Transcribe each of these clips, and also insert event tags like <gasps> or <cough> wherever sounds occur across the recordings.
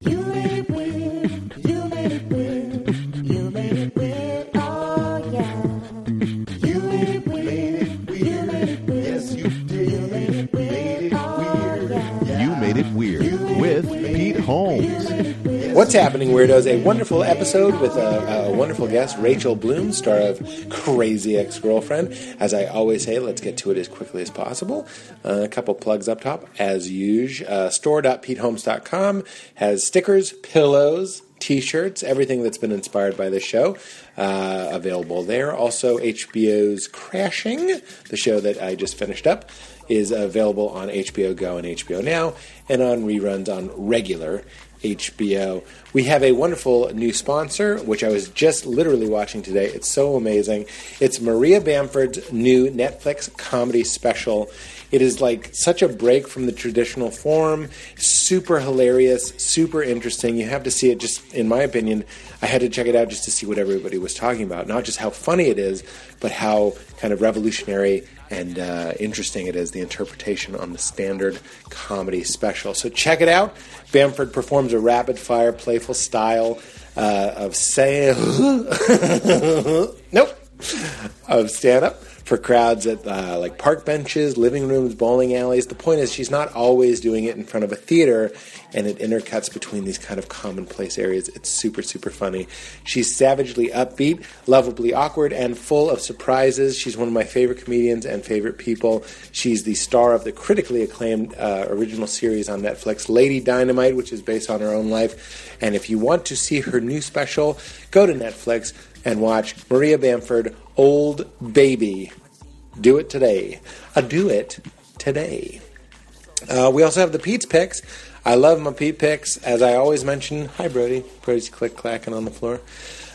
You made it weird. You made it weird. You made it weird. Oh yeah. You made it weird. You made it weird. Yes, you did. You made it weird. Oh yeah. You Made It Weird with Pete Holmes. What's happening, weirdos? A wonderful episode with a, a wonderful guest, Rachel Bloom, star of Crazy Ex Girlfriend. As I always say, let's get to it as quickly as possible. Uh, a couple plugs up top, as usual. Uh, store.peteholmes.com has stickers, pillows, T-shirts, everything that's been inspired by the show, uh, available there. Also, HBO's Crashing, the show that I just finished up, is available on HBO Go and HBO Now, and on reruns on regular HBO. We have a wonderful new sponsor, which I was just literally watching today. It's so amazing. It's Maria Bamford's new Netflix comedy special. It is like such a break from the traditional form. Super hilarious, super interesting. You have to see it just, in my opinion, I had to check it out just to see what everybody was talking about. Not just how funny it is, but how kind of revolutionary and uh, interesting it is the interpretation on the standard comedy special. So check it out. Bamford performs a rapid fire, playful style uh, of saying, <laughs> nope, of stand up for crowds at uh, like park benches, living rooms, bowling alleys. The point is, she's not always doing it in front of a theater, and it intercuts between these kind of commonplace areas. It's super, super funny. She's savagely upbeat, lovably awkward, and full of surprises. She's one of my favorite comedians and favorite people. She's the star of the critically acclaimed uh, original series on Netflix, Lady Dynamite, which is based on her own life. And if you want to see her new special, go to Netflix and watch Maria Bamford, Old Baby. Do it today. Uh, do it today. Uh, we also have the Pete's Picks. I love my Pete Picks. As I always mention, hi Brody. Brody's click clacking on the floor.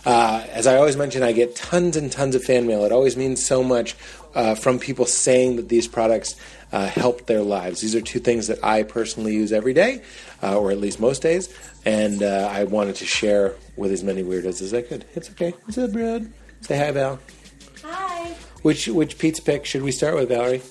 Uh, as I always mention, I get tons and tons of fan mail. It always means so much uh, from people saying that these products uh, help their lives. These are two things that I personally use every day, uh, or at least most days, and uh, I wanted to share with as many weirdos as I could. It's okay. What's up, Brad? Say hi, Val. Hi. Which which Pete's pick should we start with, Valerie?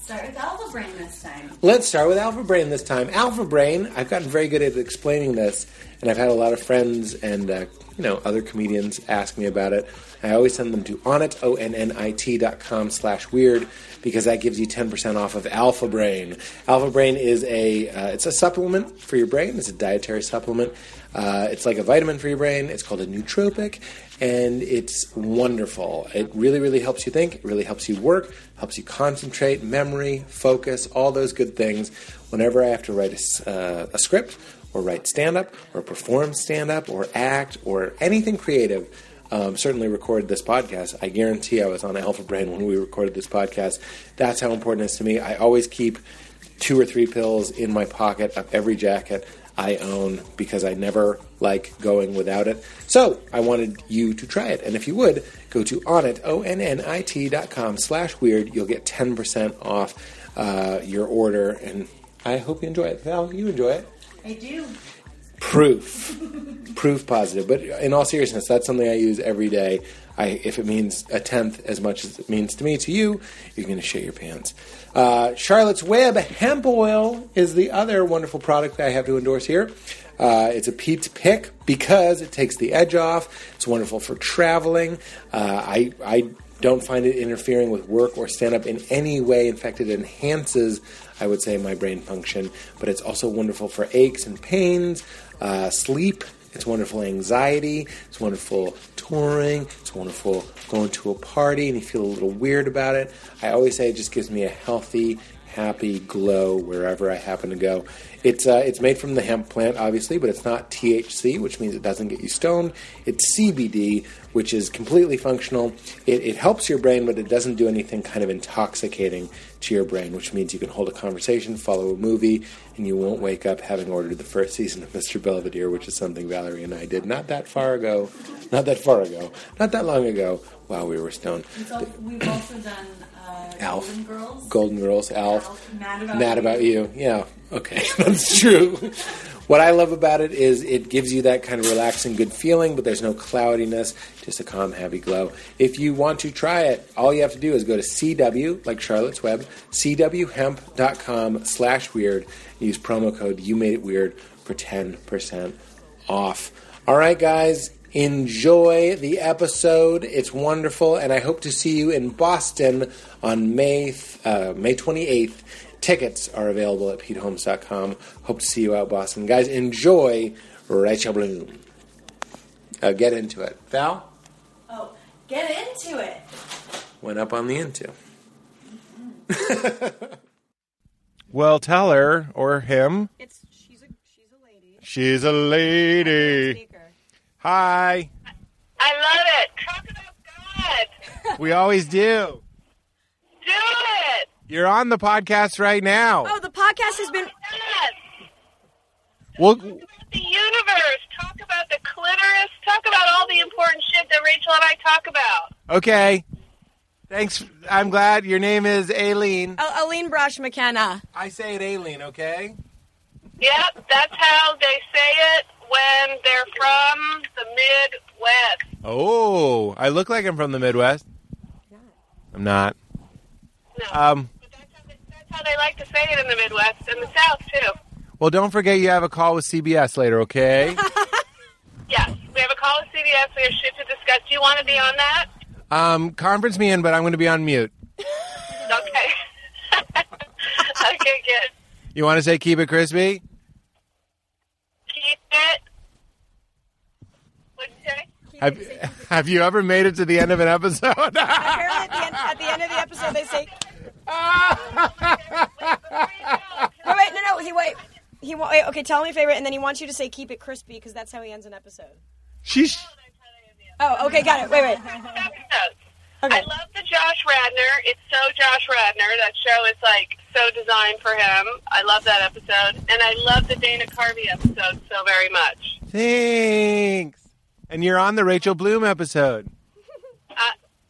Start with Alva Brain this time. Let's start with Alpha Brain this time. Alpha Brain, I've gotten very good at explaining this, and I've had a lot of friends and uh, you know other comedians ask me about it. I always send them to onnit o n n i t dot com slash weird because that gives you ten percent off of Alpha Brain. Alpha Brain is a uh, it's a supplement for your brain. It's a dietary supplement. Uh, it's like a vitamin for your brain. It's called a nootropic, and it's wonderful. It really, really helps you think. It really helps you work. Helps you concentrate, memory, focus, all those good things. Whenever I have to write a, s- uh, a script, or write stand up, or perform stand up, or act, or anything creative. Um, certainly record this podcast. I guarantee I was on Alpha Brain when we recorded this podcast. That's how important it is to me. I always keep two or three pills in my pocket of every jacket I own because I never like going without it. So I wanted you to try it. And if you would, go to onit, O-N-N-I-T dot com slash weird. You'll get 10% off uh, your order. And I hope you enjoy it. Val, you enjoy it I do. proof proof positive but in all seriousness that's something i use every day I, if it means a tenth as much as it means to me to you you're going to shit your pants uh, charlotte's web hemp oil is the other wonderful product that i have to endorse here uh, it's a Pete's pick because it takes the edge off. It's wonderful for traveling. Uh, I, I don't find it interfering with work or stand up in any way. In fact, it enhances, I would say, my brain function. But it's also wonderful for aches and pains, uh, sleep. It's wonderful anxiety. It's wonderful touring. It's wonderful going to a party and you feel a little weird about it. I always say it just gives me a healthy, happy glow wherever I happen to go. It's uh, it's made from the hemp plant, obviously, but it's not THC, which means it doesn't get you stoned. It's CBD, which is completely functional. It, it helps your brain, but it doesn't do anything kind of intoxicating to your brain, which means you can hold a conversation, follow a movie, and you won't wake up having ordered the first season of <laughs> Mr. Belvedere, which is something Valerie and I did not that far ago, not that far ago, not that long ago while we were stoned. It's al- we've also done uh, Alf. Golden Girls. Golden Girls, Alf. Alf, Mad About Mad You. About You. Yeah, okay, <laughs> that's true. what I love about it is it gives you that kind of relaxing, good feeling, but there's no cloudiness, just a calm, happy glow. If you want to try it, all you have to do is go to CW, like Charlotte's Web, cwhemp.com slash weird. Use promo code You Made It Weird for 10% off. All right, guys, enjoy the episode. It's wonderful, and I hope to see you in Boston on May th- uh, May 28th. Tickets are available at PeteHolmes.com. Hope to see you out Boston, guys. Enjoy Rachel Bloom. Uh, get into it. Val Oh, get into it. went up on the into. Well, tell her or him. It's she's a she's a lady. She's a lady. Speaker. Hi. I love it. Talk about God. We always do. Do it. You're on the podcast right now. Oh, the podcast has been Yes. Well, The universe. Talk about the clitoris. Talk about all the important shit that Rachel and I talk about. okay. Thanks. I'm glad your name is Aileen. oh, Aline Brosh McKenna. I say it Aileen, okay? Yep, that's how they say it when they're from the Midwest. Oh, I look like I'm from the Midwest. I'm not. No. Um, but that's how, they, that's how they like to say it in the Midwest and the South, too. well, don't forget you have a call with CBS later, okay? <laughs> Yeah, we have a call with CBS. We have shit to discuss. Do you want to be on that? um, conference me in, but I'm going to be on mute. Okay. <laughs> okay, good. You want to say keep it crispy? Keep it. What'd you say? Have, have you ever made it to the end of an episode? Apparently, at the, end, at the end of the episode, they <laughs> say, "Wait, wait, no, no, he wait, he wa- wait." Okay, tell me a favor, and then he wants you to say, "Keep it crispy," because that's how he ends an episode. She's. Oh, okay, got it. Wait, <laughs> wait. episodes. Okay. I love the Josh Radner. It's so Josh Radner. That show is like so designed for him. I love that episode, and I love the Dana Carvey episode so very much. Thanks. And you're on the Rachel Bloom episode. Uh,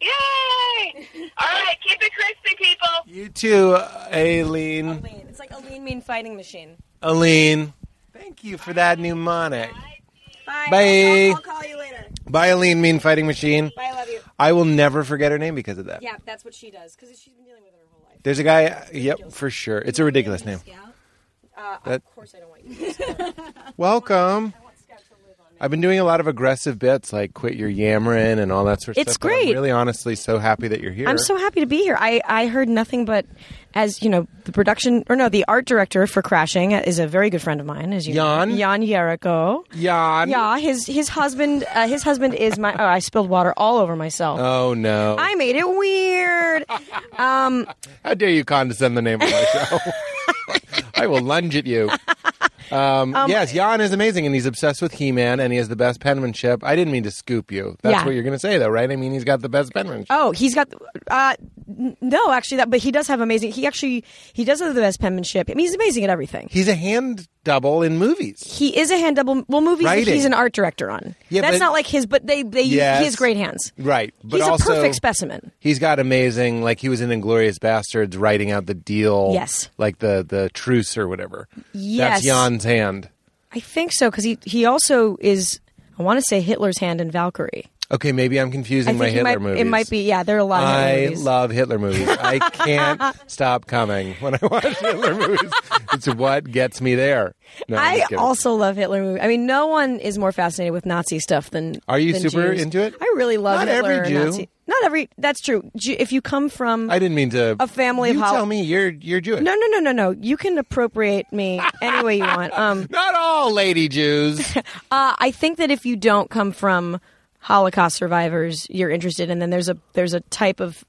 yay! All right, keep it crispy, people. You too, Aileen. Aline. It's like Aline mean fighting machine. Aileen. Thank you for that mnemonic. Bye. Bye. I'll, I'll call you later. Bye, Aileen, mean fighting machine. Bye. I love you. I will never forget her name because of that. Yeah, that's what she does because she's been dealing with it her whole life. There's a guy, yep, for sure. It's a ridiculous name. That- Of course, I don't want you. Welcome. I've been doing a lot of aggressive bits like quit your yammering and all that sort of It's stuff. but I'm great. really honestly so happy that you're here. I'm so happy to be here. I, I heard nothing but, as you know, the production or no, the art director for Crashing is a very good friend of mine, as you Jan? know, Jan Yeriko. Jan. Yeah, his his husband uh, his husband is my. Oh, I spilled water all over myself. Oh no. I made it weird. How dare you condescend the name of my show? I will lunge at you. Um, yes, Jan is amazing, and he's obsessed with He-Man, and he has the best penmanship. I didn't mean to scoop you. That's Yeah. what you're going to say, though, right? I mean, he's got the best penmanship. Oh, he's got. Uh, n- no, actually, that. But he does have amazing. He actually he does have the best penmanship. I mean, he's amazing at everything. He's a hand double in movies. He is a hand double. Well, movies that Writing. he's an art director on. Yeah, that's but- not like his. But they they Yes. he has great hands. Right, but he's also a perfect specimen. he's got amazing. Like he was in Inglorious Bastards, writing out the deal. Yes. like the the truce or whatever. Yes. that's Jan's hand. I think so because he he also is. I want to say Hitler's hand in Valkyrie. Okay, maybe I'm I confusing think my he Hitler might, movies. It might be. Yeah, there are a lot. of Hitler I movies. love Hitler <laughs> movies. I can't stop coming when I watch Hitler movies. It's what gets me there. No, I'm I just kidding. also love Hitler movies. I mean, no one is more fascinated with Nazi stuff than. Are you than super Jews. into it? I really love Not Hitler every or Jew. Nazi. Not every. That's true. Ju- If you come from I didn't mean to. a family You of Hol- tell me you're you're Jewish. No, no, no, no, no. You can appropriate me any way you want. Um, Not all lady Jews. <laughs> uh, I think that if you don't come from Holocaust survivors, you're interested, and then there's a there's a type of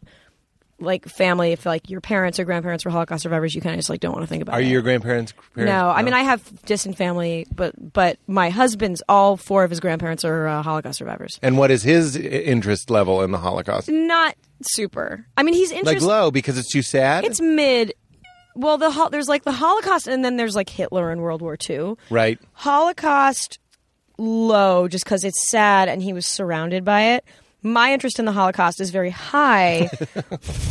like family. If like your parents or grandparents were Holocaust survivors, you kind of just like don't want to think about. Are Oh. it. your grandparents? Parents, No, I mean I have distant family, but but my husband's all four of his grandparents are uh, Holocaust survivors. And what is his i- interest level in the Holocaust? Not super. I mean, he's Like interested. low because it's too sad. it's mid. Well, the hol- there's like the Holocaust, and then there's like Hitler and World War II. right. Holocaust low, just because it's sad, and he was surrounded by it. my interest in the Holocaust is very <laughs> high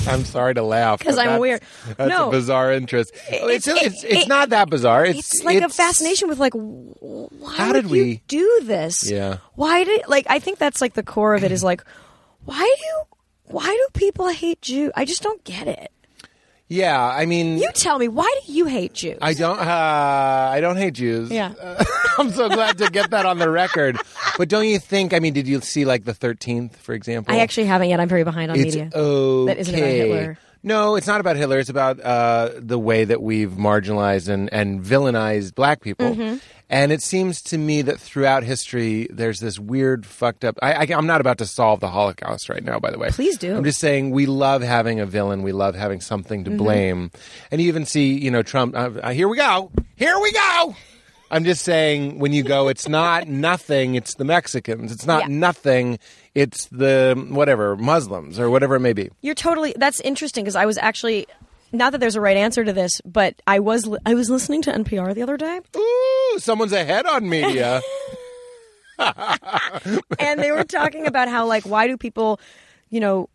I'm sorry to laugh because but I'm that's- weir- That's no, a bizarre interest. It's it- it's, it's, it- not that bizarre. It's, it's like a it's- fascination with like w- why How would did you we- do this Yeah. why did like i think that's like the core of it is like why do why do people hate jews i just don't get it Yeah, I mean, you tell me why do you hate jews I Uh, don't. Uh, I don't hate Jews. yeah <laughs> I'm so glad to get that on the record. But don't you think? I mean, did you see like the 13th, for example? i actually haven't yet i'm very behind on it's media okay. That isn't about Hitler. No, it's not about Hitler. It's about uh, the way that we've marginalized and, and villainized black people. Mm-hmm. And it seems to me that throughout history, there's this weird, fucked up. I, I, I'm not about to solve the Holocaust right now, by the way. Please do. I'm just saying we love having a villain. We love having something Mm-hmm. to blame. And you even see, you know, Trump. Uh, uh, here we go. Here we go. I'm just saying when you go, it's not <laughs> nothing. It's the Mexicans. It's not Yeah. nothing. It's the whatever Muslims or whatever it may be. You're totally. That's interesting because I was actually. Not that there's a right answer to this, but I was li- I was listening to NPR the other day, Ooh, someone's ahead on media. and they were talking about how like why do people, you know,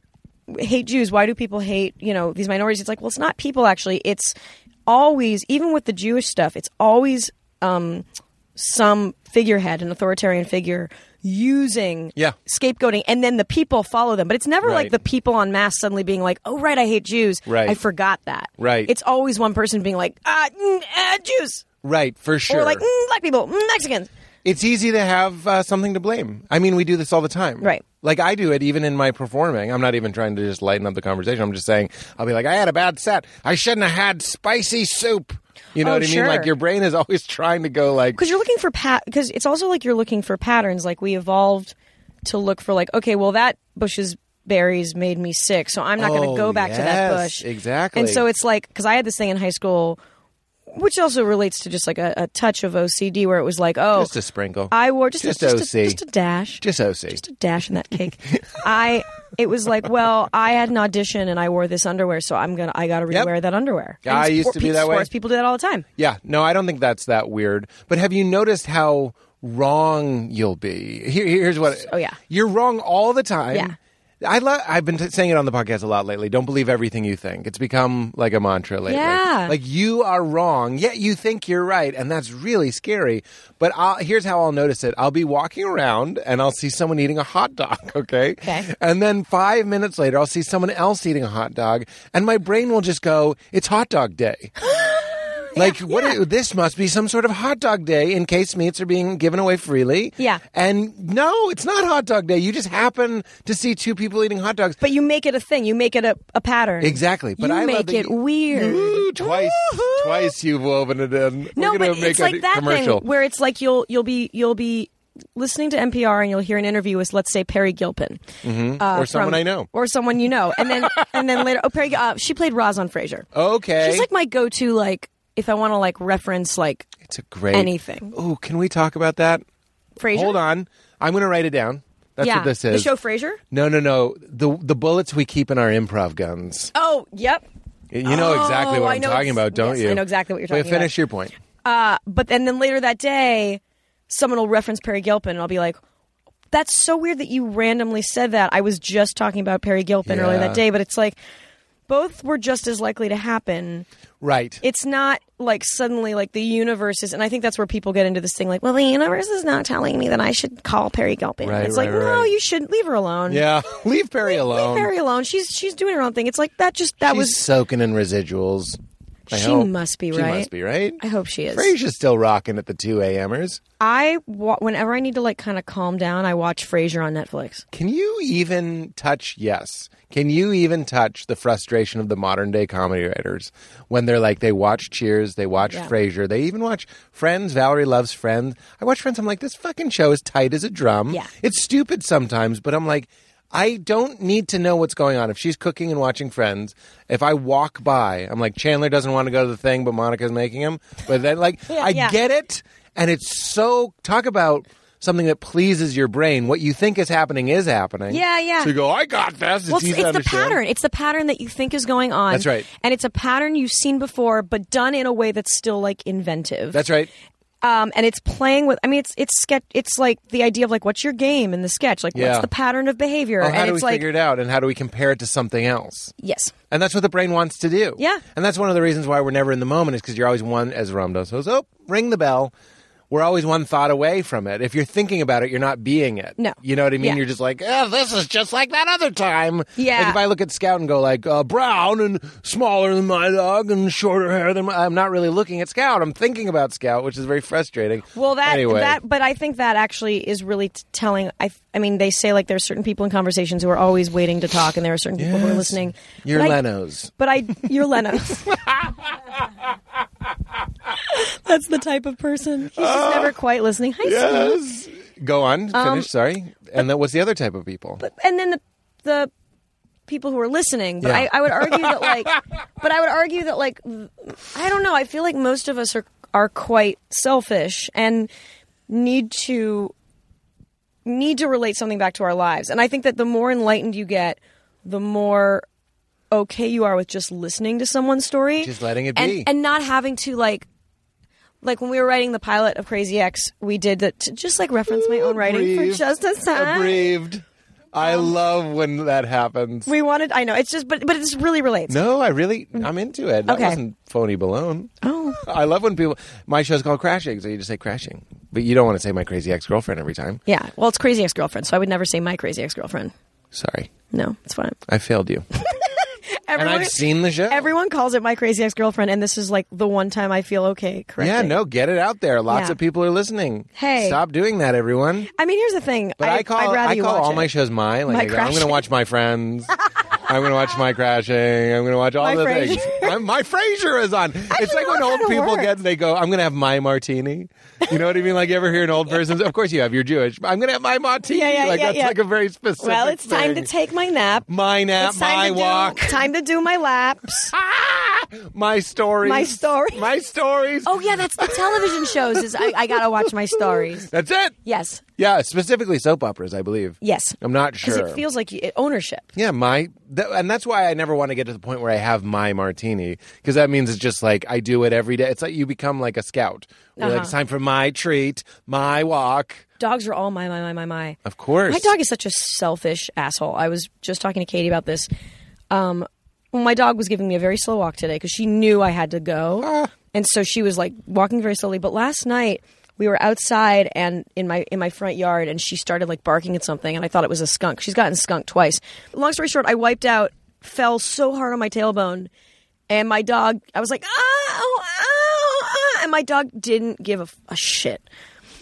hate Jews? Why do people hate you know these minorities? It's like well, it's not people actually. It's always even with the Jewish stuff. It's always um, some figurehead, an authoritarian figure, using Yeah. scapegoating, and then the people follow them. But it's never Right. like the people on mass suddenly being like, oh right, I hate Jews. Right. I forgot that. Right. It's always one person being like, uh, mm, uh Jews. <laughs> right, for sure. Or like, mm, black people, mm, Mexicans. it's easy to have uh, something to blame. I mean, we do this all the time. Right. Like I do it even in my performing. I'm not even trying to just lighten up the conversation. I'm just saying, I'll be like, I had a bad set. I shouldn't have had spicy soup. You know Oh, what I sure. mean? Like your brain is <laughs> always trying to go like, Because you're looking for pat. Because it's also like you're looking for patterns. Like we evolved to look for like, okay, well that bush's berries made me sick, so I'm not going Oh, to go back to that yes, bush. exactly. And so it's like because I had this thing in high school, which also relates to just like a, a touch of OCD, where it was like, oh, just a sprinkle. I wore just Just a, just, OC. A, just a dash, just OC. just a dash in that <laughs> cake. I it was like, well, I had an audition and I wore this underwear, so I'm gonna I gotta Yep. rewear that underwear. And I used to be people- that way. sports People do that all the time. Yeah, no, I don't think that's that weird. But have you noticed how wrong you'll be? Here, here's what. Oh, yeah. you're wrong all the time. Yeah. I lo- I've been t- saying it on the podcast a lot lately. Don't believe everything you think. It's become like a mantra lately. Yeah. Like you are wrong, yet you think you're right, and that's really scary. But I'll, here's how I'll notice it. I'll be walking around and I'll see someone eating a hot dog, <laughs> okay? Okay. And then 5 minutes later, I'll see someone else eating a hot dog, and my brain will just go, "It's hot dog day." Like what? i- This must be some sort of hot dog day in case meats are being given away freely. Yeah. And no, it's not hot dog day. You just happen to see two people eating hot dogs. But you make it a thing. You make it a, a pattern. exactly. But you I love make that it you- Mm-hmm. weird. Ooh, twice, Woohoo. twice you've woven it in. No, We're gonna but make it's a like that commercial. thing where it's like you'll you'll be you'll be listening to NPR and you'll hear an interview with let's say Perry Gilpin uh, Mm-hmm. Or someone from- I know. or someone you know, and <laughs> then and then later oh Perry uh, she played Roz on Frasier. Okay. She's like my go to like if I want to like reference like it's a great anything. Ooh, can we talk about that? Frasier. Hold on, I'm going to write it down. That's yeah, what this is. the show Frasier. no, no, no. The the bullets we keep in our improv guns. Oh, yep. You know exactly Oh, what I I'm know talking ex- about, don't yes, you? I know exactly what you're Wait, talking about. Finish your point. But then, then later that day, someone will reference Perry Gilpin, and I'll be like, "That's so weird that you randomly said that." I was just talking about Perry Gilpin earlier Yeah. that day, but it's like both were just as likely to happen. Right. It's not like suddenly like the universe is, and I think that's where people get into this thing like, "Well, the universe is not telling me that I should call Perry Gilpin." Right, it's like, right, no, right. you should leave her alone. <laughs> yeah. <laughs> Leave Perry alone. Leave Perry alone. She's she's doing her own thing. It's like that. Just that She's was. soaking in residuals. I She hope. must be She right. must be right. I hope she is. Frasier's still rocking at the two a.m.ers. I wa- whenever I need to like kind of calm down, I watch Frasier on Netflix. Can you even touch? Yes. Can you even touch the frustration of the modern day comedy writers when they're like they watch Cheers, they watch Yeah. Frasier, they even watch Friends. Valerie loves Friends. I watch Friends. I'm like, this fucking show is tight as a drum. Yeah. It's stupid sometimes, but I'm like, I don't need to know what's going on. If she's cooking and watching Friends, if I walk by, I'm like, Chandler doesn't want to go to the thing, but Monica's making him. But then, like, I yeah. get it. And it's so, talk about something that pleases your brain. What you think is happening is happening. Yeah, yeah. So you go, I got this. It's, Well, it's, easy it's to the understand. pattern. It's the pattern that you think is going on. That's right. And it's a pattern you've seen before, but done in a way that's still like inventive. That's right. Um, and it's playing with. I mean, it's it's sketch. It's like the idea of like, what's your game in the sketch? Like, Yeah. what's the pattern of behavior? Well, and how do we it's like, figure it out, and how do we compare it to something else? yes, And that's what the brain wants to do. Yeah. And that's one of the reasons why we're never in the moment is because you're always one, as Ram does, goes, oh, ring the bell. We're always one thought away from it. If you're thinking about it, you're not being it. No. You know what I mean? Yeah. You're just like, oh, this is just like that other time. Yeah. Like if I look at Scout and go like, uh, brown and smaller than my dog and shorter hair than my... I'm not really looking at Scout. I'm thinking about Scout, which is very frustrating. Well, that anyway. that, but I think that actually is really t- telling. I, th- I mean, they say like there's certain people in conversations who are always waiting to talk, and there are certain people who are Yes. listening. You're But I- Leno's. But I, you're Leno's. That's the type of person. He's just never quite listening. Hi, Steve. Yes. Go on. Finish. Um, sorry. And then what's the other type of people? and then the the people who are listening. But Yeah. I, I would argue that <laughs> like, but I would argue that like, I don't know. I feel like most of us are are quite selfish and need to need to relate something back to our lives. And I think that the more enlightened you get, the more okay you are with just listening to someone's story, Just letting it and, be. and not having to like. Like when we were writing the pilot of Crazy X, we did that to just like reference my own writing for Breathe. just a second. Abbreviated. I love when that happens. Um, We wanted. I know it's just, but but it just really relates. no, I really, I'm into it. That Okay. wasn't phony baloney. Oh. I love when people. My show's called Crashing, so you just say crashing, but you don't want to say my crazy ex girlfriend every time. Yeah. Well, it's crazy ex girlfriend, so I would never say my crazy ex girlfriend. Sorry, No, it's fine. I <laughs> failed you. and Everyone, I've seen the show. everyone calls it my crazy ex girlfriend, and this is like the one time I feel okay. Correct. yeah, no, get it out there. Lots Yeah. of people are listening. Hey. stop doing that, everyone. I mean, here's the thing. But I, I'd- call I'd rather I you call watch all it. my shows mine. Like My I go, I'm going to crashing. watch <laughs> my friends. I'm going to watch my crashing. I'm going to watch all My the Frasier. things. <laughs> I'm, my Frasier is on. it's like when know old how to people work. get they go. I'm going to have my martini. You know what I mean? Like you ever hear an old person? Of course you have. You're Jewish. I'm going to have my martini. Yeah, yeah, like yeah, that's yeah. like a very specific. Well, it's time to thing. take my nap. my nap, It's time my to do- <laughs> walk, Ah! time to do my <laughs> laps. my stories, My stories. my stories. Oh yeah, that's the television shows. Is I, I gotta watch my stories. That's it. Yes. Yeah, specifically soap operas, I believe. Yes. I'm not Because sure. it feels like you, ownership. Yeah, my th- and that's why I never want to get to the point where I have my martini because that means it's just like I do it every day. It's like you become like a scout. Where Like Uh-huh. it's time for my treat, my walk. Dogs are all my my my my my. Of course, My dog is such a selfish asshole. I was just talking to Katie about this. Um, my dog was giving me a very slow walk today because she knew I had to go, and so she was like walking very slowly. But last night we were outside and in my in my front yard, and she started like barking at something, and I thought it was a skunk. She's gotten skunked twice. Long story short, I wiped out, fell so hard on my tailbone, and my dog. I was like, ah, oh, oh, ah, and my dog didn't give a, f- a shit.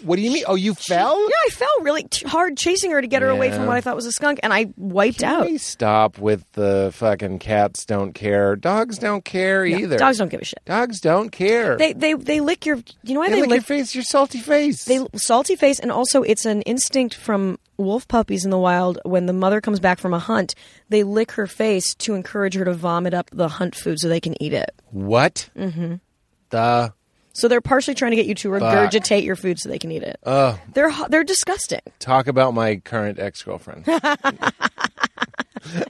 What do you mean? Oh, you fell? Yeah, I fell really t- hard chasing her to get her away from Yeah. what I thought was a skunk, and I wiped out. Please stop with the fucking cats don't care. Dogs don't care either. Dogs don't give a shit. Dogs don't care. They they they lick your. You know why They they, lick your face, your salty face. They salty face, and also it's an instinct from wolf puppies in the wild. When the mother comes back from a hunt, they lick her face to encourage her to vomit up the hunt food so they can eat it. what? Mm-hmm. The So they're partially trying to get you to regurgitate your food so they can eat it. Uh, they're ho- they're disgusting. talk about my current ex <laughs> <laughs> girlfriend.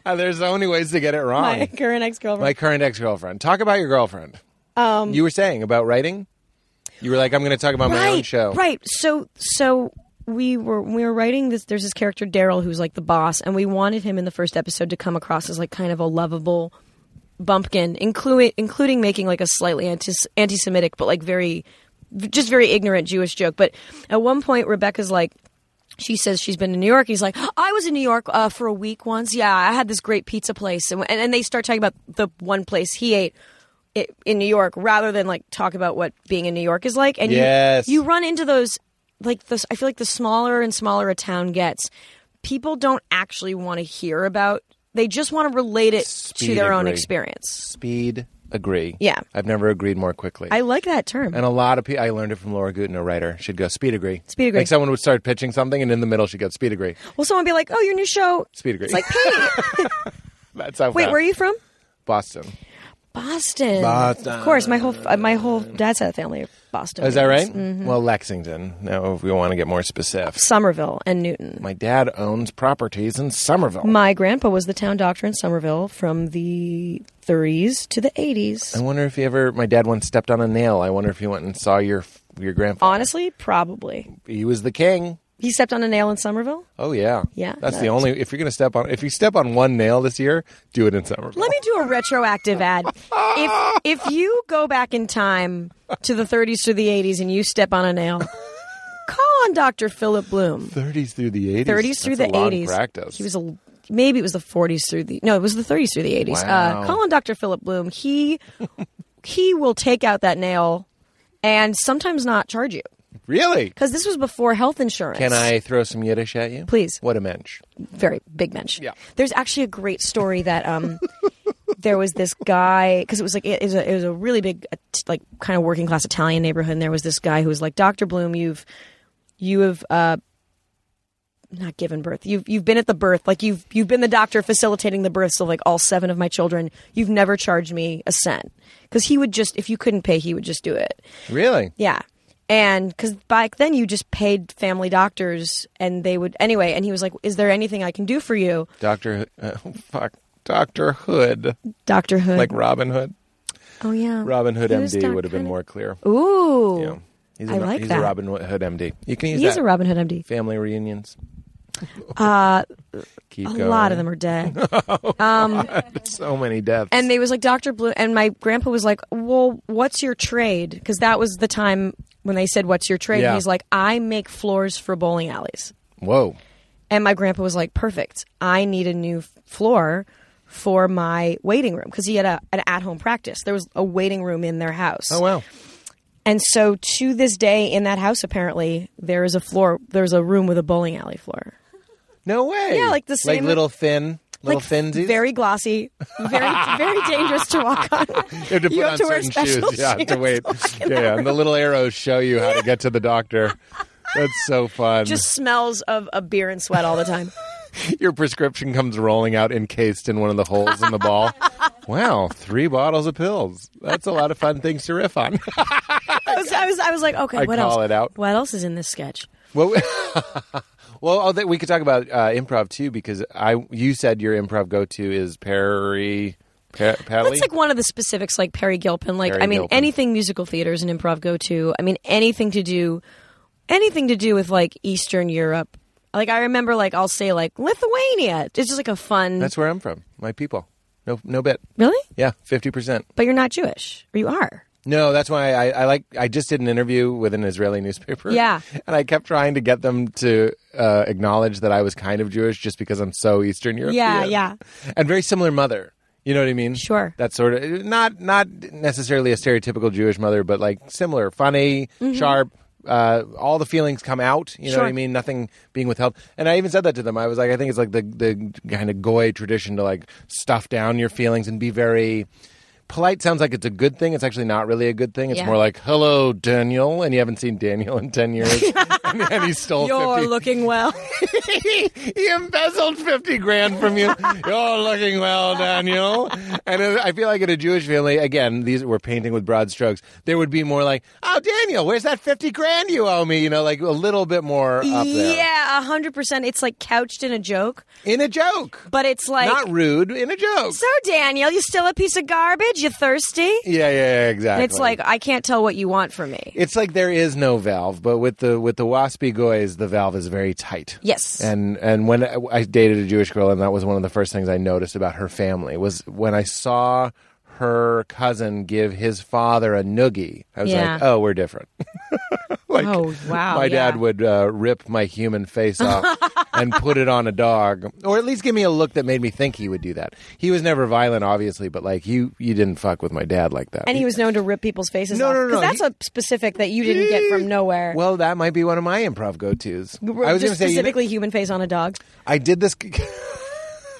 There's so many ways to get it <laughs> wrong. My current ex girlfriend. My current ex girlfriend. Talk about your girlfriend. Um, you were saying about writing. You were like, I'm going to talk about my own show. Right. So so we were we were writing this there's this character Daryl who's like the boss and we wanted him in the first episode to come across as like kind of a lovable bumpkin including including making like a slightly anti anti-semitic but like very just very ignorant Jewish joke but at one point Rebecca's like she says she's been in New York. He's like, I was in New York uh, for a week once. Yeah, I had this great pizza place, and, and and they start talking about the one place he ate i- in New York, rather than like talk about what being in New York is like. And you- Yes. you run into those like this. I feel like the smaller and smaller a town gets, people don't actually want to hear about. They just want to relate it to Speed their own agree. experience. Speed, agree. Yeah. I've never agreed more quickly. I like that term. and a lot of people, I learned it from Laura Gutton, a writer. She'd go, speed agree. Speed agree. Like someone would start pitching something, and in the middle, she'd go, speed agree. Will someone be like, "Oh, your new show"? Speed agree. It's like, "Hey, <laughs> That's how wait, fast. where are you from?" Boston. Boston. Boston. Of course, my whole uh, my whole dad's side of the family are Boston. Is that right? Mm-hmm. Well, Lexington. Now, if we want to get more specific, Somerville and Newton. my dad owns properties in Somerville. My grandpa was the town doctor in Somerville from the 30s to the I 80s. wonder if he ever. My dad once stepped on a nail. I wonder if he went and saw your f- your grandfather. Honestly, probably. He was the king. He stepped on a nail in Somerville. Oh yeah, Yeah, That's no, the it's- only. If you're gonna step on, if you step on one nail this year, do it in Somerville. Let me do a retroactive ad. If if you go back in time to the 30s to the 80s and you step on a nail, call on Dr. Philip Bloom. 30s through the 80s. 30s through That's the a long 80s. Practice. He was a maybe it was the 40s through the no, it was the 30s through the 80s. Wow. Uh, call on Dr. Philip Bloom. He <laughs> he will take out that nail and sometimes not charge you really. because this was before health insurance. Can I throw some Yiddish at you? Please. What a mensch. very big mensch. Yeah. There's actually a great story that um, <laughs> there was this guy because it was like it was a, it was a really big uh, t- like kind of working class Italian neighborhood, and there was this guy who was like, Doctor Bloom, you've you have uh, not given birth. You've you've been at the birth, like you've you've been the doctor facilitating the births of like all seven of my children. You've never charged me a cent because he would just if you couldn't pay, he would just do it. Really? Yeah. And because back then you just paid family doctors and they would, anyway. And he was like, Is there anything I can do for you? Doctor. Uh, <laughs> fuck. Doctor Hood, Doctor Hood. like Robin Hood. oh yeah, Robin Hood He was MD doc- would have been kinda- more clear. Ooh, Yeah. He's a I like he's that. a Robin Hood MD. You can use he is that. a Robin Hood MD. Family reunions. Uh, Keep a going. lot of them are dead. <laughs> So many deaths. and they was like Doctor Blue, and my grandpa was like, "Well, what's your trade?" Because that was the time when they said, "What's your trade?" Yeah. And he's like, "I make floors for bowling alleys." Whoa. And my grandpa was like, "Perfect. I need a new f- floor for my waiting room because he had a, an at home practice. There was a waiting room in their house. Oh wow. And so to this day in that house, apparently there is a floor. There's a room with a bowling alley floor, No way. Yeah, like the Like same- little thin, little like thinsies. very glossy, very <laughs> very dangerous to walk on. You have to, You put have on to wear certain special shoes. Yeah, have to shoes <laughs> wait. Yeah, yeah, and the little arrows show you how to get to the doctor. That's so fun. Just smells of a beer and sweat all the <laughs> time. Your prescription comes rolling out encased in one of the holes in <laughs> the ball. wow, three bottles of pills. That's a lot of fun things to riff on. I was, I was I was like, okay, I what call else? it out. What else is in this sketch? <laughs> well, we- <laughs> well oh, that- we could talk about uh, improv too because I you said your improv go to is Perry. Pa- Pally? That's like one of the specifics, like Perry Gilpin. Like Perry I mean, Gilpin. anything musical theater is an improv go to. I mean, anything to do, anything to do with like Eastern Europe. Like I remember, like I'll say like Lithuania. It's just like a fun. That's where I'm from. My people. No, no bit. really, Yeah, fifty percent. but you're not Jewish, or you are. No, that's why I, I like. I just did an interview with an Israeli newspaper. Yeah. <laughs> and I kept trying to get them to uh, acknowledge that I was kind of Jewish, just because I'm so Eastern European. Yeah, yeah. and very similar mother. You know what I mean? Sure. That sort of not not necessarily a stereotypical Jewish mother, but like similar, funny, sharp. Uh, all the feelings come out. You know Mm-hmm. Sure. what I mean? Nothing being withheld. And I even said that to them. I was like, I think it's like the the kind of goy tradition to like stuff down your feelings and be very polite. Sounds like it's a good thing. It's actually not really a good thing. It's Yeah. more like, "Hello, Daniel," and you haven't seen Daniel in ten <laughs> years, <laughs> and, and he stole. You're 50 looking well. <laughs> he, he embezzled 50 grand from you. <laughs> You're looking well, Daniel. And I I feel like in a Jewish family, again, these we're painting with broad strokes, there would be more like, oh, Daniel, where's that 50 grand you owe me? You know, like a little bit more up there. yeah, hundred percent. It's like couched in a joke, In a joke. but it's like Not rude, in a joke. so. Daniel, you still a piece of garbage? You thirsty? yeah, yeah, yeah, exactly. And it's like I can't tell what you want from me. It's like there is no valve, but with the with the waspy goys, the valve is very tight. Yes. And and when I, I dated a Jewish girl, and that was one of the first things I noticed about her family was when I saw her cousin give his father a noogie. I was Yeah. like, oh, we're different. like, Oh, wow, <laughs> My yeah. dad would uh, rip my human face <laughs> off and put it on a dog, or at least give me a look that made me think he would do that. He was never violent, obviously, but like you, you didn't fuck with my dad like that. And he was known to rip people's faces No, off. no, no, 'Cause no. that's a specific that you didn't get from nowhere. Well, that might be one of my improv go tos. I R- was going to just say, you know- specifically human face on a dog. I did this. <laughs>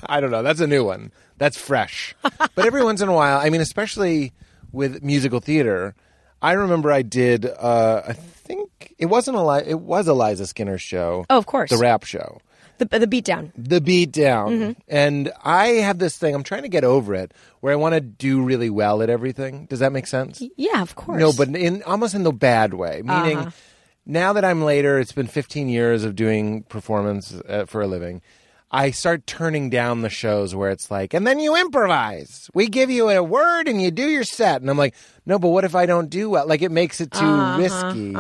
I don't know. That's a new one. That's fresh. but every once in a while, I mean, especially with musical theater, I remember I did. Uh, I think it wasn't Eli- It was Eliza Skinner's show. Oh, of course. the rap show The, the beatdown. the beat down. And I have this thing, I'm trying to get over it, where I want to do really well at everything. Does that make sense? Yeah, of course. No, but in almost in the bad way, Uh-huh. meaning now that I'm later, it's been 15 years of doing performance uh, for a living. I start turning down the shows where it's like, and then you improvise. We give you a word and you do your set. And I'm like, no, but what if I don't do well? Like, it makes it too Uh-huh, risky.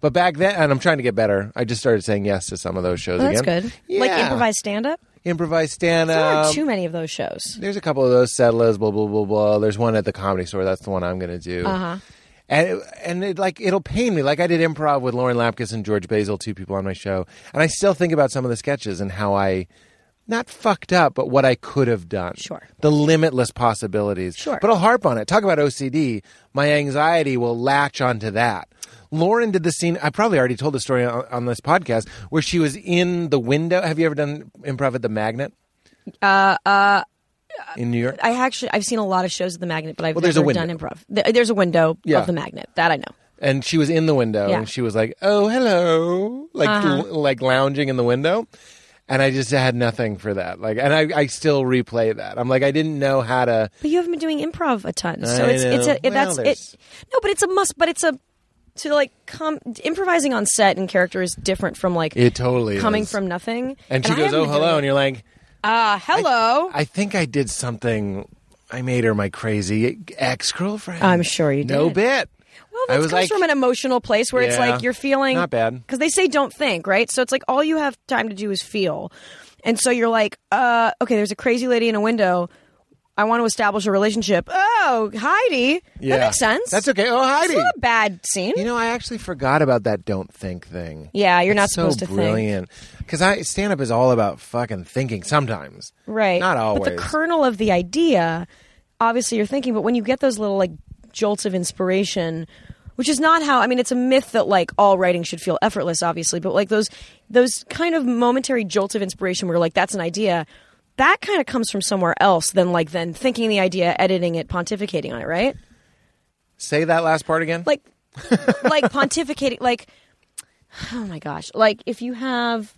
But back then, and I'm trying to get better, I just started saying yes to some of those shows Well, that's again. good. Yeah. Um, Like improvised stand up. Improvise stand There up. aren't too many of those shows. There's a couple of those settlers, blah blah blah blah. There's one at the comedy store. That's the one I'm going to do. Uh-huh. And it, and it, like it'll pain me. Like I did improv with Lauren Lapkus and George Basil, two people on my show, and I still think about some of the sketches and how I not fucked up, but what I could have done. Sure. The limitless possibilities. Sure. But I'll harp on it. Talk about OCD. My anxiety will latch onto that. Lauren did the scene. I probably already told the story on, on this podcast where she was in the window. Have you ever done improv at the Magnet? Uh, uh, in New York? I actually I've seen a lot of shows at the Magnet, but I've Well, there's a never done window. improv. Th- There's a window Yeah. of the Magnet that I know. and she was in the window Yeah. Uh-huh. and she was like oh hello like l- like lounging in the window and i just had nothing for that like and i, I still replay that i'm like i didn't know how to But you haven't been doing improv a ton, so I it's it's know. a, it, that's Well, it. there's- No, but it's a must. But it's a to like come improvising on set and character is different from like it totally coming is. from nothing. and she I goes haven't oh been doing hello it. and you're like Uh, hello. i think i did something i made her my crazy ex-girlfriend I'm sure you no did. bit well, I that was comes like- from an emotional place where it's Yeah. like you're feeling Not bad. because they say don't think, right? So it's like all you have time to do is feel, and so you're like, uh, okay, there's a crazy lady in a window. I want to establish a relationship. Oh, Heidi, that makes sense. that's okay oh heidi It's not a bad scene. You know, I actually forgot about that don't think thing. Yeah, you're It's not supposed so to think. brilliant. Because I stand up is all about fucking thinking sometimes. Right. Not But the always. kernel of the idea, obviously you're thinking, but when you get those little like jolts of inspiration, which is not how I mean it's a myth that like all writing should feel effortless, obviously, but like those those kind of momentary jolts of inspiration where you're like, that's an idea, that kind of comes from somewhere else than like then thinking the idea, editing it, pontificating on it, right? Say that last part again. like <laughs> like pontificating like oh my gosh like if you have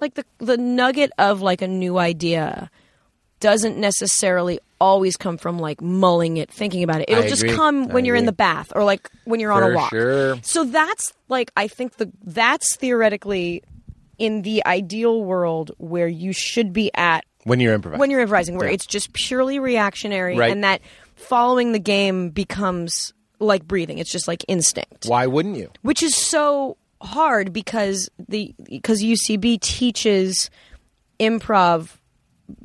like the the nugget of like a new idea doesn't necessarily always come from like mulling it thinking about it it'll I just agree. come when I you're in agree. the bath or like when you're on For a walk sure. so that's like i think the that's theoretically in the ideal world where you should be at when you're improvising. when you're improvising where it's just purely reactionary Right. and that following the game becomes like breathing it's just like instinct Why wouldn't you? which is so hard because the because UCB teaches improv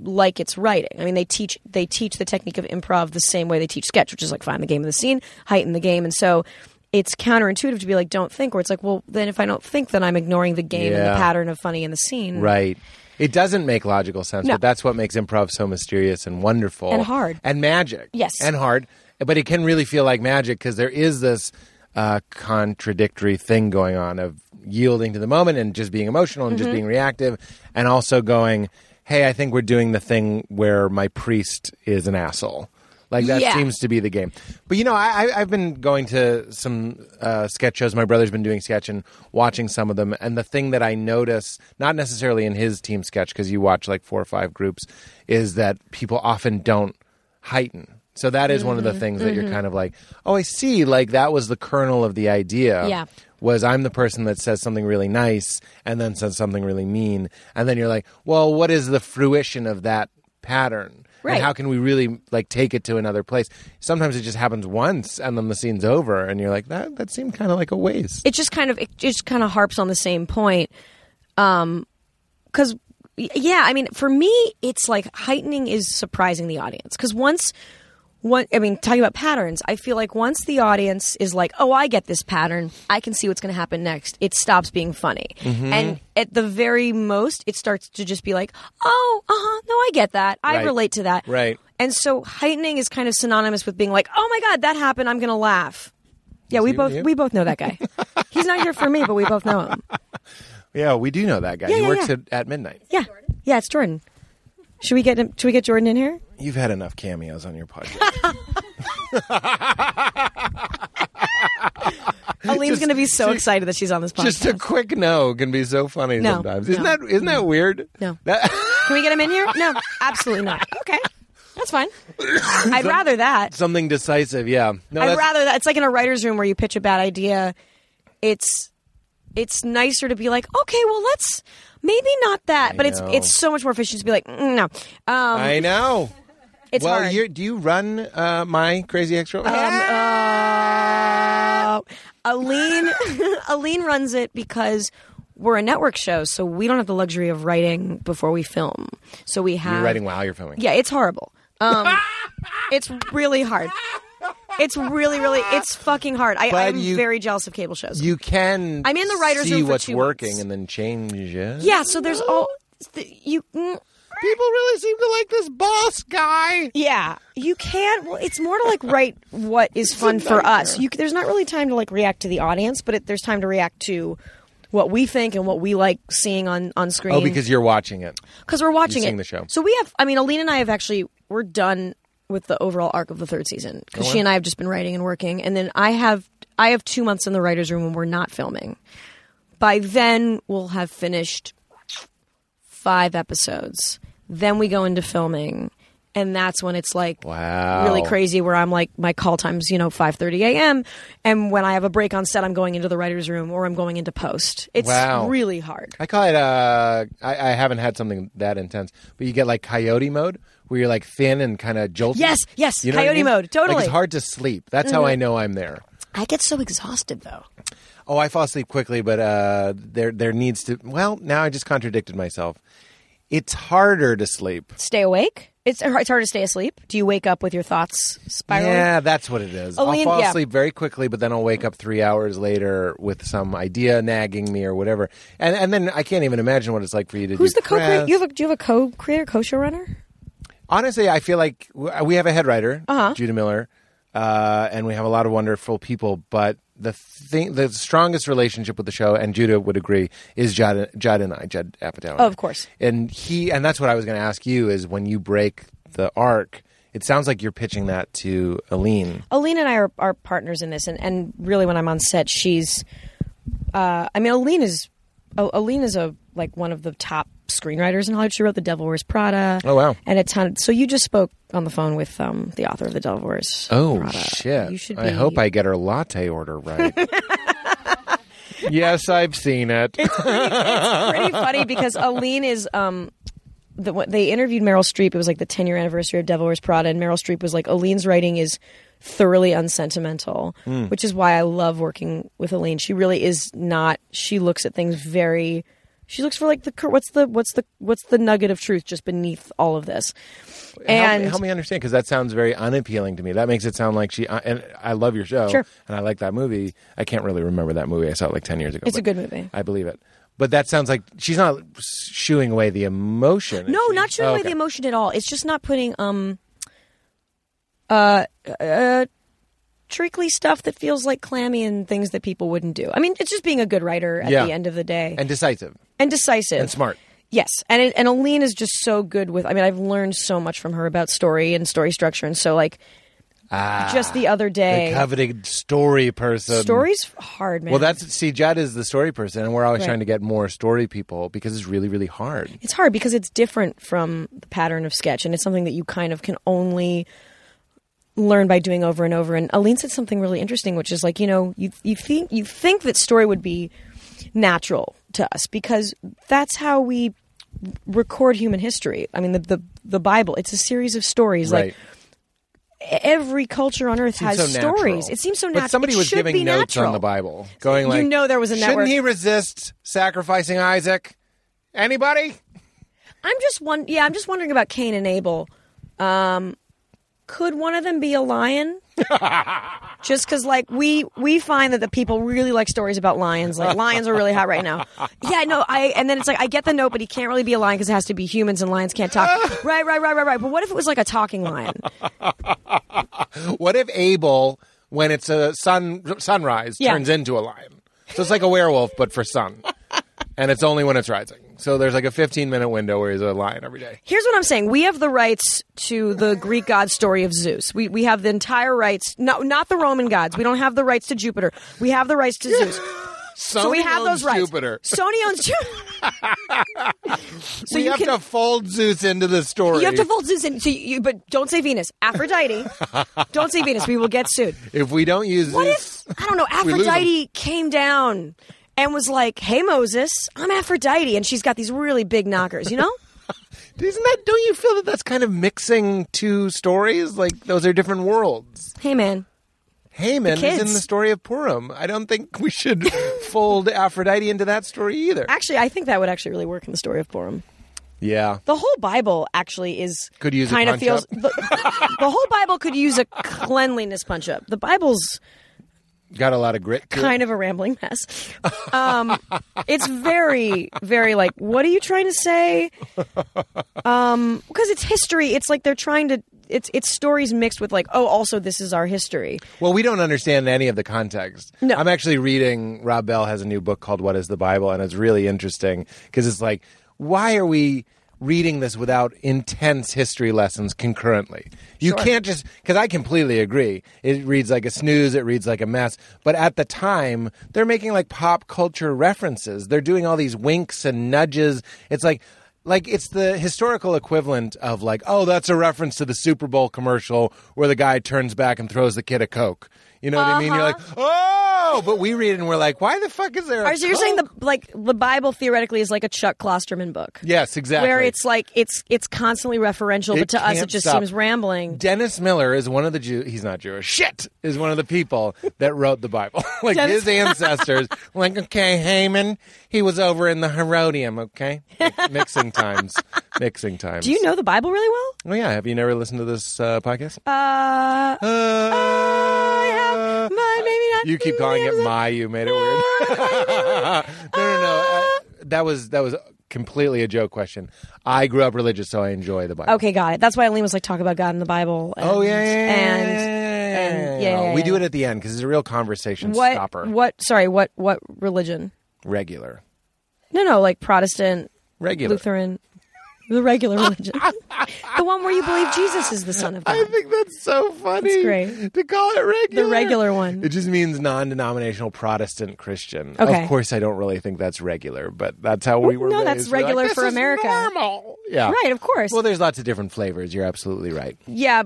like it's writing. I mean, they teach they teach the technique of improv the same way they teach sketch, which is like find the game of the scene, heighten the game, and so it's counterintuitive to be like don't think, or it's like well then if I don't think, then I'm ignoring the game and Yeah. the pattern of funny in the scene. Right. It doesn't make logical sense, No. but that's what makes improv so mysterious and wonderful And hard. and magic. Yes. and hard, but it can really feel like magic because there is this uh, contradictory thing going on of yielding to the moment and just being emotional and Mm-hmm. just being reactive, and also going, "Hey, I think we're doing the thing where my priest is an asshole." Like that Yeah. seems to be the game. But you know, I, I, I've been going to some uh, sketch shows. My brother's been doing sketch and watching some of them. And the thing that I notice, not necessarily in his team sketch, because you watch like four or five groups, is that people often don't heighten. So that is one of the things that you're kind of like, oh, I see. Like that was the kernel of the idea. Yeah. Was I'm the person that says something really nice and then says something really mean, and then you're like, well, what is the fruition of that pattern? Right. And how can we really like take it to another place? Sometimes it just happens once, and then the scene's over, and you're like, that that seemed kind of like a waste. it just kind of it just kind of harps on the same point because yeah i mean for me it's like heightening is surprising the audience because once one i mean talking about patterns i feel like once the audience is like oh i get this pattern i can see what's going to happen next it stops being funny Mm-hmm. and at the very most it starts to just be like oh uh-huh no i get that i Right. relate to that Right. and so heightening is kind of synonymous with being like oh my god that happened i'm going to laugh yeah, we he both with you? we both know that <laughs> guy. He's not here for me, but we both know him. Yeah, we do know that guy. he yeah, works yeah. At, at midnight. Yeah, yeah, it's Jordan. Should we get him? Should we get Jordan in <laughs> here? You've had enough cameos on <laughs> your podcast. Aline's going to be so excited that she's on this podcast. just a quick no can be so funny No, sometimes. Isn't no. that isn't that weird? No. That- <laughs> Can we get him in here? No, absolutely not. Okay, that's <coughs> fine. I'd rather that. something decisive. Yeah. No, I'd that's- rather that. It's like in a writer's room where you pitch a bad idea. It's it's nicer to be like, okay, well, let's maybe not that, but it's know. it's so much more efficient to be like, mm, no, um, I know. it's well, hard. Um, you do you run uh, my crazy extra? Uh, Aline, <laughs> Aline runs it because we're a network show, so we don't have the luxury of writing before we film. So we have you're writing while you're filming. Yeah, it's horrible. <laughs> Um, it's really hard. It's really, really, it's fucking hard. I, But I'm you- very jealous of cable shows. You can. I'm in the writer's see room for what's two working months. and then change it. yeah, so there's all you. mm, People really seem to like this boss guy. Yeah, you can't. Well, it's more to like write what is fun for us. You, there's not really time to like react to the audience, but it, there's time to react to what we think and what we like seeing on on screen. Oh, because you're watching it. because we're watching seeing it. the show. So we have. I mean, Aline and I have actually we're done with the overall arc of the third season Oh, because she and I have just been writing and working, and then I have I have two months in the writers' room when we're not filming. By then, we'll have finished five episodes. Then we go into filming, and that's when it's like Wow. really crazy. Where I'm like, my call time's you know 5:30 a.m. and when I have a break on set, I'm going into the writers' room or I'm going into post. It's Wow. really hard. I call it. Uh, I, I haven't had something that intense, but you get like coyote mode, where you're like thin and kind of jolty. Yes, yes, what coyote mode, Like, totally. Mm-hmm. it's hard to sleep. That's how I know I'm there. I get so exhausted though. Oh, I fall asleep quickly, but uh, there there needs to. Well, now I just contradicted myself. It's harder to sleep. stay awake. It's it's hard to stay asleep. Do you wake up with your thoughts spiraling? Yeah, that's what it is. Aline- I'll fall yeah. asleep very quickly, but then I'll wake up three hours later with some idea nagging me or whatever, and and then I can't even imagine what it's like for you to. Who's do the co-creator? press. You have a, do you have a co-creator, co-showrunner? Honestly, I feel like w- we have a head writer, Uh-huh. Judah Miller, uh, and we have a lot of wonderful people. But the thing, the strongest relationship with the show, and Judah would agree, is Judd, Judd and I, Judd Apatow. and Oh, I. of course. And he, and that's what I was going to ask you is when you break the arc. It sounds like you're pitching that to Aline. Aline and I are, are partners in this, and, and really, when I'm on set, she's. Uh, I mean, Aline is, oh, Aline is a like one of the top screenwriters in Hollywood. She wrote The Devil Wears Prada. Oh, wow. And a ton. So you just spoke on the phone with um, the author of The Devil Wears. Oh Prada. shit! You should. I be- hope I get her latte <laughs> order right. yes, I've seen it. pretty funny because Aline is um the, what- they interviewed Meryl Streep. It was like the 10 year anniversary of Devil Wears Prada, and Meryl Streep was like, Aline's writing is thoroughly unsentimental, which is why I love working with Aline. She really is not. She looks at things very. She looks for like the cur- what's the what's the what's the nugget of truth just beneath all of this, help, and me- help me understand because that sounds very unappealing to me. That makes it sound like she. I- And I love your show, Sure. and I like that movie. I can't really remember that movie. I saw it like ten years ago. It's a but good movie. I believe it. But that sounds like she's not shooing away the emotion. is No, she? not showing Oh, away okay. the emotion at all. It's just not putting um uh uh trickly stuff that feels like clammy and things that people wouldn't do. I mean, it's just being a good writer at Yeah. the end of the day And decisive and decisive and smart. Yes, and it, and Aline is just so good with. I mean, I've learned so much from her about story and story structure, and so like Ah, just the other day, The coveted story person. stories hard man. Well, that's see, Jad is the story person, and we're always Right. trying to get more story people because it's really, really hard. it's hard because it's different from the pattern of sketch and it's something that you kind of can only learn by doing over and over and Aline said something really interesting which is like you know you you think you think that story would be natural to us because that's how we record human history I mean the the, the Bible it's a series of stories Right. like every culture on earth has so natural. stories it seems so natural But somebody It was should giving be notes on natural. the Bible, going like, know there was a network." Shouldn't he resist sacrificing Isaac? Anybody? I'm just one. Yeah, I'm just wondering about Cain and Abel. Um, could one of them be a lion? just because, like, we we find that the people really like stories about lions. Like, lions are really hot right now. Yeah, no, I. And then it's like I get the note, but he can't really be a lion because it has to be humans and lions can't talk. right, right, right, right, right. But what if it was like a talking lion? What if Abel, when it's a sun sunrise, Yeah. turns into a lion? So it's like a werewolf, but for sun, and it's only when it's rising. So there's like a 15 minute window where he's a lion every day. Here's what I'm saying: We have the rights to the Greek god story of Zeus. We we have the entire rights. No, not the Roman gods. We don't have the rights to Jupiter. We have the rights to Zeus. Sony So we have owns those rights. Jupiter. <laughs> Sony owns Jupiter. <laughs> so we you have can, to fold Zeus into the story. you have to fold Zeus in. So you, but don't say Venus. Aphrodite. don't say Venus. We will get sued. if we don't use What Zeus, if I don't know? We lose 'em. Aphrodite came down and was like, "Hey Moses, I'm Aphrodite," and she's got these really big knockers, you <laughs> know? Isn't that? Don't you feel that that's kind of mixing two stories? Like those are different worlds. hey man, Haman The is in kids. the story of Purim. I don't think we should <laughs> fold Aphrodite into that story either. actually, I think that would actually really work in the story of Purim. Yeah. The whole Bible actually is Could use a kind of punch feels up. the, the whole Bible could use a cleanliness punch up. The Bible's Got a lot of grit. to it. kind of a rambling mess. Um, it's very, very like, what are you trying to say? Um, because it's history. It's like they're trying to. It's it's stories mixed with like, oh, also this is our history. Well, we don't understand any of the context. No. I'm actually reading Rob Bell has a new book called What is the Bible and it's really interesting because it's like why are we reading this without intense history lessons concurrently? You can't just cuz I completely agree. It reads like a snooze, it reads like a mess, but at the time they're making like pop culture references. They're doing all these winks and nudges. It's like like it's the historical equivalent of like oh that's a reference to the super bowl commercial where the guy turns back and throws the kid a coke you know what i mean you're like Uh-huh. oh but we read it and we're like why the fuck is there a Or so you're saying the Coke? like the Bible theoretically is like a Chuck Klosterman book. yes exactly Where it's like it's it's constantly referential, It but to us can't it just stop. seems rambling. dennis miller is one of the jew he's not jewish shit is one of the people that wrote the bible <laughs> like Dennis- his ancestors <laughs> like okay haman he was over in the herodium okay <laughs> mixing times mixing times Do you know the Bible really well? oh yeah have you never listened to this uh, podcast Uh, <laughs> I Uh, have mine, maybe not. You keep calling it my. You made it <laughs> weird. no, <laughs> no, no. uh, that was that was completely a joke question. I grew up religious, so I enjoy the Bible. Okay, got it. That's why Aline was like talk about God in the Bible. And, Oh yeah, yeah, yeah, and yeah, yeah, yeah, and- yeah, yeah, yeah, We yeah. do it at the end because it's a real conversation what stopper. what? Sorry, what what religion? Regular, No, no, like Protestant, regular. Lutheran, the <laughs> regular religion, the one where you believe Jesus is the Son of I God. think that's so funny. That's great. to call it regular. The regular one. It just means non-denominational Protestant Christian. Okay. Of course, I don't really think that's regular, but that's how we were. No, that's raised. We're like, regular "This for is America." normal. Yeah, Right, of course. Well, there's lots of different flavors. You're absolutely right. yeah,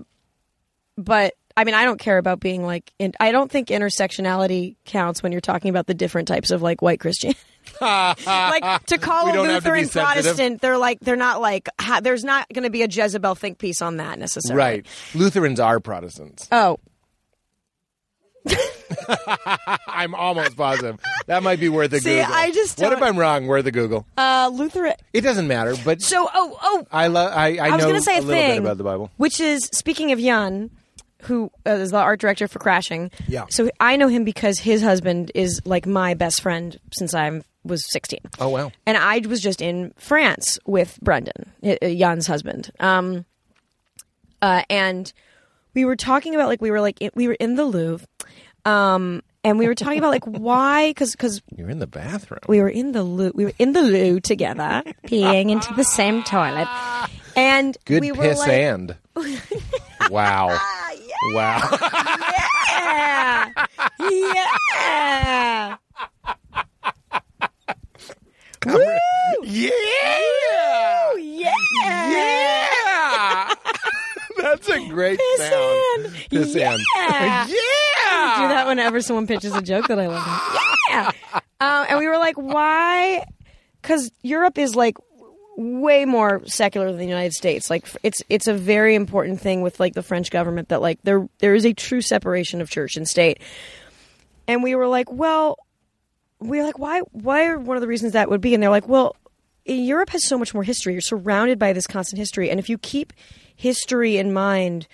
but I mean, I don't care about being like. In, I don't think intersectionality counts when you're talking about the different types of like white Christian. <laughs> like <laughs> to call We a don't have to be Lutheran sensitive. Protestant, they're like they're not like ha, there's not going to be a Jezebel think piece on that necessarily. Right. Lutherans are Protestants. Oh, I'm <laughs> almost positive. That might be worth a See, Google. I just What don't- if I'm wrong? Worth a Google. uh, Lutheran. It doesn't matter, but So, oh, oh, I love. I, I, I was know going to say a, a little thing bit about the Bible. which is speaking of Jan, who uh, is the art director for Crashing. Yeah. So I know him because his husband is like my best friend since I was sixteen. Oh wow. And I was just in France with Brendan, uh, uh, Jan's husband. Um, uh, and we were talking about like we were like i we were in the Louvre, um, and we were talking about <laughs> like why because because You're in the bathroom. we were in the loo we were in the loo together peeing into the same toilet and Good we were piss like <laughs> and. wow. Wow. yeah yeah yeah. yeah <laughs> Yeah. <laughs> That's a great Piss sound. and. Piss and. Yeah. yeah. do that whenever someone pitches a joke that I love. Yeah. Um, and we were like, why? Because Europe is like way more secular than the United States. Like f- it's it's a very important thing with like the French government that like there there is a true separation of church and state. And we were like, well, we were like, why? Why are one of the reasons that would be? And they're like, well, Europe has so much more history. You're surrounded by this constant history, and if you keep history in mind,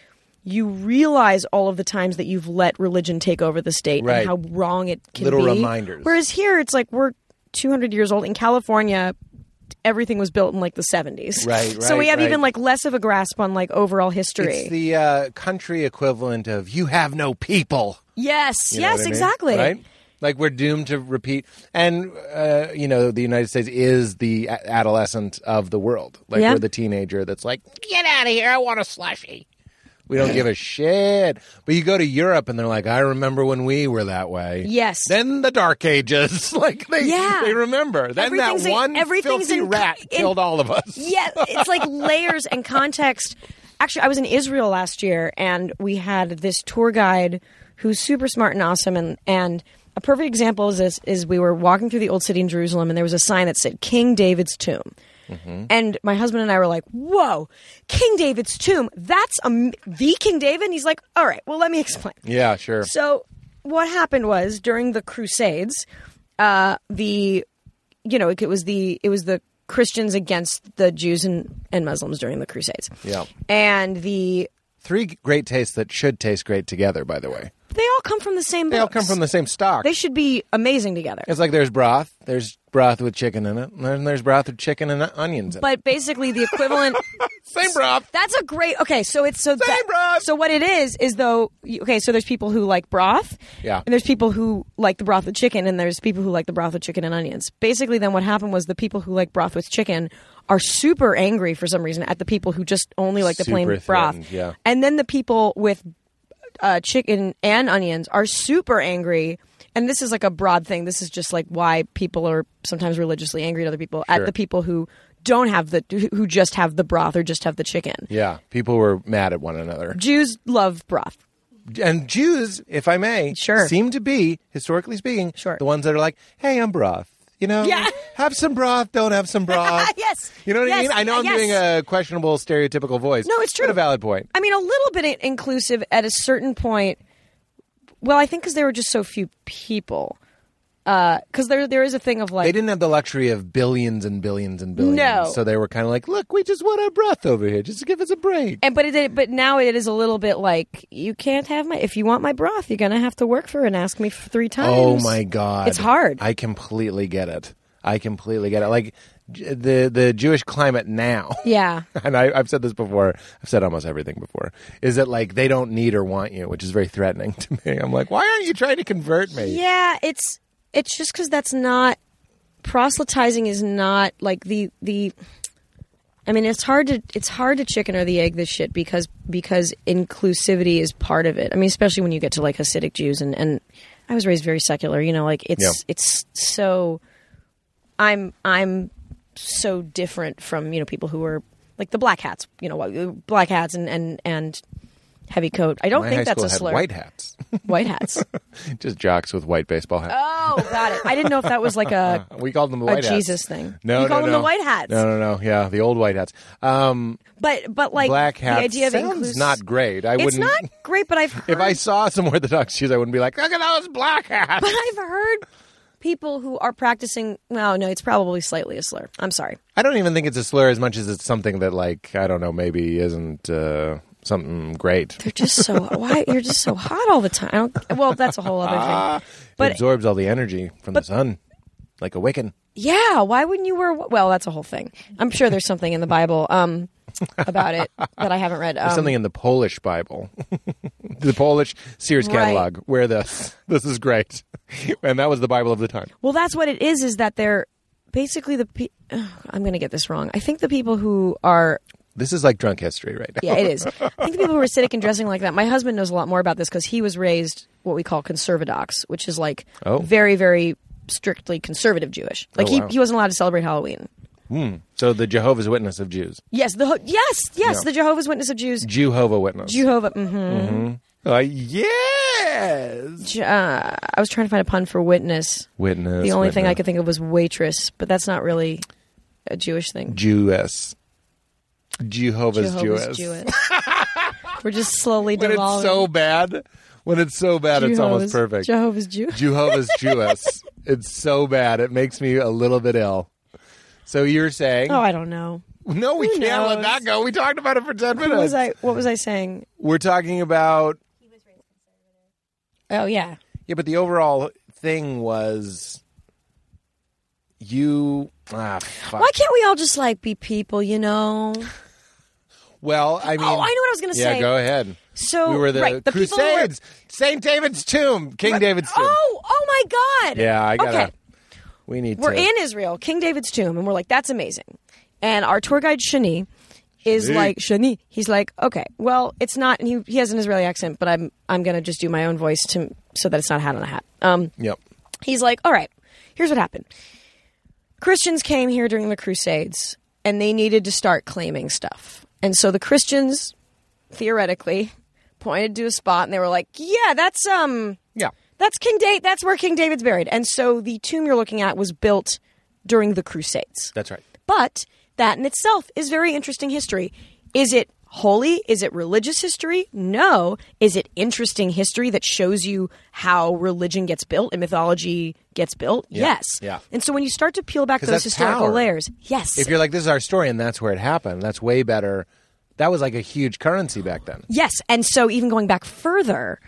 you realize all of the times that you've let religion take over the state Right. and how wrong it can Little be. reminders. Whereas here, it's like we're 200 years old in California. Everything was built in like the 70s, Right, So we right, have right. even like less of a grasp on like overall history. It's the uh, country equivalent of "You have no people." yes, You know yes, what I mean? exactly. Right? Like we're doomed to repeat, and uh, you know the United States is the a- adolescent of the world. Like Yeah. we're the teenager that's like, get out of here! I want a slushy. We <laughs> don't give a shit. But you go to Europe, and they're like, I remember when we were that way. Yes. Then the Dark Ages, <laughs> like they Yeah. they remember. Then that Everything's in- one everything's filthy in- rat in- killed all of us. Yeah, it's like layers and context. Actually, I was in Israel last year, and we had this tour guide who's super smart and awesome, and and a perfect example is this: is we were walking through the old city in Jerusalem, and there was a sign that said King David's tomb. And my husband and I were like, "Whoa, King David's tomb! That's a m the King David." And he's like, "All right, well, let me explain." Yeah, sure. So what happened was during the Crusades, uh, the you know it, was the it was the Christians against the Jews and, and Muslims during the Crusades. Yeah. and the Three great tastes that should taste great together, by the way. they all come from the same. They all come books. from the same stock. They should be amazing together. it's like there's broth, there's broth with chicken in it, and then there's broth with chicken and onions in it. But basically, the <laughs> equivalent. Same broth. That's a great. Okay, so it's so. that- broth. So what it is is though. Okay, so there's people who like broth. Yeah. And there's people who like the broth with chicken, and there's people who like the broth with chicken and onions. Basically, then what happened was the people who like broth with chicken are super angry for some reason at the people who just only like the Super plain broth. threatened, yeah. And then the people with uh, chicken and onions are super angry. And this is like a broad thing. This is just like why people are sometimes religiously angry at other people, at the people who don't have the, who just have the broth or just have the chicken. Yeah, people were mad at one another. Jews love broth. and Jews, if I may, Sure. seem to be, historically speaking, Sure. the ones that are like, "Hey, I'm broth." You know, Yeah. have some broth, don't have some broth. <laughs> Yes. you know what Yes. I mean. I know I'm Yes. doing a questionable, stereotypical voice. No, it's But true. a valid point. I mean, a little bit in- inclusive at a certain point. Well, I think because there were just so few people. Because there, there is a thing of like They didn't have the luxury of billions and billions and billions, No. so they were kind of like, "Look, we just want our broth over here. Just give us a break." And but it, but now it is a little bit like you can't have my if you want my broth, you're gonna have to work for it and ask me f three times. Oh my god, It's hard. I completely get it. I completely get it. Like j- the the Jewish climate now. yeah, <laughs> and I, I've said this before. I've said almost everything before. Is that like they don't need or want you, which is very threatening <laughs> to me. I'm like, why aren't you trying to convert me? yeah. It's it's just because that's not proselytizing is not like the the. I mean, it's hard to it's hard to chicken or the egg this shit because because inclusivity is part of it. I mean, especially when you get to like Hasidic Jews and and I was raised very secular. You know, like it's Yeah. it's so I'm I'm so different from you know people who are like the black hats, you know, black hats and and and heavy coat. I don't My high think that's school a had slur. white hats, <laughs> White hats. just jocks with white baseball hats. oh, got it. I didn't know if that was like a <laughs> we called them the a white hats. Jesus thing. No, you no, call them no. the white hats. No, no, no. Yeah, the old white hats. Um, But but like black hats. the idea of sounds inclus- not great. I It's wouldn't. not great, but I've heard, <laughs> if I saw some Orthodox Jews, I wouldn't be like, look at those black hats. but I've heard people who are practicing. Well, no, it's probably slightly a slur. I'm sorry. I don't even think it's a slur as much as it's something that, like, I don't know, maybe isn't uh, something great. They're just so <laughs> why you're just so hot all the time. I don't, well, that's a whole Ah, other thing. But it absorbs all the energy from the sun, like a Wiccan. Yeah, why wouldn't you wear? Well, that's a whole thing. I'm sure there's something in the Bible um, about it that I haven't read. Um, Something in the Polish Bible, <laughs> the Polish Sears Right. catalog, where the this is great, and that was the Bible of the time. well, that's what it is. Is that they're basically the. Pe- Ugh, I'm going to get this wrong. I think the people who are. This is like drunk history right now. Yeah, it is. I think the people who are Hasidic and dressing like that. My husband knows a lot more about this because he was raised what we call conservadox, which is like Oh. very, very strictly conservative Jewish. Like wow. he, he wasn't allowed to celebrate Halloween. So the Jehovah's Witness of Jews, Yes, the ho- yes, yes, Yeah. the Jehovah's Witness of Jews. Jehovah Witness. Jehovah. mhm. Uh, yes, Je- uh, I was trying to find a pun for witness. witness. The only thing I witness. could think of was waitress, but that's not really a Jewish thing. Jewess. Jehovah's, Jehovah's Jewess. <laughs> Jewess. We're just slowly When it's devolving. so bad, when it's so bad, it's Jehovah's- almost perfect. Jehovah's Jew. Jehovah's Jewess. It's so bad. It makes me a little bit ill. So you're saying? Oh, I don't know. no, we who can't let knows? that go. We talked about it for ten What minutes. was I? What was I saying? We're talking about Oh yeah. yeah, but the overall thing was you. Ah, fuck. Why can't we all just like be people? You know. Well, I mean, oh, I know what I was gonna yeah, say. go ahead. So we were the, right, the people who were- Crusades, Saint David's tomb, King David's tomb. Oh, oh my God. Yeah, I gotta. Okay. We need. We're to, in Israel, King David's tomb, and we're like, that's amazing. And our tour guide Shani is Shani. like Shani. He's like, okay, well, it's not. And he he has an Israeli accent, but I'm I'm gonna just do my own voice to so that it's not hat on a hat. Um, Yep. he's like, all right, here's what happened. Christians came here during the Crusades, and they needed to start claiming stuff. And so the Christians, theoretically, pointed to a spot, and they were like, yeah, that's um Yeah. That's King David. That's where King David's buried. And so the tomb you're looking at was built during the Crusades. That's right. But that in itself is very interesting history. Is it holy? Is it religious history? No. Is it interesting history that shows you how religion gets built and mythology gets built? Yes. yeah. And so when you start to peel back 'Cause those that's historical power. layers, yes. If you're like, this is our story, and that's where it happened. That's way better. That was like a huge currency back then. Yes, and so even going back further,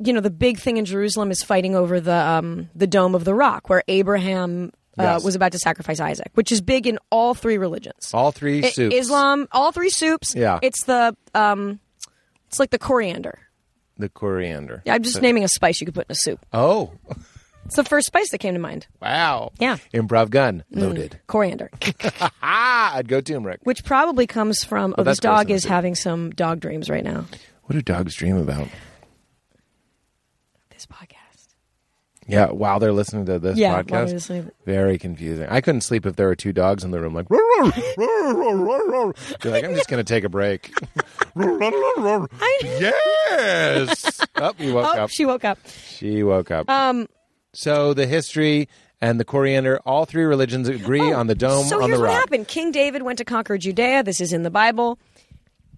you know, the big thing in Jerusalem is fighting over the um, the Dome of the Rock, where Abraham uh, Yes. was about to sacrifice Isaac, which is big in all three religions, All three I- soups. Islam, all three soups. Yeah. it's the um, it's like the coriander. the coriander. Yeah, I'm just naming a spice you could put in a soup. Oh, It's the first spice that came to mind. uh, wow. Yeah. Improv gun Mm. loaded. Coriander, Ah, I'd go turmeric. which probably comes from oh, that's this dog close is enough, too. having some dog dreams right now. What do dogs dream about? This podcast. Yeah, while they're listening to this Yeah, while they're podcast, listening. very confusing. I couldn't sleep if there were two dogs in the room, like. "Roar, roar, roar, roar, roar, roar." Be like, I'm just going to take <laughs> a break. Roar, roar, roar, roar. yes. Up, you woke Oh, up. she woke up. She woke up. Um. So the history and the coriander, all three religions agree on the dome Oh, So on here's the what rock. happened: King David went to conquer Judea. This is in the Bible.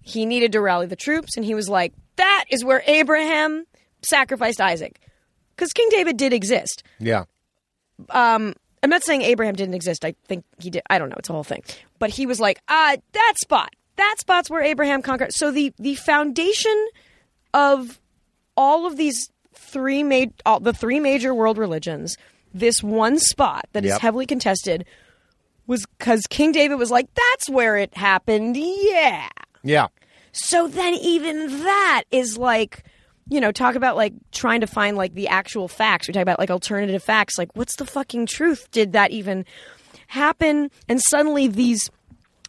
He needed to rally the troops, and he was like, "That is where Abraham sacrificed Isaac," because King David did exist. Yeah. I'm not saying Abraham didn't exist. I think he did. I don't know. It's a whole thing. But he was like, "Ah, that spot. That spot's where Abraham conquered." So the the foundation of all of these three ma- all, the three major world religions, this one spot that is Yep. heavily contested was because King David was like, "That's where it happened." Yeah. Yeah. So then even that is like, you know, talk about like trying to find like the actual facts. We talk about like alternative facts. Like, what's the fucking truth? Did that even happen? And suddenly these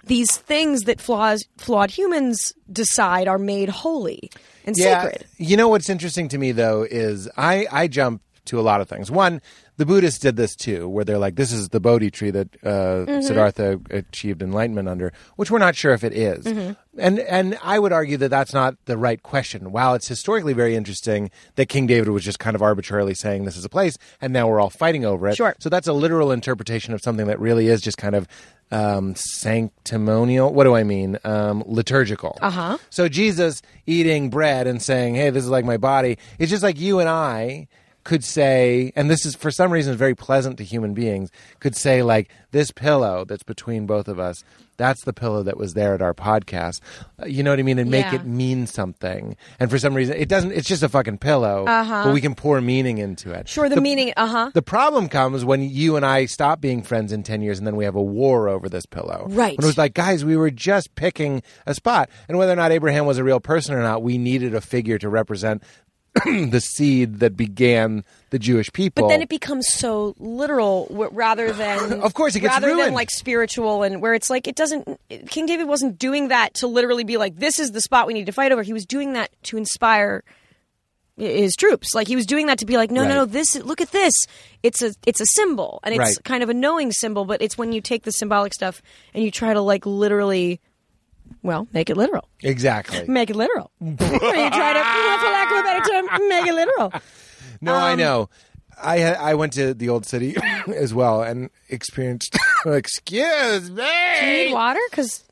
these things that flaws flawed humans decide are made holy and sacred. You know what's interesting to me though is I I jump to a lot of things. One, the Buddhists did this too, where they're like, "This is the Bodhi tree that uh, Mm-hmm. Siddhartha achieved enlightenment under," which we're not sure if it is. Mm-hmm. And and I would argue that that's not the right question. While it's historically very interesting that King David was just kind of arbitrarily saying this is a place, and now we're all fighting over it. Sure. So that's a literal interpretation of something that really is just kind of um, sanctimonial. What do I mean? Um, liturgical. Uh Uh-huh. huh. So Jesus eating bread and saying, "Hey, this is like my body." It's just like you and I could say, and this is for some reason is very pleasant to human beings. Could say like this pillow that's between both of us. That's the pillow that was there at our podcast. Uh, You know what I mean? And make Yeah. it mean something. And for some reason, it doesn't. It's just a fucking pillow, uh-huh. but we can pour meaning into it. Sure, the, meaning. Uh huh. The problem comes when you and I stop being friends in 10 years and then we have a war over this pillow. Right. When it was like, guys, we were just picking a spot. And whether or not Abraham was a real person or not, we needed a figure to represent <clears throat> the seed that began the Jewish people. But then it becomes so literal, w- <sighs> rather than Of course, it gets rather than ruined. like spiritual, and where it's like it doesn't. King David wasn't doing that to literally be like, "This is the spot we need to fight over." He was doing that to inspire i- his troops. Like he was doing that to be like, "No, Right. no, no. This look at this. It's a it's a symbol, and it's Right. kind of a knowing symbol. But it's when you take the symbolic stuff and you try to like literally, well, make it literal, exactly. make it <laughs> literal. <laughs> Or you try to, <laughs> for lack of a better term, make it <laughs> literal. No, I Um, know. I ha- I went to the old city <coughs> as well and experienced. <coughs> excuse me. Need water because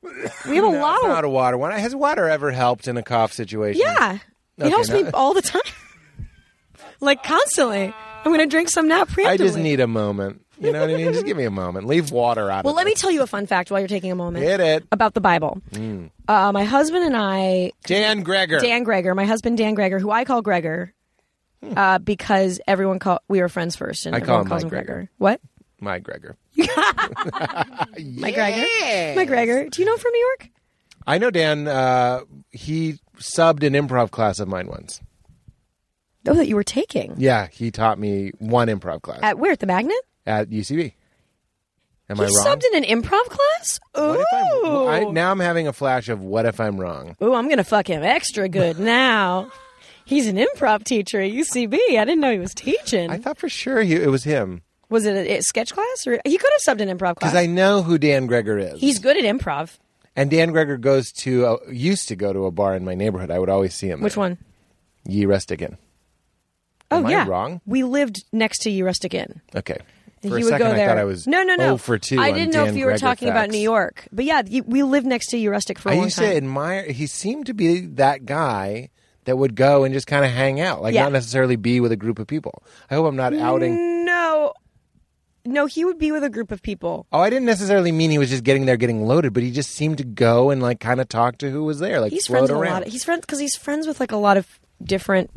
we have a lot It's of not a water one. Has water ever helped in a cough situation? Yeah. It helps no. me all the time. like constantly. I'm going to drink some now preemptively. I just need a moment. You know what I mean? just give me a moment. Leave water out. Well, of let me it. tell you a fun fact while you're taking a moment. Hit it. Mm. About the Bible. Uh, my husband and I, Dan Greger. Dan Greger, my husband Dan Greger, who I call Greger uh, because everyone call we were friends first, and Hmm. I call everyone him calls him Mike Greger. Greger. What? My Greger. Mike Greger. Mike Greger. Do you know him from New York? I know Dan. Uh, he subbed an improv class of mine once. Oh, that you were taking Yeah, he taught me one improv class at, at where at the Magnet. UCB. Am I You wrong? subbed in an improv class. Ooh. What if I'm- I- now I'm having a flash of what if I'm wrong? Ooh, I'm going to fuck him extra <laughs> good now. He's an improv teacher at UCB. I didn't know he was teaching. I thought for sure he, it was him was it a, a sketch class or he could have subbed an improv class? because I know who Dan Greger is. He's good at improv. and Dan Greger goes to uh, used to go to a bar in my neighborhood. I would always see him. Which there. one? Ye Restigan. Oh Am I yeah, wrong? We lived next to Eurustic Inn. Okay. And For he a would second, go there. I thought I was no, no, no. 0 for two. I on didn't know Dan if you were Greger talking about facts. New York, but yeah, you, we lived next to Eurustic for a I long used time. to admire. He seemed to be that guy that would go and just kind of hang out, like Yeah. Mm. not necessarily be with a group of people. I hope I'm not outing. No, no, he would be with a group of people. Oh, I didn't necessarily mean he was just getting there, getting loaded, but he just seemed to go and like kind of talk to who was there, like He's float friends with around. a lot. Of, he's friends because he's friends with like a lot of different.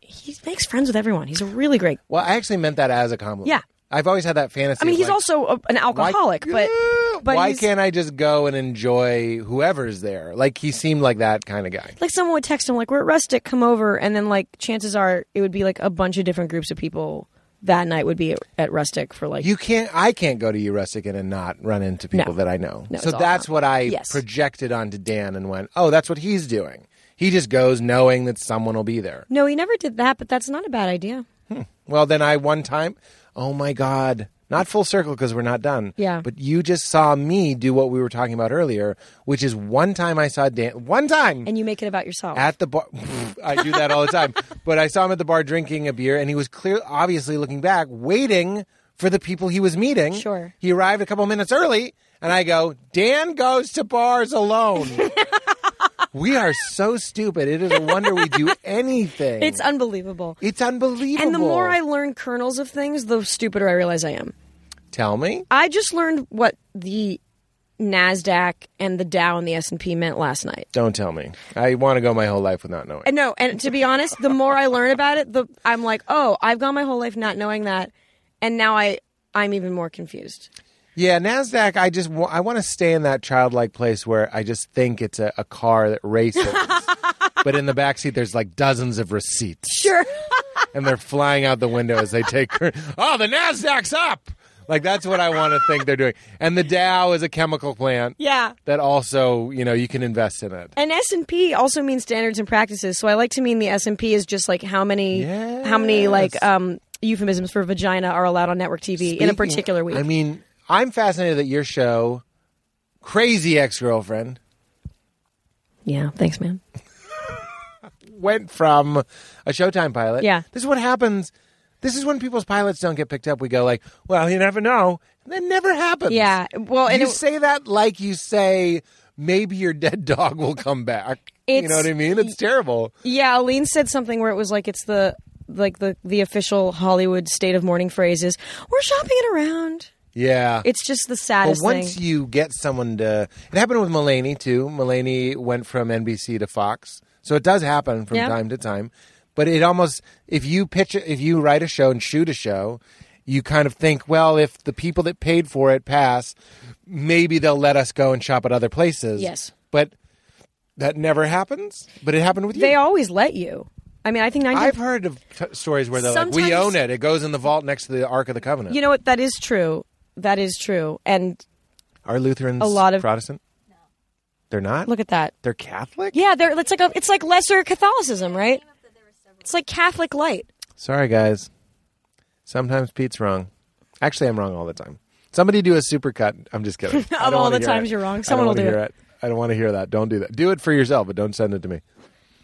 He makes friends with everyone. He's a really great. well, I actually meant that as a compliment. Yeah. I've always had that fantasy. I mean, of, he's like, also a, an why- alcoholic, Yeah, but but why he's- can't I just go and enjoy whoever's there? Like he seemed like that kind of guy. like someone would text him like we're at rustic come over and then like chances are it would be like a bunch of different groups of people that night would be at, at rustic for like You can't. I can't go to Eurustic and not run into people No. that I know. No, so it's all that's not. what I Yes. projected onto Dan and went, "Oh, that's what he's doing. He just goes knowing that someone will be there." no he never did that but that's not a bad idea Well, then I one time, oh my god, not full circle because we're not done. Yeah. But you just saw me do what we were talking about earlier, which is one time I saw Dan. One time. and you make it about yourself at the bar. <laughs> I do that all the time. <laughs> But I saw him at the bar drinking a beer, and he was clear, obviously looking back, waiting for the people he was meeting. Sure. He arrived a couple minutes early, and I go, Dan goes to <laughs> bars alone. we are so stupid. It is a wonder we <laughs> do anything. it's unbelievable it's unbelievable. and the more i learn kernels of things the stupider i realize i am tell me, i just learned what the nasdaq and the dow and the s&p meant last night don't tell me. I want to go my whole life without knowing. And no, and to be honest, the more I learn about it, the I'm like, oh, I've gone my whole life not knowing that, and now I I'm even more confused. Yeah, Nasdaq. I just wa- I want to stay in that childlike place where I just think it's a, a car that <laughs> races, but in the backseat there's like dozens of receipts. Sure. and they're flying out the window as they take. her- oh, the Nasdaq's up. Like that's what I want to think they're doing. And the Dow is a chemical plant. Yeah. That also, you know, you can invest in it. And S and P also means standards and practices. So I like to mean the S and P is just like how many how many like um euphemisms for vagina are allowed on network TV in a Speaking- particular week. I mean, I'm fascinated that your show, Crazy Ex Girlfriend, yeah, thanks, man. went from a Showtime pilot. Yeah. This is what happens. This is when people's pilots don't get picked up. We go like, well, you never know. And that never happens. Yeah, well, and you it- say that like you say maybe your dead dog will come back. you It's- know what I mean? It's terrible. Yeah, Aline said something where it was like it's the like the the official Hollywood state of mourning phrase is we're shopping it around. Yeah. It's just the but saddest once thing. you get someone to, it happened with Mulaney too. Mulaney went from NBC to Fox, so it does happen from Yeah. time to time. But it almost, if you pitch, if you write a show and shoot a show, you kind of think, well, if the people that paid for it pass, maybe they'll let us go and shop at other places. Yes. but that never happens. But it happened with you. They always let you. I mean, I think 90 I've heard of t- stories where they're like, "We Sometimes- own it. It goes in the vault next to the Ark of the Covenant." You know what? That is true. That is true. And Are Lutherans A lot of- Protestant? No, they're not. look at that. They're Catholic? Yeah, there. It's like a, it's like lesser Catholicism, right? It's like Catholic light. Sorry, guys. Sometimes Pete's wrong. Actually, I'm wrong all the time. Somebody do a supercut. I'm just <laughs> kidding. I Of don't all the wanna hear times it. you're wrong, I don't someone will wanna do hear it. I don't want to hear that. Don't do that. Do it for yourself, but don't send it to me.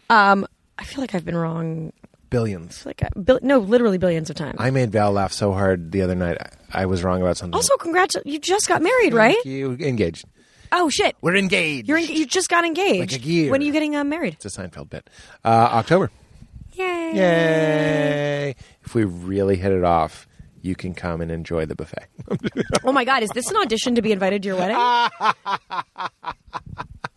Um, I feel like I've been wrong. Billions. Like I, bil- no, literally billions of times. I made Val laugh so hard the other night. I, I was wrong about something. also, congrats! You just got married, right? Thank you engaged. Oh shit! We're engaged. You're in, you just got engaged. Like a year. When are you getting uh, married? it's a Seinfeld bit. Uh, October. Yay! Yay! If we really hit it off, you can come and enjoy the buffet. Oh my god! Is this an audition to be invited to your wedding? Uh,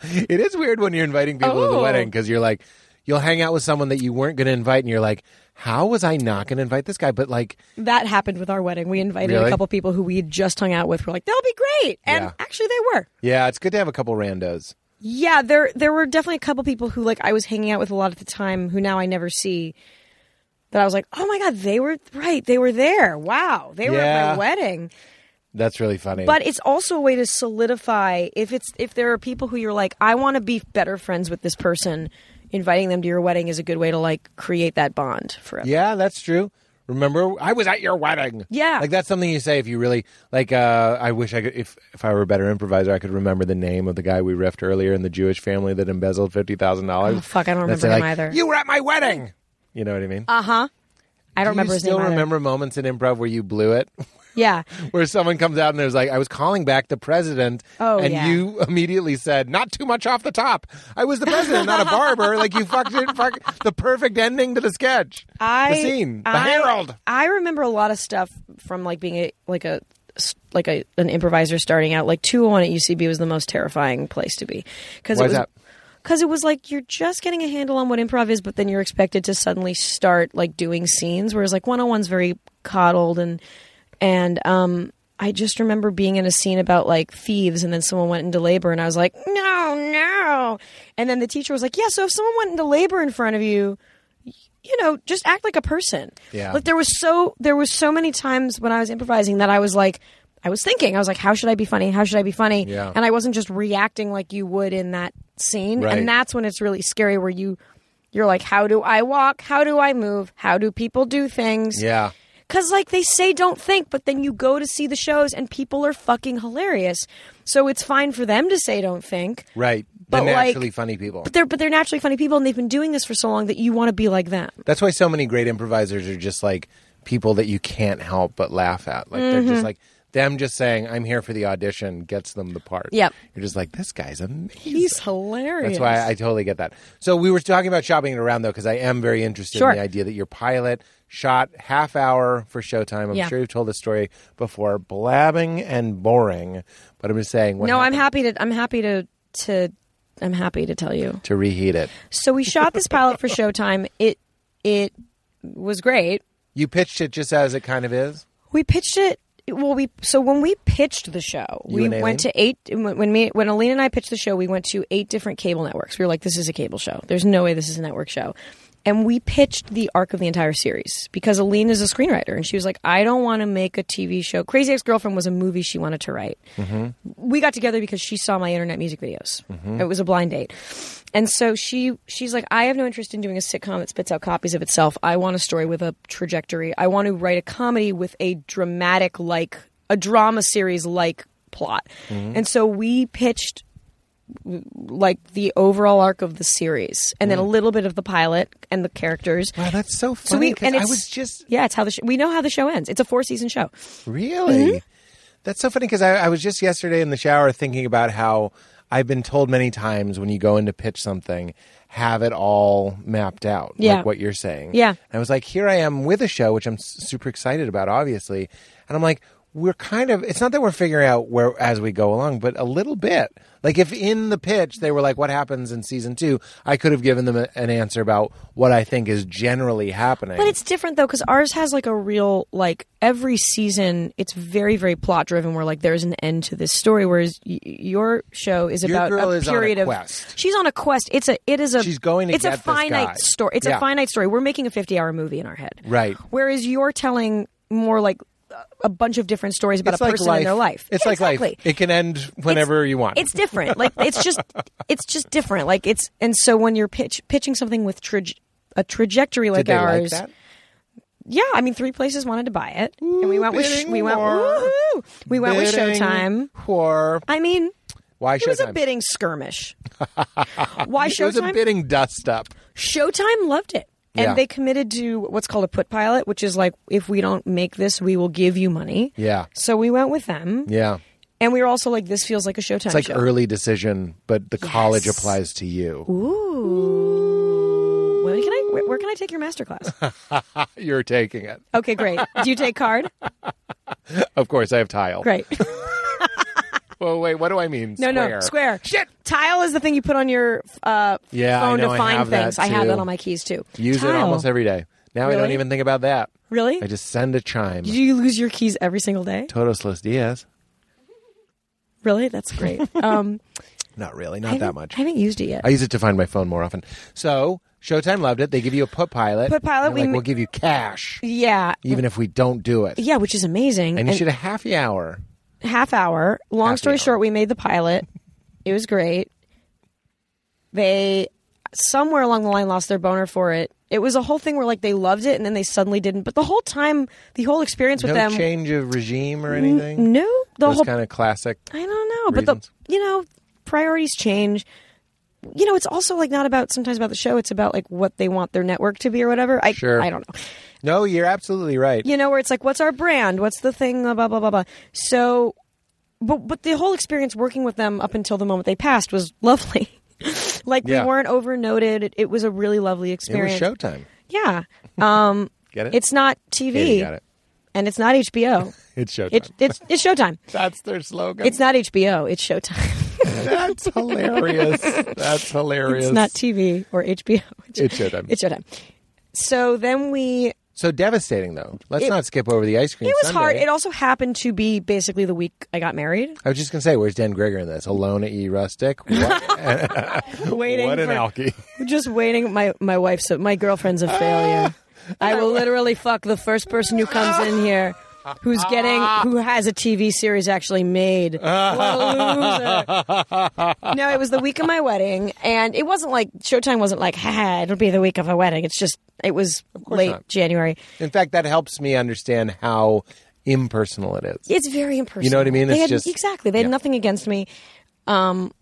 It is weird when you're inviting people to the Oh. wedding because you're like, you'll hang out with someone that you weren't going to invite, and you're like, how was I not going to invite this guy? But like, that happened with our wedding. We invited Really? a couple people who we had just hung out with. We're like, they'll be great, and Yeah. actually, they were. yeah, it's good to have a couple randos. Yeah, there there were definitely a couple people who like I was hanging out with a lot at the time who now I never see. That I was like, oh my god, they were right. They were there. Wow, they were at Yeah. my wedding. That's really funny. But it's also a way to solidify if it's if there are people who you're like, I want to be better friends with this person. Inviting them to your wedding is a good way to like create that bond forever. yeah, that's true. Remember, I was at your wedding. Yeah. like that's something you say if you really like. Uh, I wish I could. If if I were a better improviser, I could remember the name of the guy we riffed earlier in the Jewish family that embezzled fifty thousand dollars. fuck, I don't remember him either. You were at my wedding. You know what I mean? Uh huh. I don't Do remember you his still name. either. remember moments in improv where you blew it? Yeah. where someone comes out and there's like, I was calling back the president, Oh, and yeah. you <laughs> immediately said, "Not too much off the top." I was the president, <laughs> not a barber. Like you fucked it. Fuck, the perfect ending to the sketch, I the scene, the I- herald. I remember a lot of stuff from like being a like a s- like a an improviser starting out. Like two oh one at UCB was the most terrifying place to be because it Why is was that? because it was like you're just getting a handle on what improv is, but then you're expected to suddenly start like doing scenes. Whereas like 101's very coddled and and um. I just remember being in a scene about like thieves, and then someone went into labor, and I was like, "No, no!" And then the teacher was like, "Yeah, so if someone went into labor in front of you, you know, just act like a person. Yeah. Like there was so there was so many times when I was improvising that I was like I was thinking, I was like, how should I be funny? How should I be funny? Yeah. And I wasn't just reacting like you would in that scene. Right. And that's when it's really scary where you you're like, How do I walk? How do I move? How do people do things? Yeah, Cause like they say don't think, but then you go to see the shows and people are fucking hilarious. So it's fine for them to say don't think. right. But, the like- naturally funny people. But they're but they're naturally funny people and they've been doing this for so long that you want to be like them. That's why so many great improvisers are just like people that you can't help but laugh at. Like they're Mm-hmm. just like them just saying, "I'm here for the audition," gets them the part. Yep. You're just like, this guy's amazing. He's hilarious. That's why I, I totally get that. So we were talking about shopping it around though, because I am very interested Sure. in the idea that your pilot shot half hour for Showtime. I'm Yeah. sure you've told this story before, blabbing and boring. But I'm just saying, what no, I'm happened happy to. I'm happy to to. I'm happy to tell you. to reheat it. So we shot this pilot for Showtime. It it was great. You pitched it just as it kind of is. We pitched it. Well, we so when we pitched the show, You we and Aileen? went to eight. When when me, when Aline and I pitched the show, we went to eight different cable networks. We were like, "This is a cable show. There's no way this is a network show." And we pitched the arc of the entire series because Aline is a screenwriter, and she was like, "I don't want to make a TV show." Crazy Ex-Girlfriend was a movie she wanted to write. Mm-hmm. We got together because she saw my internet music videos. It was a blind date, and so she she's like, "I have no interest in doing a sitcom that spits out copies of itself. I want a story with a trajectory. I want to write a comedy with a dramatic like a drama series like plot." And so we pitched like the overall arc of the series, and then a little bit of the pilot and the characters. Wow, that's so funny. So we 'cause and I it's- was just yeah, it's how the sh- we know how the show ends. It's a four season show. Really? Mm-hmm. That's so funny because I, I was just yesterday in the shower thinking about how I've been told many times when you go in to pitch something, have it all mapped out, Yeah. like what you're saying. Yeah. And I was like, here I am with a show, which I'm s- super excited about, obviously. And I'm like, we're kind of, it's not that we're figuring out where as we go along, but a little bit. Like, if in the pitch they were like, what happens in season two, I could have given them a, an answer about what I think is generally happening. But it's different though, because ours has like a real like every season. It's very very plot driven. Where like there's an end to this story, whereas y- your show is Your about girl a is on a period quest. of. She's on a quest. It's a it is a. She's going to It's get a this finite guy. story. It's Yeah. a finite story. We're making a fifty hour movie in our head. Right. Whereas you're telling more like a bunch of different stories about a person in their life. It's Yeah, like exactly. life. It can end whenever It's- you want. It's different. Like it's just it's just different. Like it's and so when you're pitch, pitching something with traj- a trajectory like Did they like ours, that? yeah, I mean three places wanted to buy it, and we went with sh- bidding we went war. woo we went with Bidding Showtime. Whore. I mean, Why it was Showtime? a bidding <laughs> skirmish. Why It was a Showtime? bidding dust up. Showtime loved it. And Yeah. they committed to what's called a put pilot, which is like if we don't make this, we will give you money. Yeah. So we went with them, Yeah. and we were also like, this feels like a Showtime It's like show. early decision, but the college applies to you. Ooh. Where can I where, where can I take your masterclass? You're taking it. Okay, great. Do you take card? Of course, I have tile. Great. Well, wait, what do I mean? No, square. no, square. Shit. Tile is the thing you put on your uh, Yeah, I phone know, to I find have that, things. I have too. that on my keys too. Use it Tile. almost every day. Now I don't Really? even think about that. Really? I just send a chime. Do you lose your keys every single day? Todos los días. Really? That's <laughs> great. Um, Not really. I Not that haven't- much. I haven't used it yet. I use it to find my phone more often. So Showtime loved it. They give you a put pilot. Put pilot, and we they're like, ma- we'll give you cash, yeah. even if we don't do it. Yeah, which is amazing. And you And should have half the hour. half hour. Long Half story hour. short, we made the pilot. It was great. They somewhere along the line lost their boner for it. It was a whole thing where like they loved it and then they suddenly didn't. But the whole time, the whole experience with no them, change of regime or anything. no, the Those whole kind of classic. I don't know, but reasons? the you know priorities change. you know, it's also like not about sometimes about the show. It's about like what they want their network to be or whatever. I Sure. I don't know. No, you're absolutely right. You know, where it's like, what's our brand? What's the thing? Blah blah blah blah. blah. So, but but the whole experience working with them up until the moment they passed was <laughs> lovely. like Yeah. we weren't overnoted. It, it was a really lovely It was experience. showtime. Yeah. <laughs> Um, Get it? it's not TV, Yeah, you got it. and it's not HBO. It's showtime. It, it's it's <laughs> Showtime. That's their slogan. It's not HBO. It's Showtime. <laughs> That's hilarious. That's hilarious. it's not TV or HBO. It's Showtime. <laughs> It's Showtime. So then we. so devastating, though. Let's It- not skip over the ice cream. It was Sunday. hard. It also happened to be basically the week I got married. I was just gonna say, where's Dan Gregor in this? Alone at <laughs> E Rustic. What, Waiting. <laughs> what an for- alky. Just waiting. My my wife's my girlfriend's a failure. Ah. I will literally fuck the first person who comes in here. Who's getting? Who has a TV series actually made? What a loser. No, it was the week of my wedding, and it wasn't like Showtime wasn't like, "Ha, ha, it'll be the week of a wedding." It's just it was late not. January. In fact, that helps me understand how impersonal it is. It's very impersonal. You know what I mean? They It's had, just- exactly. They had yeah. nothing against me. Um,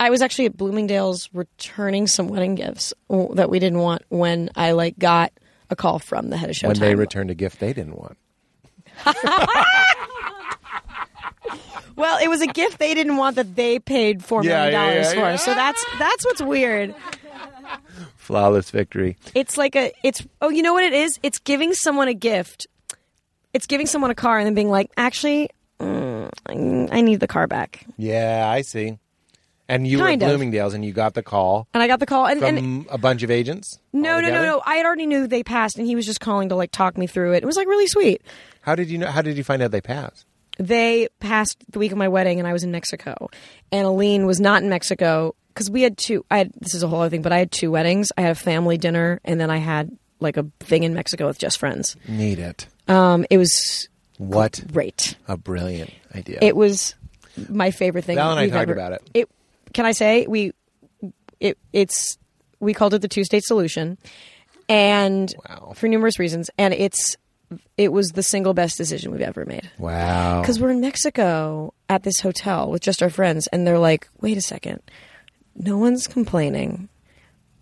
I was actually at Bloomingdale's returning some wedding gifts oh, that we didn't want when I like got a call from the head of Showtime. When they returned a gift they didn't want. well, it was a gift they didn't want that they paid four Yeah, million yeah, yeah, dollars for. yeah. So that's that's what's weird. Flawless victory. It's like a it's oh you know what it is? It's giving someone a gift. It's giving someone a car and then being like, actually, mm, I need the car back. Yeah, I see. And you Kind were of. at Bloomingdale's, and you got the call And I got the call and, from and a bunch of agents. No, all no, no, together? no. I had already knew they passed, and he was just calling to like talk me through it. It was like really sweet. How did you know? How did you find out they passed? They passed the week of my wedding, and I was in Mexico, and Aline was not in Mexico because we had two. I had this is a whole other thing, but I had two weddings. I had a family dinner, and then I had like a thing in Mexico with just friends. Need it. Um, it was What great. a brilliant idea. It was my favorite thing. Val and I we've talked ever- about it. It can I say we it it's we called it the two state solution, and Wow. for numerous reasons, and it's it was the single best decision we've ever made wow. because we're in Mexico at this hotel with just our friends, and they're like, "Wait a second, no one's complaining."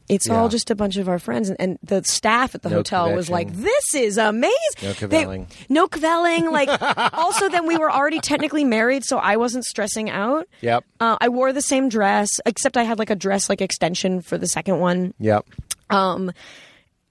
It's Yeah. all just a bunch of our friends, and, and the staff at the No hotel was kvetching. like, "This is amazing." No They- kvelling. no kvelling. <laughs> Like, also, then we were already technically married, so I wasn't stressing out. Yep. Uh, I wore the same dress, except I had like a dress like extension for the second one. Yep. Um,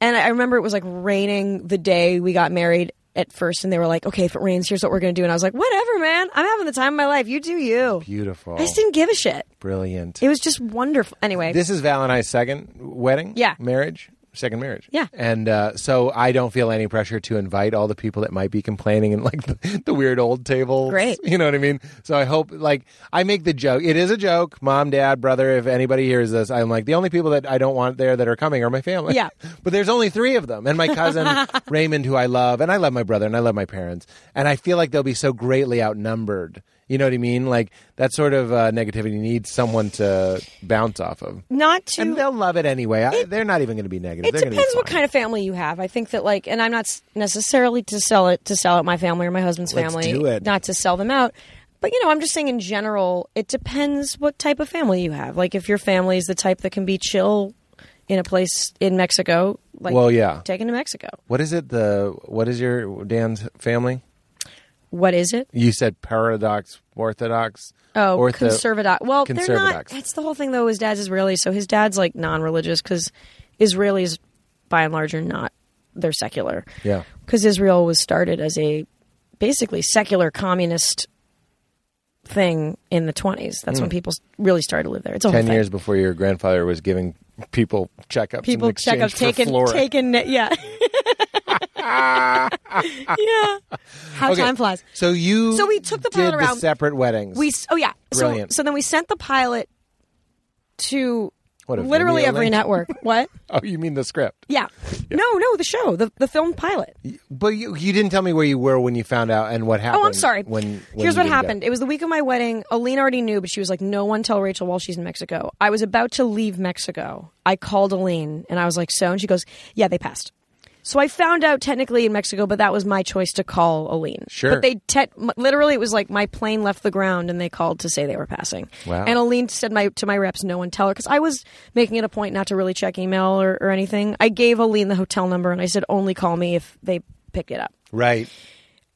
and I remember it was like raining the day we got married at first, and they were like, "Okay, if it rains, here's what we're gonna do." And I was like, "Whatever, man. I'm having the time of my life. You do you." Beautiful. I just didn't give a shit. Brilliant. It was just wonderful. Anyway, This is Val and I's second wedding. Yeah. Marriage. Second marriage. Yeah. And uh, so I don't feel any pressure to invite all the people that might be complaining and like the, the weird old table. Great. You know what I mean? So I hope, like, I make the joke. It is a joke. Mom, dad, brother, if anybody hears this, I'm like, the only people that I don't want there that are coming are my family. Yeah. <laughs> but there's only three of them. And <laughs> my cousin, Raymond, who I love, and I love my brother and I love my parents. And I feel like they'll be so greatly outnumbered. You know what I mean? Like, that sort of uh, negativity needs someone to bounce off of. not to. And they'll love it anyway. I, they're not even going to be negative. it They're gonna be depends what fine. kind of family you have. I think that like, and I'm not s- necessarily to sell it to sell out my family or my husband's Let's family, do it. not to sell them out. But you know, I'm just saying in general, it depends what type of family you have. Like if your family is the type that can be chill in a place in Mexico, like Well, Oh, yeah. taken to Mexico. What is it? The what is your Dan's family? What is it? You said paradox, orthodox. Oh, ortho- conservadox. Well, they're not. Conservadox. That's the whole thing, though. His dad's Israeli, so his dad's like non-religious because Israelis, by and large, are not. They're secular. Yeah. Because Israel was started as a basically secular communist thing in the twenties. That's when people s- really started to live there. It's a whole Hmm. Ten thing. years before your grandfather was giving people checkups. People in check up, exchange for taken, Flora. taken, <laughs> yeah, <laughs> yeah. <laughs> How Okay, time flies. So you. So we took the did pilot around. separate weddings. We s- oh yeah. Brilliant. So so then we sent the pilot to What, a literally Vimeo every link? <laughs> network. What? Oh, you mean the script? Yeah. No, no, the show, the the film pilot. But you, you didn't tell me where you were when you found out and what happened. Oh, I'm sorry. When, when Here's you what didn't go. happened. It was the week of my wedding. Aline already knew, but she was like, "No one tell Rachel while she's in Mexico." I was about to leave Mexico. I called Aline and I was like, "So," and she goes, "Yeah, they passed." So I found out technically in Mexico, but that was my choice to call Aline. Sure. But they te- m- literally it was like my plane left the ground and they called to say they were passing. Wow. And Aline said my to my reps, no one tell her because I was making it a point not to really check email or, or anything. I gave Aline the hotel number and I said only call me if they pick it up. Right.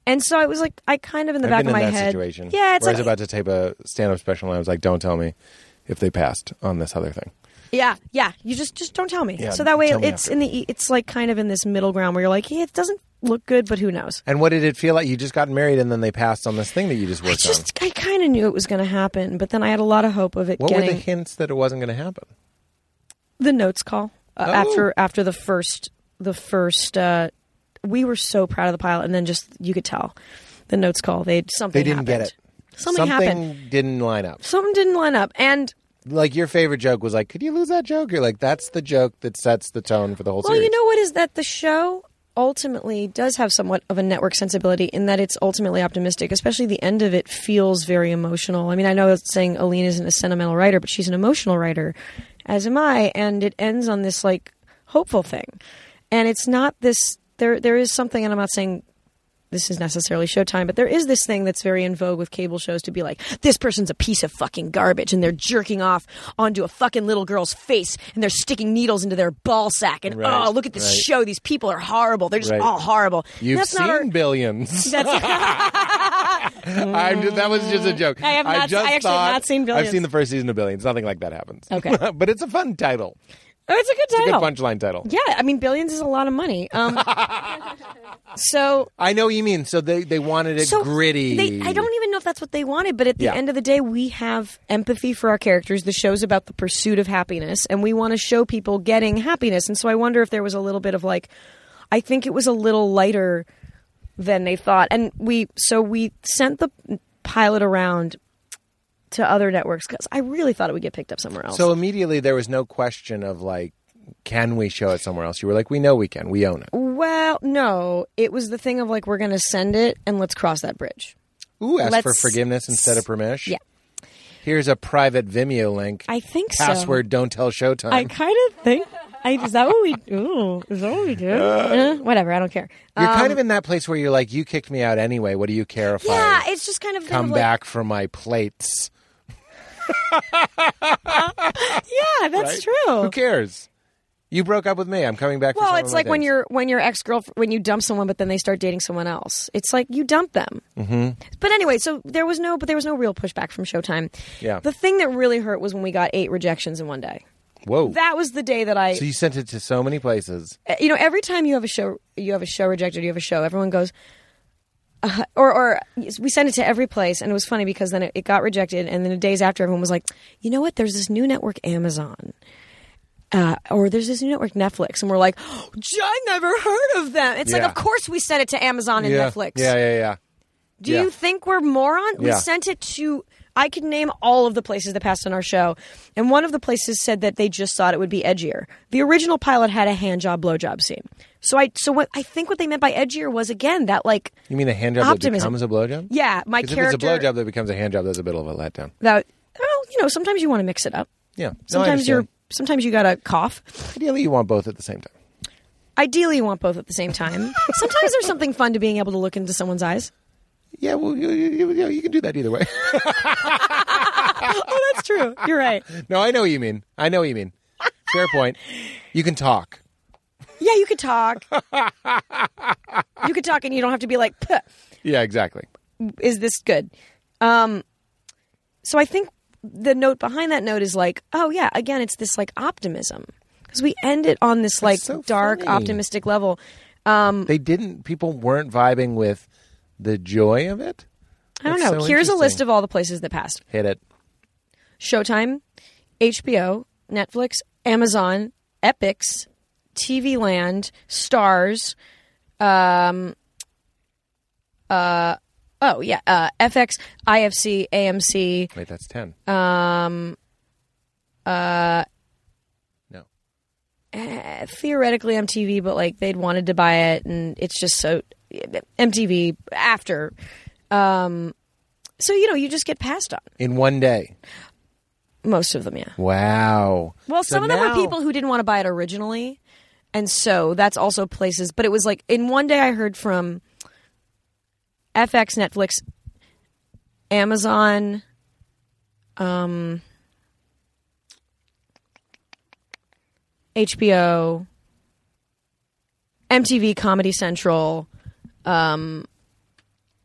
And so I was like, I kind of in the back I've been of in my that head. situation. Yeah, it's where like, I was about to tape a stand-up special, and I was like, "Don't tell me if they passed on this other thing." yeah, yeah. You just just don't tell me. Yeah, so that way, tell me it's after. in the it's like kind of in this middle ground where you're like, yeah, it doesn't look good, but who knows? And what did it feel like? You just got married, and then they passed on this thing that you just worked on. Just I kind of knew it was going to happen, but then I had a lot of hope of it um, What getting were the hints that it wasn't going to happen? the notes call uh, Oh. after after the first the first. Uh, we were so proud of the pilot, and then just you could tell the notes call. They something They didn't get happened. it. Something, happened. didn't line up. Something didn't line up, and Like your favorite joke was like, "Could you lose that joke?" You're like, "That's the joke that sets the tone for the whole Well, series." you know what is that the show ultimately does have somewhat of a network sensibility in that it's ultimately optimistic, especially the end of it feels very emotional. I mean, I know it's saying Aline isn't a sentimental writer, but she's an emotional writer, as am I, and it ends on this like hopeful thing. And it's not this there there is something and I'm not saying this is necessarily Showtime, but there is this thing that's very in vogue with cable shows to be like, this person's a piece of fucking garbage, and they're jerking off onto a fucking little girl's face, and they're sticking needles into their ball sack, and Right, oh, look at this right. show. These people are horrible. They're just Right. all horrible. You've that's seen not our, billions. <laughs> that's <laughs> I'm just, that was just a joke. I have not- just I actually have thought- not seen Billions. I've seen the first season of Billions. Nothing like that happens. Okay. <laughs> but it's a fun title. oh, it's a good It's a title. good punchline title. yeah, I mean, billions is a lot of money. <laughs> Um, so I know what you mean. So they, they wanted it so gritty. They, I don't even know if that's what they wanted, but at the Yeah. end of the day, we have empathy for our characters. The show's about the pursuit of happiness, and we want to show people getting happiness. And so I wonder if there was a little bit of like, I think it was a little lighter than they thought. And we, so we sent the pilot around to other networks because I really thought it would get picked up somewhere else. So immediately there was no question of like, can we show it somewhere else? You were like, we know we can. We own it. well, no, it was the thing of like, we're going to send it and let's cross that bridge. Ooh, ask for Let's- forgiveness instead of permission. Yeah. Here's a private Vimeo link. I think so. Password don't tell Showtime. I kind of think. I, is that what we? Ooh, is that what we do? Eh, whatever, I don't care. You're Um, kind of in that place where you're like, you kicked me out anyway. What do you care if yeah. I It's just kind of come kind of like, back for my plates? Yeah, that's true. Who cares? You broke up with me. I'm coming back. for Oh. Well, some it's of my like when things. your when your ex girlfriend when you dump someone, but then they start dating someone else. It's like you dump them. Mm-hmm. But anyway, so there was no but there was no real pushback from Showtime. Yeah. The thing that really hurt was when we got eight rejections in one day. whoa. That was the day that I so you sent it to so many places. Uh, you know every time you have a show you have a show rejected you have a show everyone goes uh, or or we sent it to every place and it was funny because then it, it got rejected and then the days after everyone was like you know what there's this new network amazon uh, or there's this new network netflix and we're like <gasps> oh, i never heard of them it's like Yeah. of course we sent it to amazon and yeah. netflix Yeah, yeah, yeah. do Yeah. you think we're moron? We Yeah. sent it to. I could name all of the places that passed on our show, and one of the places said that they just thought it would be edgier. The original pilot had a hand job, blowjob scene. So I, so what I think what they meant by edgier was again that like, You mean a hand job Optimism. that becomes a blowjob? yeah, my 'Cause if it's character a blowjob that becomes a hand job, that's a bit of a letdown. that. Well, you know, sometimes you want to mix it up. Yeah. No, I Sometimes you're. understand. Sometimes you gotta cough. Ideally, you want both at the same time. Ideally, you want both at the same <laughs> time. sometimes there's something fun to being able to look into someone's eyes. Yeah, well, you, you, you- you- you can do that either way. <laughs> Oh, that's true. You're right. no, I know what you mean. I know what you mean. Fair point. You can talk. Yeah, you could <laughs> talk. you could talk, and you don't have to be like, "Puh, Yeah, exactly. "Is this good?" Um, so I think the note behind that note is like, "Oh yeah, again, it's this like optimism because we end it on this like so dark, funny. optimistic level." They didn't. People weren't vibing with the joy of it. I don't That's know. so Here's a list interesting. of all the places that passed: Hit it. Showtime, HBO, Netflix, Amazon, Epix, TV Land, Stars, um, uh, oh yeah, uh, FX, IFC, AMC, Wait, that's ten. Um, uh, no. eh, theoretically MTV, but like they'd wanted to buy it, and it's just so MTV after. Um, so you know, you just get passed on In one day. most of them, yeah. Wow. Well, So some of them were now- people who didn't want to buy it originally. And so that's also places. But it was like in one day I heard from FX, Netflix, Amazon, um, HBO, MTV, Comedy Central. um,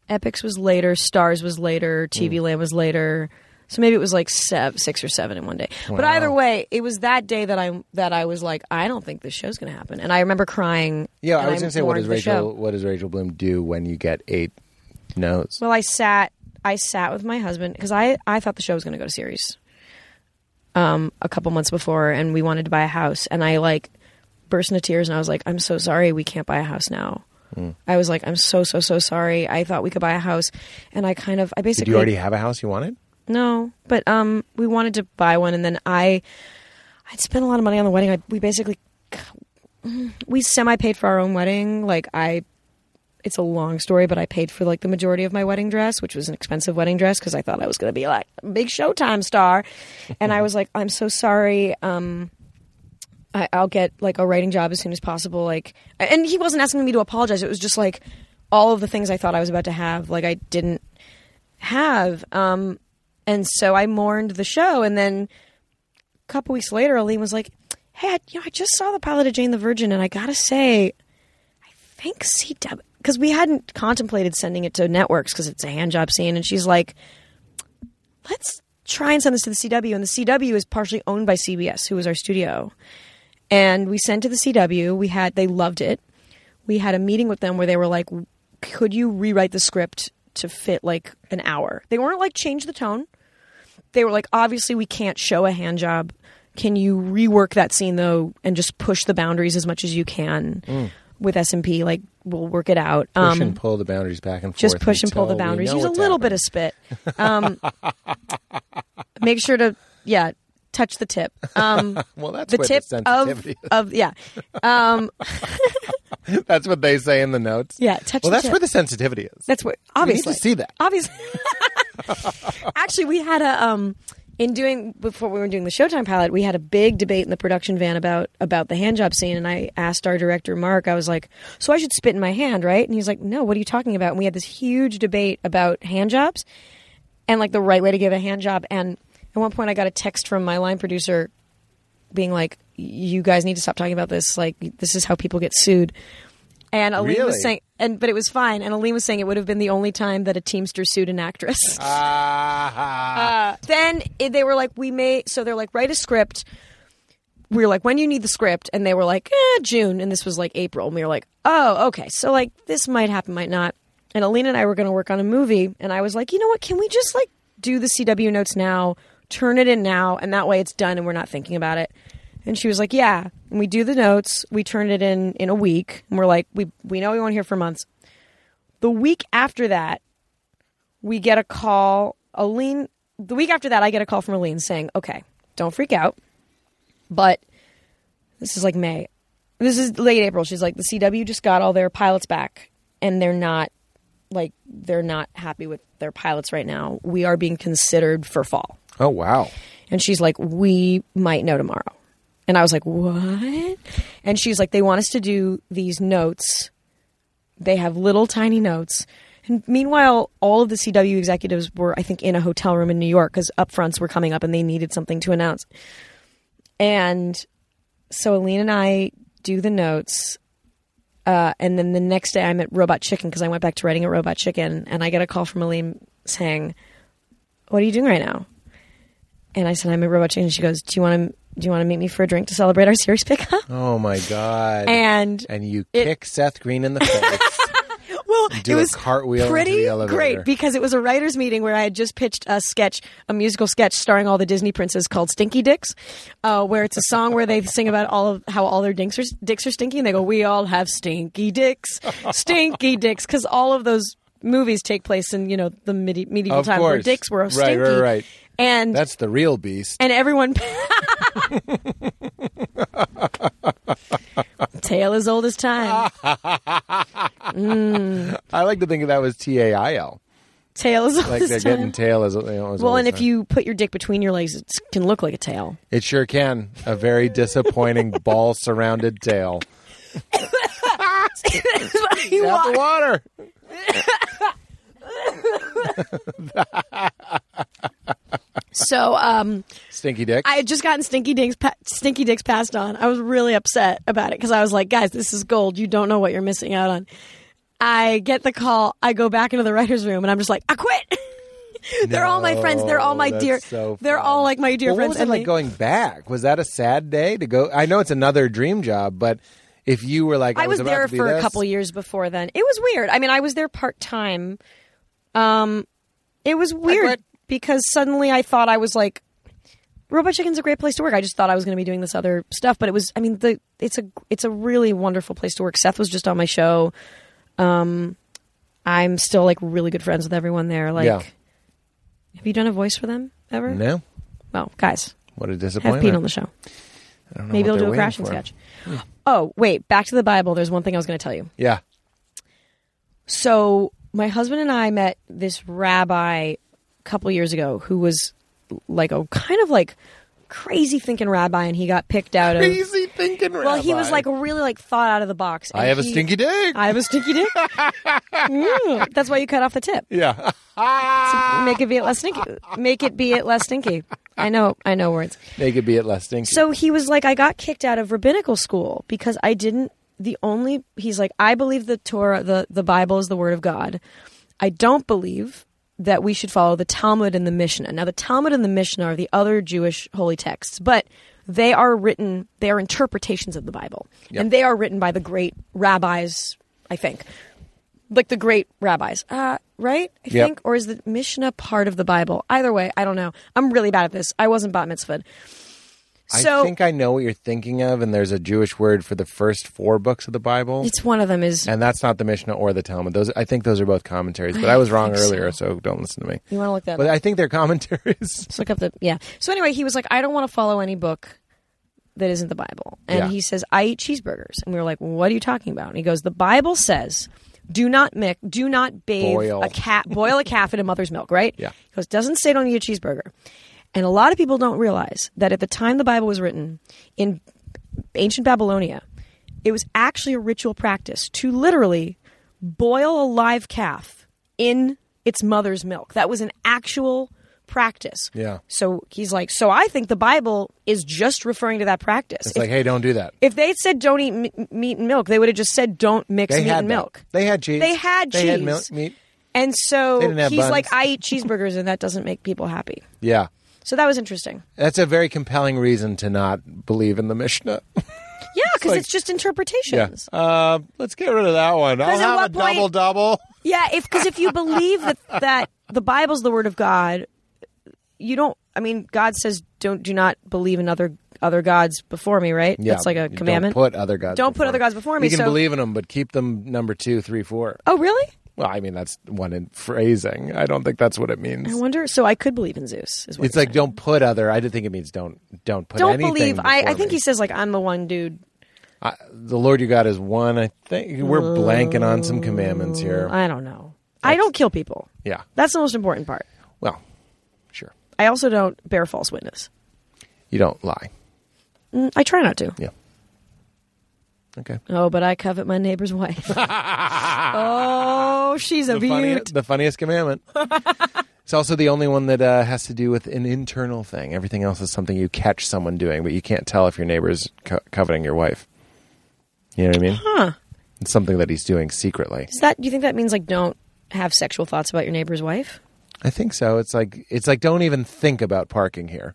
Epics was later, Stars was later, TV Mm. Land was later. So maybe it was like sev six or seven in one day. But either way, it was that day that I that I was like, I don't think this show's going to happen, and I remember crying. Yeah, I and was going to say, what mourned does the Rachel? show. What does Rachel Bloom do when you get eight notes? Well, I sat I sat with my husband because I I thought the show was going to go to series. Um, a couple months before, and we wanted to buy a house, and I like burst into tears, and I was like, I'm so sorry, we can't buy a house now. Hmm. I was like, I'm so so so sorry. I thought we could buy a house, and I kind of I basically Did you already have a house you wanted? No, but um, we wanted to buy one, and then I, I'd spent a lot of money on the wedding. I, we basically, mm, we semi paid for our own wedding. Like I, it's a long story, but I paid for like the majority of my wedding dress, which was an expensive wedding dress because I thought I was going to be like a big Showtime star, and I was like, I'm so sorry. Um, I, I'll get like a writing job as soon as possible. Like, and he wasn't asking me to apologize. It was just like all of the things I thought I was about to have, like I didn't have. Um, and so I mourned the show. And then a couple weeks later, Aline was like, "Hey, I, you know, I just saw the pilot of Jane the Virgin, and I gotta say, I think CW because we hadn't contemplated sending it to networks because it's a hand job scene." And she's like, "Let's try and send this to the CW." And the CW is partially owned by CBS, who was our studio. And we sent to the CW. We had they loved it. We had a meeting with them where they were like, "Could you rewrite the script?" to fit like an hour. They weren't like change the tone they were like, obviously, we can't show a hand job. Can you rework that scene though, and just push the boundaries as much as you can with S and P? Like, we'll work it out. Mm. Push Um, and pull the boundaries back and forth. just push and pull the until we boundaries. know Use a what's little happening. bit of spit. Um, <laughs> make sure to yeah, touch the tip. Um, Well, that's the where tip the of sensitivity. <laughs> of yeah, um, Is. That's what they say in the notes. yeah. Touch. Well, the that's tip. where the sensitivity is. That's what need obviously to see that. Obviously, <laughs> actually, we had a um in doing before we were doing the Showtime pilot, we had a big debate in the production van about about the hand job scene, and I asked our director Mark, I was like, "So I should spit in my hand, right?" And he's like, "No, what are you talking about?" And we had this huge debate about hand jobs and like the right way to give a hand job. And at one point, I got a text from my line producer being like, "You guys need to stop talking about this. Like, this is how people get sued." And Aline Really? was saying, and but it was fine. And Aline was saying it would have been the only time that a teamster sued an actress. Ah, Uh, then it, they were like, "We may." So they're like, "Write a script." We were like, "When do you need the script?" And they were like, eh, "June." And this was like April. And we were like, "Oh, okay." So like this might happen, might not. And Alina and I were going to work on a movie, and I was like, "You know what? Can we just like do the CW notes now? Turn it in now, and that way it's done, and we're not thinking about it." And she was like, "Yeah." And we do the notes. We turn it in in a week, and we're like, "We we know we won't hear for months." The week after that, we get a call. Aline, the week after that, I get a call from Aline saying, okay, don't freak out. But this is like May. This is late April. She's like, the CW just got all their pilots back and they're not like, they're not happy with their pilots right now. We are being considered for fall. oh wow. And she's like, we might know tomorrow. And I was like, what? And she's like, they want us to do these notes. They have little tiny notes. And meanwhile, all of the CW executives were, I think, in a hotel room in New York because upfronts were coming up and they needed something to announce. And so Aline and I do the notes. Uh, and then the next day I'm at Robot Chicken because I went back to writing at Robot Chicken. And I get a call from Aline saying, What are you doing right now? And I said, I'm a robot chicken. And she goes, Do you want to do you want to meet me for a drink to celebrate our series pickup? <laughs> Oh my god. And And you It- kick Seth Green in <laughs> the face. well, do it a was cartwheel into pretty the elevator. great because it was a writers' meeting where I had just pitched a sketch, a musical sketch starring all the Disney princes called Stinky Dicks, uh, where it's a song where they sing about all of how all their dinks are, dicks are stinky, and they go, "We all have stinky dicks, <laughs> stinky dicks," because all of those movies take place in you know the medi- medieval Of time where course. dicks were Right, stinky, right, right. and That's the real beast. and everyone. <laughs> Tale as old as time. I like to think that was T A I L. Tale as old Like they're as time. getting tail as, you know, as well, old and as if time. you put your dick between your legs, it can look like a tail. <laughs> It sure can. A very disappointing ball surrounded tail. You Out the wa- water. so um, Stinky dick. I had just gotten Stinky Dicks, pa- Stinky Dicks passed on. I was really upset about it because I was like, guys, this is gold. You don't know what you're missing out on. I get the call. I go back into the writer's room and I'm just like, I quit. <laughs> they're all my friends. They're all my No, dear. that's so they're fun. all like my dear Well, friends. What was and it like they- going back? Was that a sad day to go? I know it's another dream job, but if you were like, I, I was about there to be for a this- couple years before then. It was weird. I mean, I was there part time. Um, it was weird quit. because suddenly I thought I was like, Robot Chicken's a great place to work. I just thought I was going to be doing this other stuff, but it was. I mean, the it's a it's a really wonderful place to work. Seth was just on my show. Um, I'm still like really good friends with everyone there. Like, Yeah. have you done a voice for them ever? No, Well, guys, what a have disappointment. Pete on the show. I don't know Maybe what they'll they're do a crashing waiting for. Hmm. sketch. Oh, wait, back to the Bible. There's one thing I was going to tell you. Yeah, So my husband and I met this rabbi a couple years ago who was like a kind of like crazy thinking rabbi, and he got picked out of. easy thinking. well, he was like really like thought out of the box. I and have a he- stinky dick. I have a stinky <laughs> dick. Mm, that's why you cut off the tip. yeah, Make it be it less stinky. Make it be it less stinky. I know. I know words. they could be at less stinky. So he was like, I got kicked out of rabbinical school because I didn't. The only he's like, I believe the Torah, the the Bible is the word of God. I don't believe that we should follow the Talmud and the Mishnah. Now, the Talmud and the Mishnah are the other Jewish holy texts, but they are written. They are interpretations of the Bible, and they are written by the great rabbis. I think, like the great rabbis, uh, right? I Yep. think, or is the Mishnah part of the Bible? Either way, I don't know. I'm really bad at this. I wasn't bat mitzvahed. So I think I know what you're thinking of, and there's a Jewish word for the first four books of the Bible. It's one of them is and that's not the Mishnah or the Talmud. Those I think those are both commentaries, but I, was wrong think so. earlier, so. don't listen to me. you want to look that But up. I think they're commentaries. <laughs> Let's look up the yeah. So anyway, he was like, I don't want to follow any book that isn't the Bible, and Yeah. he says I eat cheeseburgers, and we were like, what are you talking about? And he goes, the Bible says. Do not mix, do not bathe Boil. a cat, boil a calf in a mother's milk, right? Yeah. He goes, doesn't say don't eat a cheeseburger. And a lot of people don't realize that at the time the Bible was written in ancient Babylonia, it was actually a ritual practice to literally boil a live calf in its mother's milk. That was an actual practice. Yeah. So he's like, so I think the Bible is just referring to that practice. if, It's like, hey, don't do that. if they said don't eat m- meat and milk, they would have just said don't mix They meat had and that. milk. They had cheese. They had They had cheese. milk, meat. And so They didn't have he's buns. like, I eat cheeseburgers, and that doesn't make people happy. Yeah. So that was <laughs> interesting. That's a very compelling reason to not believe in <laughs> the Mishnah. Yeah, because like- it's just interpretations. Uh, let's get rid of that one. I'll at have a what point- double double. Yeah, if because if you believe that that the Bible's the word of God, you don't. I mean, God says, "Don't do not believe in other other gods before me." Right? That's like a commandment. Don't put other gods. Don't put before other gods before me, You can so- believe in them, but keep them number two, three, four. oh, really? Well, I mean that's one in phrasing. I don't think that's what it means. I wonder. So I could believe in Zeus. Is what It's you're like saying. don't put other. I did think it means don't don't put. don't anything believe. I, I before think me. he says like I'm the one dude. the Lord your God is one. I think we're blanking on some commandments here. I don't know. I don't kill people. yeah. That's the most important part. Well, sure. I also don't bear false witness. You don't lie. Mm, I try not to. Yeah. Okay. Oh, but I covet my neighbor's <laughs> wife. oh, she's a the, funni- beaut. the <laughs> funniest commandment. it's also the only one that uh, has to do with an internal thing. Everything else is something you catch someone doing, but you can't tell if your neighbor's co- coveting your wife. You know what I mean? Huh. It's something that he's doing secretly. Is that do you think that means like don't have sexual thoughts about your neighbor's wife? I think so. It's like it's like don't even think about parking here.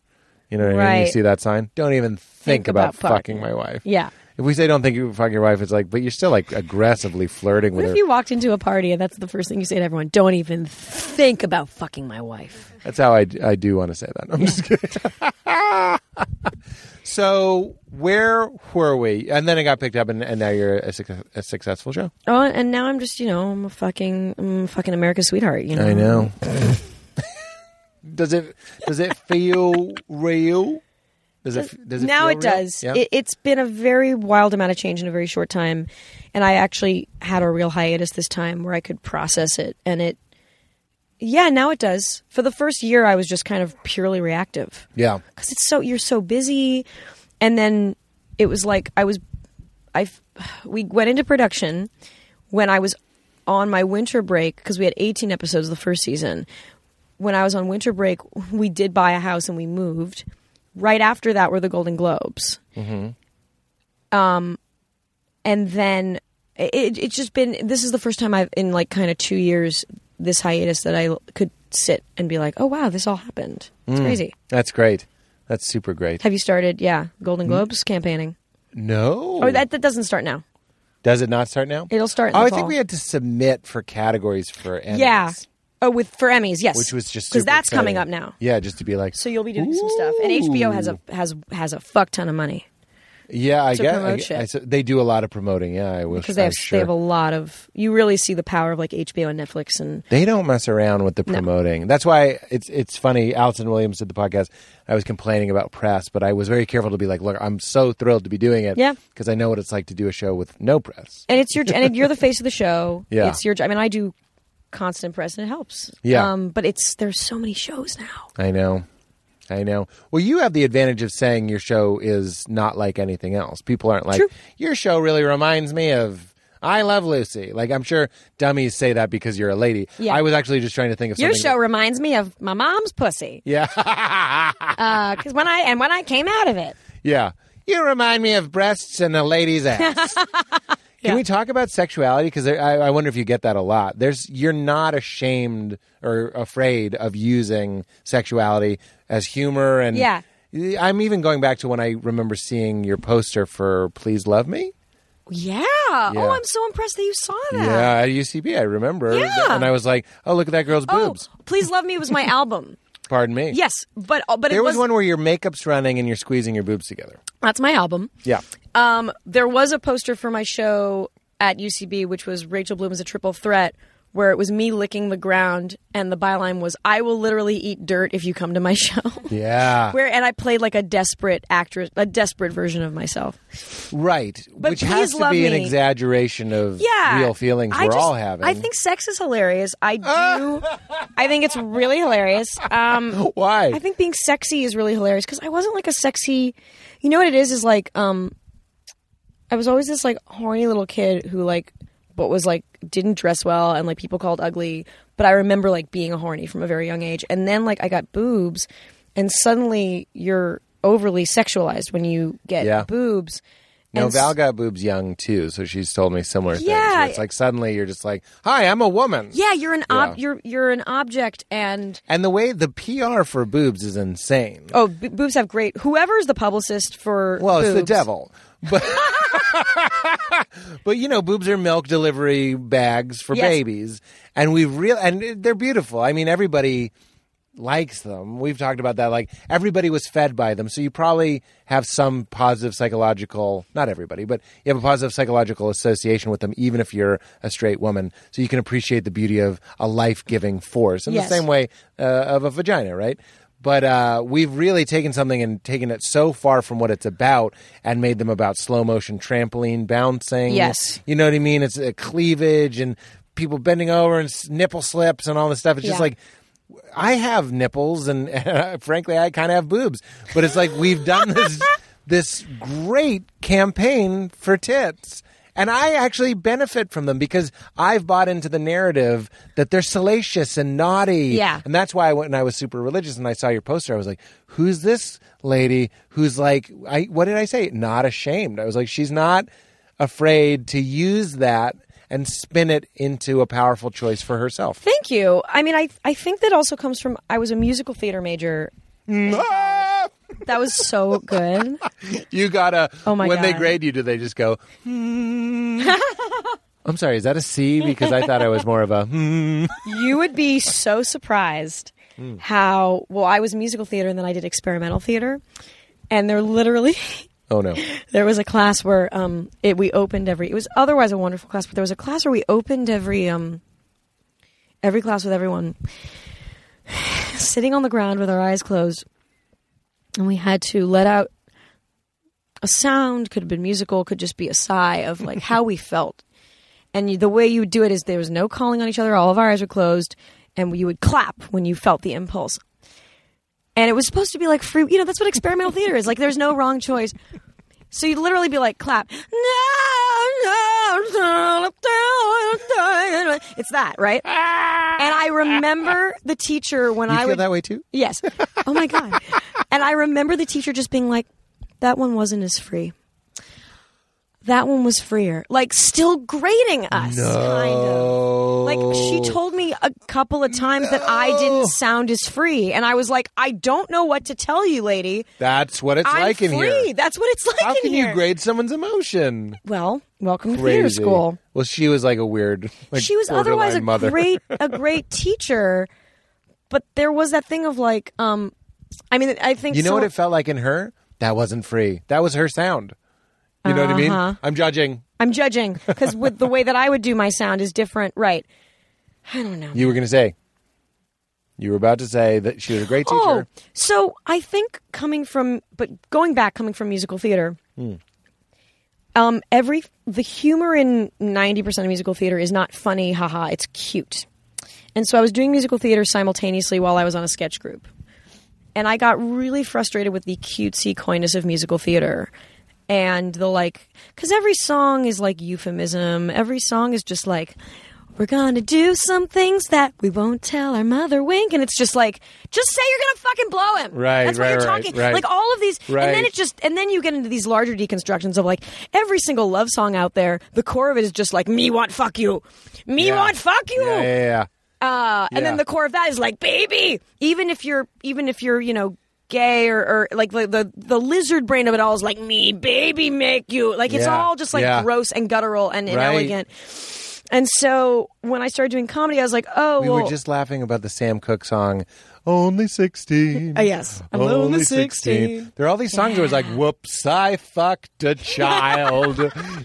You know what I mean? You Right. see that sign? Don't even think, Think about fucking parking. my wife. Yeah. If we say don't think you fuck your wife, it's like, but you're still like aggressively flirting What with if her. you walked into a party and that's the first thing you say to everyone? Don't even think about fucking my wife. That's how I, I do want to say that. I'm just kidding. <laughs> so where were we? And then it got picked up, and, and now you're a, suc- a successful show. Oh, and now I'm just you know I'm a fucking I'm a fucking America's sweetheart. You know. I know. <laughs> does it does it feel real? Does it does it now feel it real? does. Yeah. It, it's been a very wild amount of change in a very short time, and I actually had a real hiatus this time where I could process it, and it. Yeah, now it does. For the first year, I was just kind of purely reactive. yeah. because it's so you're so busy and then it was like i was i f- we went into production when I was on my winter break because we had 18 episodes the first season. When I was on winter break, we did buy a house and we moved. Right after that were the Golden Globes. Um, and then it, it's just been this is the first time I've in like kind of two years this hiatus that I could sit and be like, oh wow, this all happened. It's crazy. That's great. That's super great. Have you started? Yeah, Golden Hmm? Globes campaigning. No. Or that that doesn't start now. Oh, Does it not start now? It'll start in oh, the I fall. think we had to submit for categories for Emmys. Yeah. Oh, with for Emmys, yes. Which was just because super that's coming up exciting. now. Yeah, just to be like. So you'll be doing some stuff, and HBO has a has has a fuck ton of money yeah, I to guess I, promote shit. I s- they do a lot of promoting. Yeah, I wish because they I'm have sure. they have a lot of. You really see the power of like HBO and Netflix, and They don't mess around with the promoting. That's why it's it's funny. Allison Williams did the podcast. I was complaining about press, but I was very careful to be like, look, I'm so thrilled to be doing it. Yeah. Because I know what it's like to do a show with no press. and it's your and you're the face of the show. <laughs> Yeah. it's your. I mean, I do constant press, and it helps. Yeah. um, but it's there's so many shows now. I know. I know. Well, you have the advantage of saying your show is not like anything else. People aren't like, True. your show really reminds me of I Love Lucy. Like, I'm sure dummies say that because you're a lady. Yeah. I was actually just trying to think of Your something. show reminds me of my mom's pussy. <laughs> yeah. Because when I and when I came out of it, Yeah. You remind me of breasts and a <laughs> lady's ass. Can we talk about sexuality? Because I, I wonder if you get that a lot. There's you're not ashamed or afraid of using sexuality as humor and Yeah. I'm even going back to when I remember seeing your poster for "Please Love Me." yeah. Yeah. Oh, I'm so impressed that you saw that. Yeah, at UCB, I remember. Yeah. and I was like, "Oh, look at that girl's Oh, boobs." please love me was <laughs> my album. Pardon me. Yes, but uh, but it there was was one where your makeup's running and you're squeezing your boobs together. That's my album. Yeah, Um, there was a poster for my show at UCB, which was Rachel Bloom is a triple threat, where it was me licking the ground, and the byline was "I will literally eat dirt if you come to my <laughs> show." yeah, Where and I played like a desperate actress, a desperate version of myself. right. But Which has Please to Love be an Me- exaggeration of Yeah, real feelings I we're just- all having. I think sex is hilarious. I do. <laughs> I think it's really hilarious. Um, Why? I think being sexy is really hilarious because I wasn't like a sexy. You know what it is? Is like um, I was always this like horny little kid who like, but was like didn't dress well and like people called ugly. But I remember like being a horny from a very young age, and then like I got boobs, and suddenly you're overly sexualized when you get Yeah. boobs. No, And s- Val got boobs young too, so she's told me similar things. Yeah. where It's like suddenly you're just like, "Hi, I'm a woman." Yeah, you're an ob- Yeah. you're you're an object, and And the way the PR for boobs is insane. oh, b- boobs have great. Whoever's the publicist for well, it's the boobs- devil. But <laughs> But you know, boobs are milk delivery bags for Yes. babies, and we real and they're beautiful. I mean, everybody likes them. We've talked about that. Like everybody was fed by them, so you probably have some positive psychological. Not everybody, but you have a positive psychological association with them, even if you're a straight woman. So you can appreciate the beauty of a life-giving force in Yes. the same way uh, of a vagina, right? But uh, we've really taken something and taken it so far from what it's about, and made them about slow motion trampoline bouncing thing. Yes. You know what I mean? It's a cleavage and people bending over and s- nipple slips and all this stuff. It's just Yeah. like, I have nipples and, <laughs> uh, frankly, I kind of have boobs. But it's like we've done this this great campaign for tits. And I actually benefit from them because I've bought into the narrative that they're salacious and naughty. Yeah. And that's why I went and I was super religious and I saw your poster. I was like, who's this lady who's like, I, what did I say? Not ashamed. I was like, she's not afraid to use that and spin it into a powerful choice for herself. Thank you. I mean, I I think that also comes from I was a musical theater major. Ah! That was so good. You gotta. Oh my When they God. grade you, do they just go? Hmm. I'm sorry. Is that a C? Because I thought I was more of a. Hmm. you would be so surprised how well I was musical theater and then I did experimental theater, and they're literally <laughs> Oh no. there was a class where um it we opened every it was otherwise a wonderful class but there was a class where we opened every um every class with everyone <sighs> sitting on the ground with our eyes closed and we had to let out a sound could have been musical could just be a sigh of like how we felt and you, the way you would do it is there was no calling on each other all of our eyes were closed and you would clap when you felt the impulse and it was supposed to be like free you know that's what experimental theater is like there's no wrong choice So you'd literally be like, clap. No, no, no, no, no. It's that, right? And I remember the teacher when You I feel would that way too? Yes. Oh my god. and I remember the teacher just being like, "That one wasn't as free. That one was freer." Like still grading us, kind of. Oh, Like she told me a couple of times that I didn't sound as free, and I was like, "I don't know what to tell you, lady. That's what it's I'm like in free. here. That's what it's like How in can here." you grade someone's emotion? well, welcome to theater Crazy. school. Well, she was like a weird. Like she was borderline otherwise a mother. great a great teacher, but there was that thing of like, um, I mean, I think <laughs> You know so- what it felt like in her? That wasn't free. That was her sound. You know what I Uh-huh. mean? I'm judging. I'm judging because with the way that I would do my sound is different, right? I don't know. You were going to say. You were about to say that she was a great Oh, teacher. so I think coming from, but going back, coming from musical theater, um, every the humor in ninety percent of musical theater is not funny, haha. It's cute, and so I was doing musical theater simultaneously while I was on a sketch group, and I got really frustrated with the cutesy coyness of musical theater. And the like, because every song is like euphemism. Every song is just like, we're gonna do some things that we won't tell our mother. Wink, and it's just like, just say you're gonna fucking blow him. Right, That's what right, you're right, talking. right. Like all of these, and then Right. it just, and then you get into these larger deconstructions of like every single love song out there. The core of it is just like, me want fuck you, me Yeah. want fuck you. Yeah, yeah, yeah. Uh, and then Yeah. the core of that is like, baby, even if you're, even if you're, you know, gay or, or like the, the the lizard brain of it all is like me baby make you like it's Yeah. all just like Yeah. gross and guttural and Right. inelegant and so when i started doing comedy i was like oh We well were just laughing about the Sam Cooke song, Only 16. Uh, yes. I'm only 16. There are all these songs where it's like, whoops, I fucked <laughs> a child.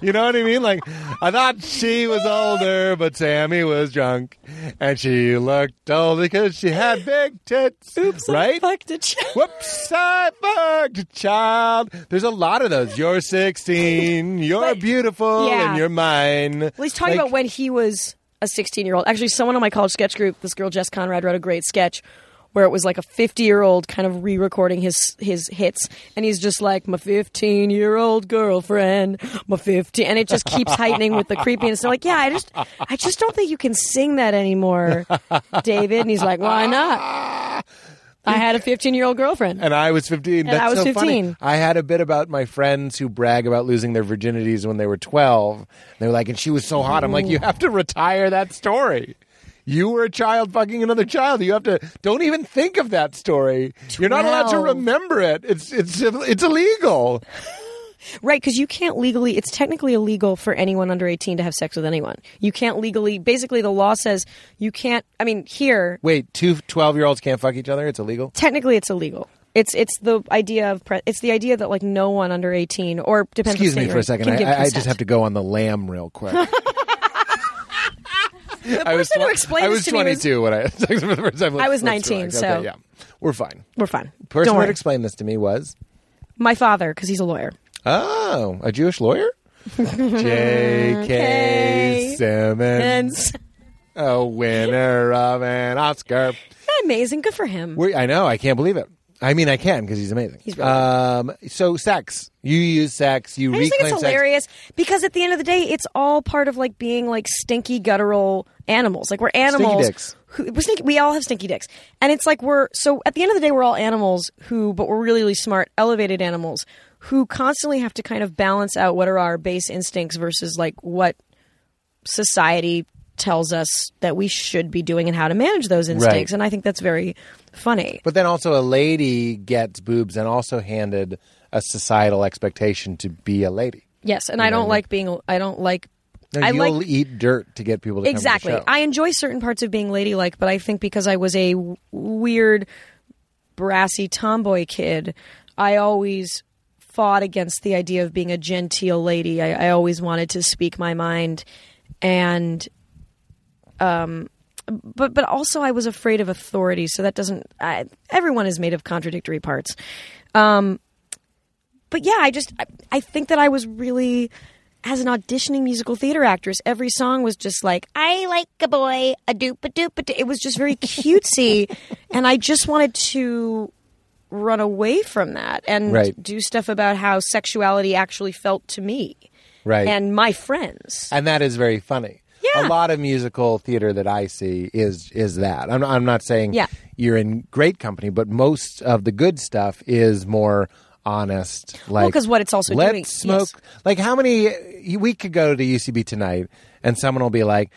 you know what I mean? Like, I thought she was older, but Sammy was drunk. And she looked old because she had big <laughs> tits. Oops, right? fucked a child. Whoops, I fucked a child. There's a lot of those. <laughs> You're 16, you're But- beautiful, yeah. and you're mine. Well, he's talking Like- about when he was a 16 year old. Actually, someone on my college sketch group, this girl Jess Conrad, wrote a great sketch where it was like a 50 year old kind of re recording his his hits, and he's just like my 15 year old girlfriend, my 15, and it just keeps heightening with the creepiness. They're like, yeah, I just I just don't think you can sing that anymore, David. And he's like, why not? Ah. I had a 15 year old girlfriend. And I was 15. And That's I was so funny. 15. I had a bit about my friends who brag about losing their virginities when they were 12. They were like, and she was so hot. I'm like, you have to retire that story. You were a child fucking another child. You have to don't even think of that story. You're not allowed to Twelve. remember it. It's it's it's illegal. Right, because you can't legally, it's technically illegal for anyone under 18 to have sex with anyone. You can't legally, basically, the law says you can't, I mean, here, Wait, two 12-year-olds can't fuck each other? It's illegal? technically it's illegal. It's it's the idea of pre- it's the idea that like no one under 18 or depends Excuse on me for a second. I, I, I just have to go on the lamb <laughs> real quick. I was, person who twen- explained I this was to me was- 22 when I <laughs> for the first time. I was Let's 19, relax. so- okay, yeah, we're fine. We're fine. Person Don't who worry. explained this to me was My father, because he's a lawyer. oh, a <laughs> Jewish lawyer, J.K. And Simmons, it's a winner of an Oscar. <laughs> amazing. Good for him. We- I know. I can't believe it. I mean, I can because he's amazing. He's really good. um, so sex. You use sex. You I just reclaim think it's sex. hilarious because at the end of the day, it's all part of like being like stinky guttural animals. Like we're animals. dicks. Who, we're stinky, we all have stinky dicks, and it's like we're so at the end of the day, we're all animals who, but we're really really smart, elevated animals who constantly have to kind of balance out what are our base instincts versus like what society tells us that we should be doing and how to manage those instincts. And I think that's very funny. But then also a lady gets boobs and also handed a societal expectation to be a lady. Yes, and I don't like being. I don't like. Now, I you'll like eat dirt to get people to come to the exactly show. i enjoy certain parts of being ladylike but i think because i was a w- weird brassy tomboy kid i always fought against the idea of being a genteel lady i, I always wanted to speak my mind and um but but also i was afraid of authority so that doesn't I, everyone is made of contradictory parts um but yeah i just I, I think that i was really as an auditioning musical theater actress, every song was just like, I like a boy, <laughs> a doop a doop a doo. It was just very cutesy. and I just wanted to run away from that and Right. do stuff about how sexuality actually felt to me Right. and my friends. and that is very funny. Yeah. A lot of musical theater that I see is is that. I'm I'm not saying Yeah. you're in great company, but most of the good stuff is more honest. Like 'cause what it's also let's doing- smoke. <laughs> Like how many we could go to UCB tonight, and someone will be like.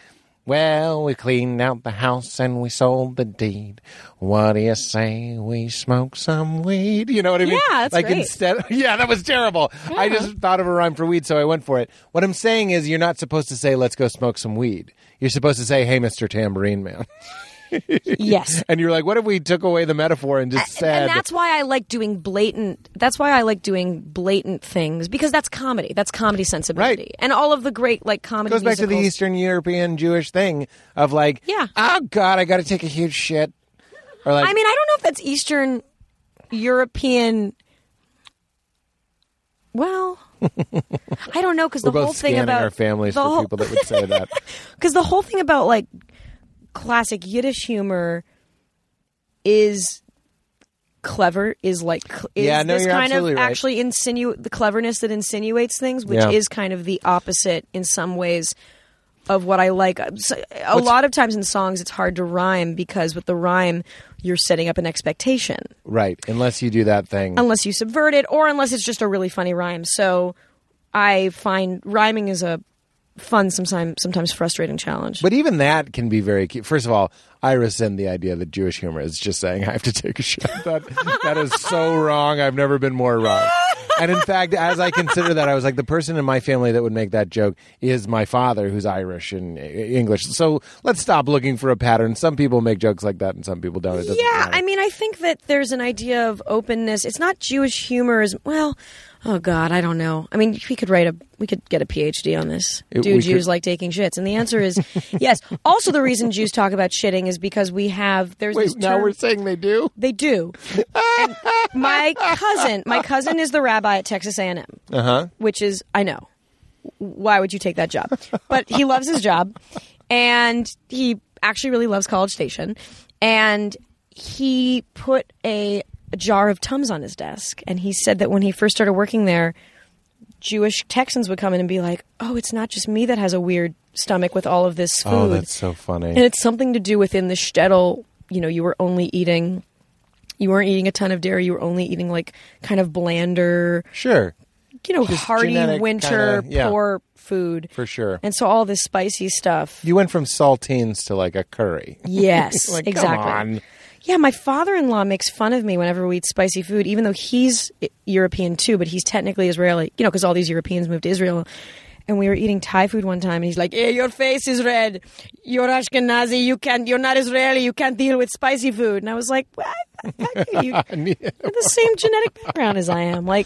Well, we cleaned out the house and we sold the deed. What do you say we smoke some weed? You know what I mean? Yeah, that's like great. instead <laughs> instead. Yeah, that was terrible. I just thought of a rhyme for weed, so I went for it. What I'm saying is, you're not supposed to say, "Let's go smoke some weed." You're supposed to say, "Hey, Mr. Tambourine Man," <laughs> yes. and you're like, "What if we took away the metaphor and just said?" And that's why I like doing blatant. That's why I like doing blatant things because that's comedy. That's comedy sensibility, Right. and all of the great like comedy goes back to the musicals- Eastern European Jewish thing of like, Yeah. oh God, I got to take a huge shit, or like, I mean, I don't know if that's Eastern European. Well, <laughs> I don't know because the we're whole both thing scanning about our families the for whole, people <laughs> that would say that. because the whole thing about like classic Yiddish humor is clever is like cl- is Yeah, no, this you're kind of absolutely right. actually insinuate the cleverness that insinuates things which Yeah. is kind of the opposite in some ways of what I like Uh, so- a lot of times in songs it's hard to rhyme because with the rhyme you're setting up an expectation right? Unless you do that thing. unless you subvert it or unless it's just a really funny rhyme. So I find rhyming is a fun, sometimes sometimes frustrating challenge. But even that can be very cute. First of all, I rescind the idea that Jewish humor is just saying I have to take a shit. <laughs> That, that is so wrong. I've never been more wrong. And in fact, as I consider that, I was like, the person in my family that would make that joke is my father, who's Irish and uh, English. So let's stop looking for a pattern. Some people make jokes like that, and some people don't. It doesn't yeah, matter. I mean, I think that there's an idea of openness. It's not Jewish humor as well. Oh God, I don't know. I mean, we could write a, we could get a PhD on this. It- Do we Jews could- like taking shits? And the answer is <laughs> yes. Also, the reason Jews talk about shitting is because we have there's this Wait, now term- we're saying they do. They do. And my cousin, my cousin is the rabbi at Texas A&M, Uh-huh. which is I know. Why would you take that job? But he loves his job, and he actually really loves College Station, and he put a, a jar of tums on his desk, and he said that when he first started working there. Jewish Texans would come in and be like, "Oh, it's not just me that has a weird stomach with all of this food." Oh, that's so And funny. it's something to do within the shtetl. You know, you were only eating, you weren't eating a ton of dairy. You were only eating like kind of blander, Sure, you know, Just hearty genetic winter kinda- yeah. poor food. for sure. And so all this spicy stuff. You went from saltines to like a curry. Yes, <laughs> Like, come exactly. on. Yeah, my father-in-law makes fun of me whenever we eat spicy food, even though he's I- European too, but he's technically Israeli. You know, because all these Europeans moved to Israel. And we were eating Thai food one time, and he's like, "Hey, your face is red. You're Ashkenazi. You can't. You're not Israeli. You can't deal with spicy food." And I was like, "What? <laughs> You have the same genetic background as I am. Like,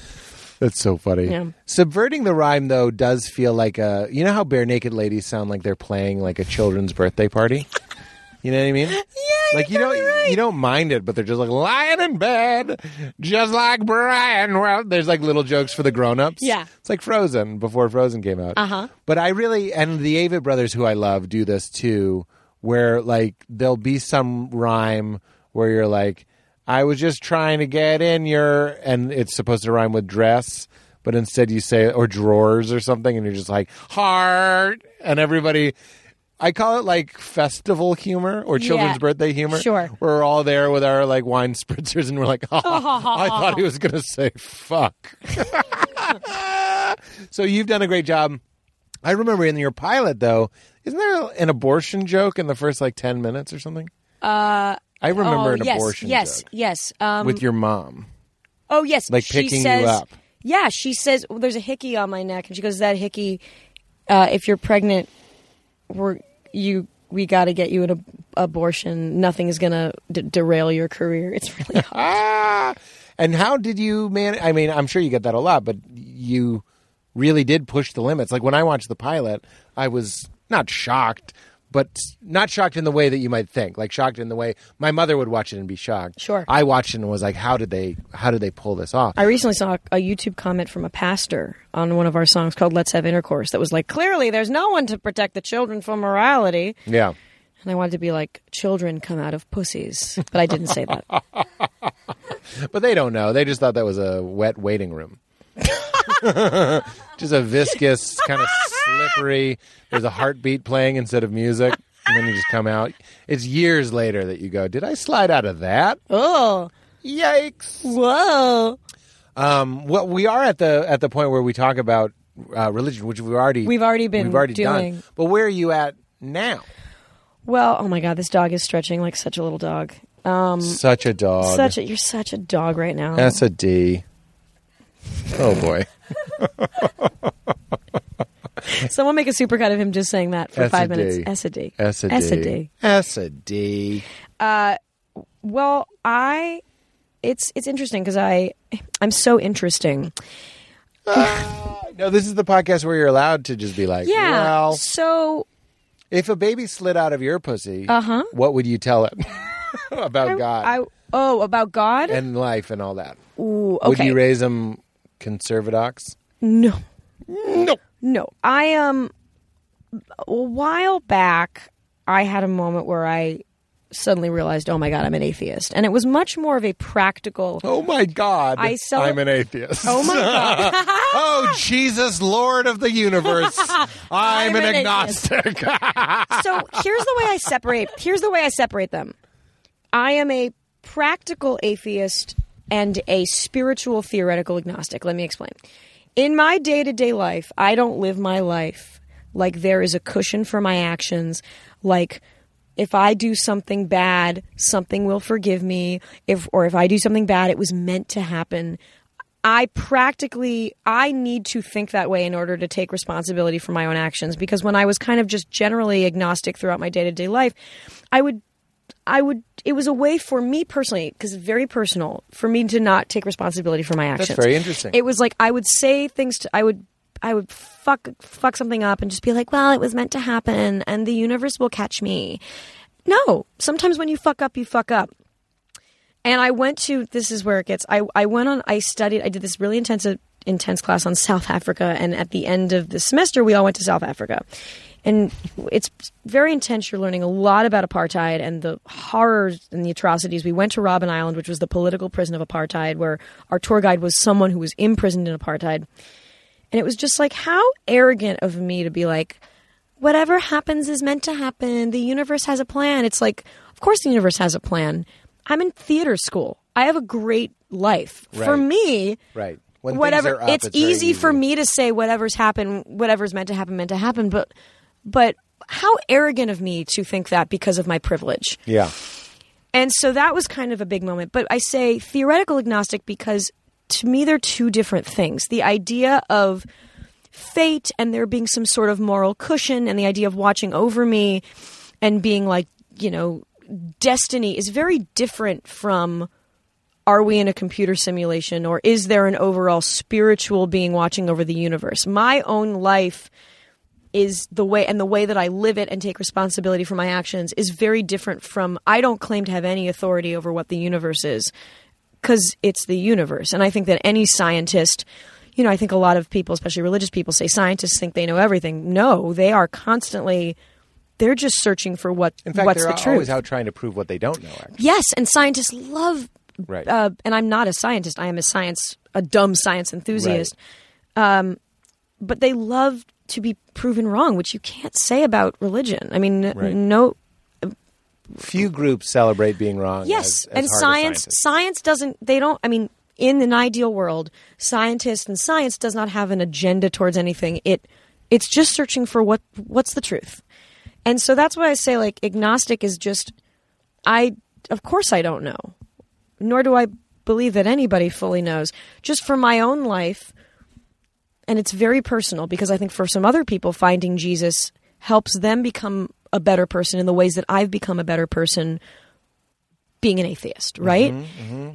That's so funny. Yeah. Subverting the rhyme though does feel like a you know how bare naked ladies sound like they're playing like a children's birthday party? You know what I mean? Yeah, like you don't you don't mind it, but they're just like lying in bed, just like Brian. Well, there's like little jokes for the grown-ups. Yeah. it's like Frozen before Frozen came out. Uh huh. But I really and the Avett brothers, who I love, do this too, where like there'll be some rhyme where you're like, I was just trying to get in your, and it's supposed to rhyme with dress, but instead you say or drawers or something, and you're just like heart, and everybody. I call it like festival humor or children's Yeah. birthday humor. Sure. We're all there with our like wine <laughs> spritzers and we're like, "Ha, ha, ha, I thought he was going to say fuck. <laughs> So you've done a great job. I remember in your pilot though, isn't there an abortion joke in the first like 10 minutes or something? Uh I remember oh an yes, abortion yes, joke yes. Um, with your mom. Oh yes, Like she picking you says, up. Yeah, she says well, there's a hickey on my neck, and she goes, "That hickey, uh, if you're pregnant, we're you we got to get you an ab- abortion. Nothing is gonna d- derail your career. <laughs> It's really hard. Ah! And how did you man I mean, I'm sure you get that a lot, but you really did push the limits. Like when I watched the pilot, I was not shocked, but not shocked in the way that you might think. Like shocked in the way my mother would watch it and be shocked. Sure. I watched it and was like, how did they how did they pull this off? I recently saw a YouTube comment from a pastor on one of our songs called "Let's Have Intercourse" that was like, "Clearly, there's no one to protect the children from morality," yeah. <laughs> and I wanted to be like, "Children come out of pussies," but I didn't say that. but they don't know. They just thought that was a wet waiting room. <laughs> just a viscous, kind of slippery. There's a heartbeat playing instead of music. And then you just come out. It's years later that you go, Did I slide out of that? Oh, Yikes. whoa. Um, well, we are at the at the point where we talk about uh, religion, which we've already We've already been we've already doing. done. But where are you at now? Well, oh my God, this dog is stretching like such a little dog. Um, Such a dog. such a, you're such a dog right now. That's a D. Oh boy. <laughs> Someone make a supercut of him just saying that for That's five a D. minutes. S a D. S a D. S a D. S a D. Well, I it's it's interesting because I I'm so interesting. No, this is the podcast where you're allowed to just be like, Yeah. well, so if a baby slid out of your pussy, uh-huh. what would you tell it <laughs> about God I oh about God. and life and all that? Ooh, Would okay. you raise them conservadox? no. No. No. I um a while back I had a moment where I suddenly realized, oh my god, I'm an atheist, and it was much more of a <laughs> practical. Oh my God! I sell- I'm an atheist. Oh my god! <laughs> Oh, Jesus, Lord of the universe. I'm, <laughs> I'm an, an atheist. agnostic. so here's the way I separate. Here's the way I separate them. I am a practical atheist and a spiritual theoretical agnostic. Let me explain. In my day to day life, I don't live my life like there is a cushion for my actions, like if I do something bad, something will forgive me. If or if I do something bad, it was meant to happen. I practically I need to think that way in order to take responsibility for my own actions because when I was kind of just generally agnostic throughout my day-to-day life, I would I would it was a way for me personally because it's very personal for me to not take responsibility for my actions. very interesting. It was like I would say things to I would I would fuck fuck something up and just be like, "Well, it was meant to happen and the universe will catch me." No, sometimes when you fuck up, you fuck up. And I went to this is where it gets. I I went on. I studied. I did this really intensive intense class on South Africa, and at the end of the semester, we all went to South Africa. And it's very intense. You're learning a lot about apartheid and the horrors and the atrocities. We went to Robben Island, which was the political prison of apartheid, where our tour guide was someone who was imprisoned in apartheid. And it was just like, how arrogant of me to be like, whatever happens is meant to happen. The universe has a plan. It's like, of course, the universe has a plan. I'm in theater school. I have a great life. For Right. me, right. When things whatever. are up, it's very easy for me to say whatever's happened, whatever's meant to happen, meant to happen. But, but how arrogant of me to think that because of my privilege. Yeah. And so that was kind of a big moment. But I say theoretical agnostic because to me they're two different things. The idea of fate and there being some sort of moral cushion and the idea of watching over me and being like, you know, destiny is very different from are we in a computer simulation or is there an overall spiritual being watching over the universe? My own life is the way and the way that I live it and take responsibility for my actions is very different from I don't claim to have any authority over what the universe is cuz it's the universe and I think that any scientist you know I think a lot of people especially religious people say scientists think they know everything no they are constantly they're just searching for what In fact, what's they're the always truth out trying to prove what they don't know. Actually. yes and scientists love Right. uh, and I'm not a scientist. I am a science, a dumb science enthusiast. Um, but they love to be proven wrong, which you can't say about religion. I mean, n- Right. no. Few groups celebrate being wrong. Yes, as- as and hard as science, scientists. science doesn't. They don't. I mean, in an ideal world, scientists and science does not have an agenda towards anything. It, it's just searching for what what's the truth. And so that's why I say like agnostic is just I of course I don't know. Nor do I believe that anybody fully knows. Just for my own life and it's very personal because I think for some other people finding Jesus helps them become a better person in the ways that I've become a better person being an atheist, right?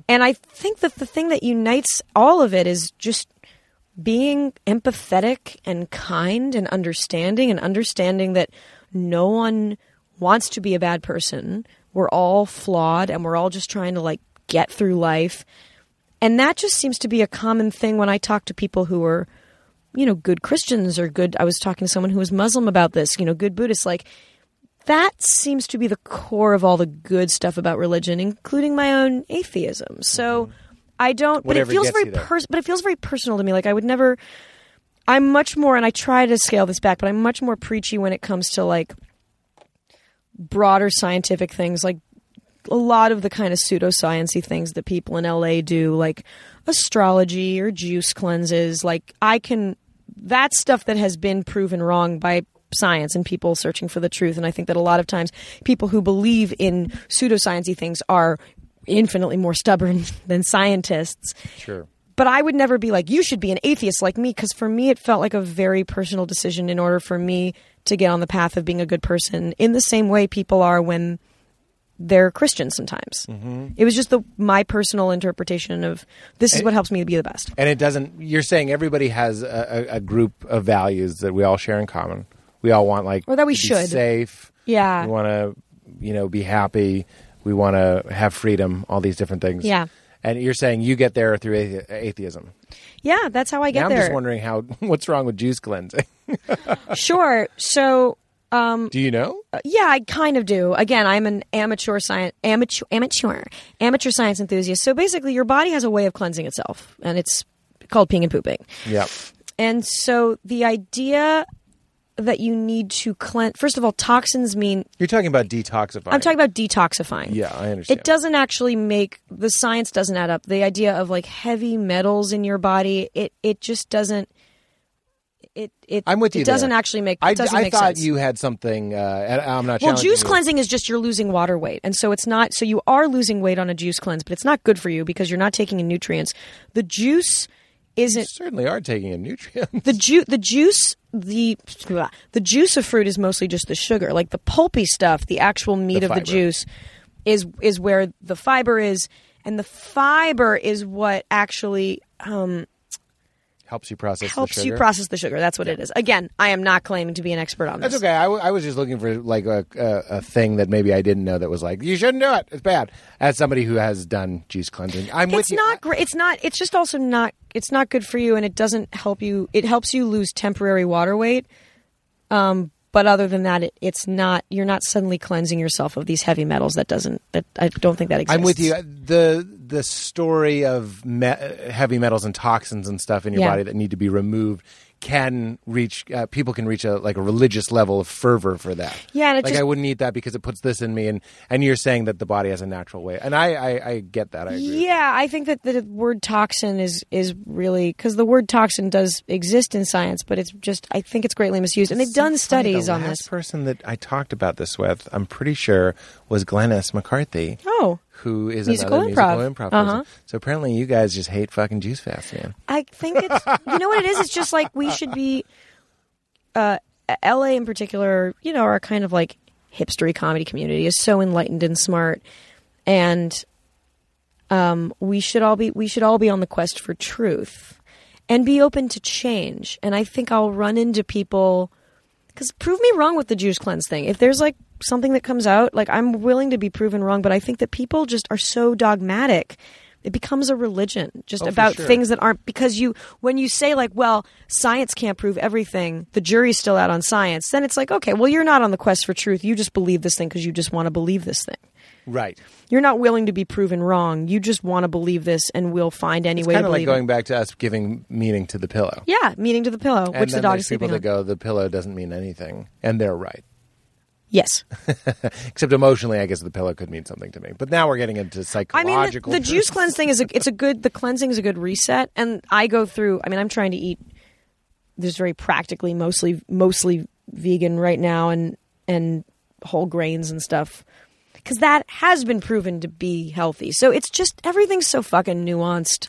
And I think that the thing that unites all of it is just being empathetic and kind and understanding and understanding that no one wants to be a bad person. We're all flawed and we're all just trying to like get through life. And that just seems to be a common thing when I talk to people who are, you know, good Christians or good. I was talking to someone who was Muslim about this, you know, good Buddhists. Like, that seems to be the core of all the good stuff about religion, including my own atheism. So I don't. Mm-hmm. Whatever but it feels gets you very there. pers- but it feels very personal to me. Like I would never. I'm much more, and I try to scale this back, but I'm much more preachy when it comes to like broader scientific things, like a lot of the kind of pseudosciency things that people in LA do, like astrology or juice cleanses. Like I can, that's stuff that has been proven wrong by science and people searching for the truth. And I think that a lot of times people who believe in pseudosciency things are infinitely more stubborn <laughs> than scientists. Sure. But I would never be like, you should be an atheist like me, because for me, it felt like a very personal decision in order for me to get on the path of being a good person in the same way people are when they're Christians sometimes. Mm-hmm. It was just the my personal interpretation of this Eh. is what helps me to be the best. And it doesn't. You're saying everybody has a, a, a group of values that we all share in common. We all want like, Or that we to be should. safe. Yeah. We want to, you know, be happy. We want to have freedom. All these different things. Yeah. And you're saying you get there through athe- atheism. Yeah, that's how I get now there. I'm just wondering how. <laughs> What's wrong with juice cleansing? Sure. So Mm. uh, Do you know? yeah, I kind of do. Again, I'm an amateur science amateur amateur amateur science enthusiast. So basically, your body has a way of cleansing itself, and it's called peeing and pooping. yeah. And so the idea that you need to cleanse first of all toxins mean You're talking about detoxifying. I'm talking about detoxifying. Yeah, I understand. It doesn't actually make the science doesn't add up. The idea of like heavy metals in your body, it it just doesn't. It it I'm with you. It doesn't there. actually make. It I, doesn't I make thought sense. you had something. Uh, and I'm not. Well, challenging juice you. cleansing is just you're losing water weight, and so it's not. So you are losing weight on a juice cleanse, but it's not good for you because you're not taking in nutrients. The juice You isn't certainly are taking in nutrients. the ju- the juice the blah, the juice of fruit is mostly just the sugar like the pulpy stuff the actual meat The of the fiber. juice is is where the fiber is and the fiber is what actually um, <laughs> Helps you process. the helps you sugar. process the sugar that's what it is again i am not claiming to be an expert on this That's okay. I, w- I was just looking for like a, a a thing that maybe I didn't know that was like you shouldn't do it. It's bad. As somebody who has done juice cleansing, I'm with it's you. not great it's not it's just also not it's not good for you and it doesn't help you it helps you lose temporary water weight um, but other than that it, it's not you're not suddenly cleansing yourself of these heavy metals that doesn't that i don't think that exists I'm with you. The the story of me- heavy metals and toxins and stuff in your Yeah. body that need to be removed can reach uh, people can reach a like a religious level of fervor for that. Yeah, and it like just- I wouldn't eat that because it puts this in me, and and you're saying that the body has a natural way, and I I, I get that. I agree. yeah i think that the word toxin is is really because the word toxin does exist in science but it's just i think it's greatly misused and they've done studies the on last this person that I talked about this with, I'm pretty sure, was Glenn S. McCarthy. Oh. Who is Musical another improv. musical improv Uh-huh. person. So apparently you guys just hate fucking Juice Fast, man. I think it's you know what it is. It's just like we should be, uh, L.A. in particular. You know, our kind of like hipstery comedy community is so enlightened and smart, and um, we should all be we should all be on the quest for truth, and be open to change. And I think I'll run into people because prove me wrong with the juice cleanse thing. If there's like something that comes out, like I'm willing to be proven wrong, but I think that people just are so dogmatic. It becomes a religion just Oh, for about sure. things that aren't because you when you say like, well, science can't prove everything, the jury's still out on science. Then it's like, okay, well, you're not on the quest for truth. You just believe this thing because you just want to believe this thing. Right. You're not willing to be proven wrong. You just want to believe this, and we'll find any way to Kind of like believe going it. back to us giving meaning to the pillow. Yeah, meaning to the pillow, And which the then dog there's is people sleeping that on. go, the pillow doesn't mean anything. And they're right. Yes. Except emotionally, I guess the pillow could mean something to me. But now we're getting into I psychological. mean, the, the juice <laughs> cleanse thing is a, it's a good the cleansing is a good reset, and I go through. I mean, I'm trying to eat. There's very practically mostly mostly vegan right now, and and whole grains and stuff because that has been proven to be healthy. So it's just everything's so fucking nuanced.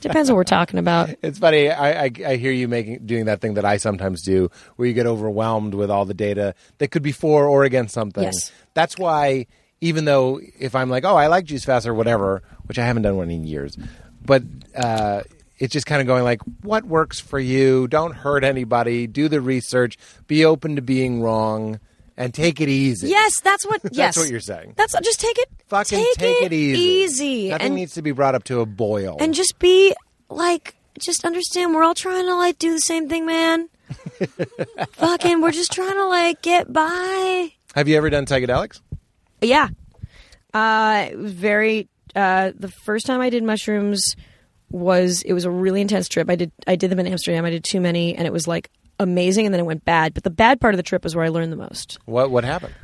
<laughs> Depends what we're talking about. It's funny. I, I, I hear you making doing that thing that I sometimes do, where you get overwhelmed with all the data that could be for or against something. Yes. That's why, even though if I'm like, oh, I like juice fast or whatever, which I haven't done one in years, but uh, it's just kind of going like, what works for you? Don't hurt anybody. Do the research. Be open to being wrong, and take it easy. Yes, that's <laughs> what. yes, what you're saying. That's just take it. Fucking take, take, it, easy. easy Nothing and needs to be brought up to a boil. and just be like just understand we're all trying to <laughs> like do the same thing man fucking we're just trying to like get by Have you ever done psychedelics? Yeah. Uh, it was very. Uh, the first time I did mushrooms was it was a really intense trip. I did I did them in Amsterdam. I did too many, and it was like amazing. And then it went bad. But the bad part of the trip was where I learned the most. What what happened?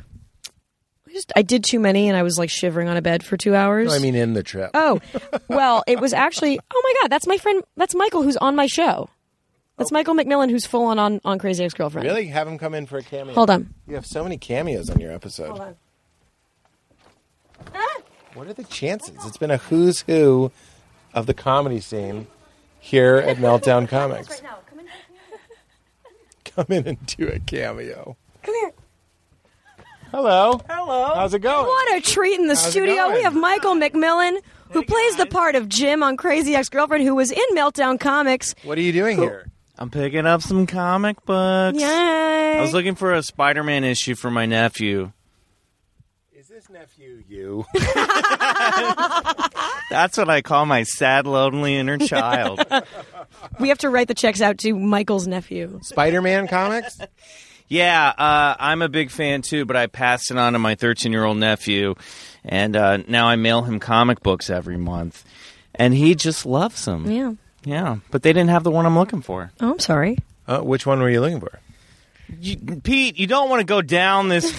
I just I did too many, and I was like shivering on a bed for two hours. No, I mean in the trip. Oh, well, it was actually. Oh my God, that's my friend. That's Michael, who's on my show. That's Michael McMillan, who's full on on, on Crazy Ex Girlfriend. Really? Have him come in for a cameo. Hold on. You have so many cameos on your episode. Hold on. What are the chances? It's been a who's who of the comedy scene here at Meltdown Comics. Come in and do a cameo. Come here. Hello. Hello. How's it going? What a treat in the it studio. going? We have Michael McMillan, who plays the part of Jim on Crazy Ex Girlfriend, who was in Meltdown Comics. What are you doing here? I'm picking up some comic books. I Yay. was looking for a Spider-Man issue for my nephew. Is this nephew you? That's what I call my sad, lonely inner child. we have to write the checks out to Michael's nephew. Spider-Man <laughs> comics? yeah, uh, I'm a big fan too, but I passed it on to my 13 year old nephew, and uh, now I mail him comic books every month, and he just loves them. Yeah. Yeah, but they didn't have the one I'm looking for. Oh, I'm sorry. Uh, which one were you looking for? You, Pete, you don't want to go down this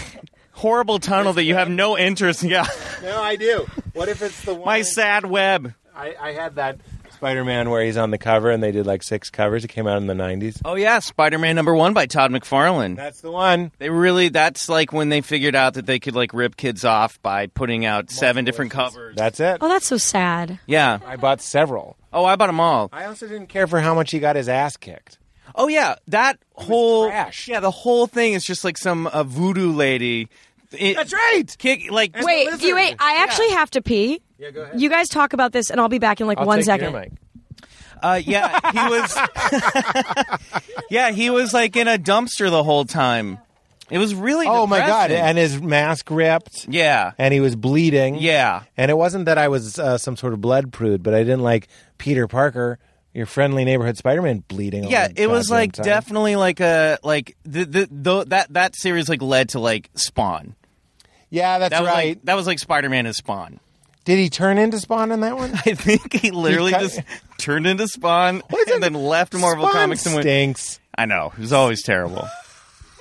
horrible tunnel that you have no interest. Yeah, No, I do. What if it's the one <laughs> my sad web. I, I had that Spider-Man where he's on the cover and they did like six covers. It came out in the 90s. Oh yeah, Spider-Man number one by Todd McFarlane. That's the one. They really that's like when they figured out that they could like rip kids off by putting out seven different covers. That's it. Oh, that's so sad. yeah. I bought several. Oh, I bought them all. I also didn't care for how much he got his ass kicked. Oh yeah, that whole trash. Yeah, the whole thing is just like some uh, voodoo lady. It- That's right. Kick like Wait, do you wait? I actually have to pee. Yeah, go ahead. You guys talk about this, and I'll be back in like one second. Uh, yeah, he was. <laughs> yeah, he was like in a dumpster the whole time. It was really. Oh my god! depressing. And his mask ripped, yeah, and he was bleeding. yeah. And it wasn't that I was uh, some sort of blood prude, but I didn't like Peter Parker, your friendly neighborhood Spider-Man, bleeding. all yeah the it was goddamn like time. definitely like a like the, the the that that series like led to like spawn Yeah, that's that was right. like that was like spider-man is spawn <laughs> Did he turn into Spawn in that one? <laughs> i think he literally cut- just <laughs> turned <laughs> into spawn Wasn't- and then left marvel Spawn comics and went stinks. i know it was <laughs> always terrible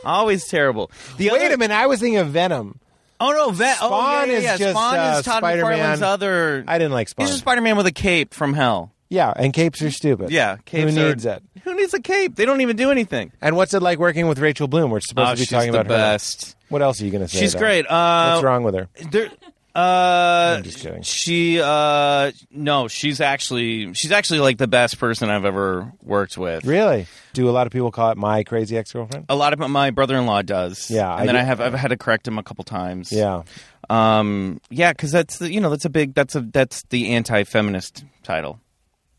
always terrible the Wait other, a minute! I was thinking of Venom. oh no that oh, Spawn yeah, yeah, is yeah. just, spawn uh, is todd Spider-Man. mcfarlane's other I didn't like Spawn. he's just spider-man with a cape from hell yeah, and capes are stupid. yeah capes who are- needs it? who needs a cape they don't even do anything And what's it like working with Rachel Bloom? We're supposed oh, to be she's talking the about her. best What else are you going to say? she's though? great uh What's wrong with her? There, uh, I'm just kidding. She, uh, no, she's actually she's actually like the best person I've ever worked with. Really? Do a lot of people call it my crazy ex girlfriend? A lot of my brother-in-law does. Yeah, and I then do- I have I've had to correct him a couple times. Yeah. um, yeah, because that's the, you know that's a big that's a that's the anti-feminist title.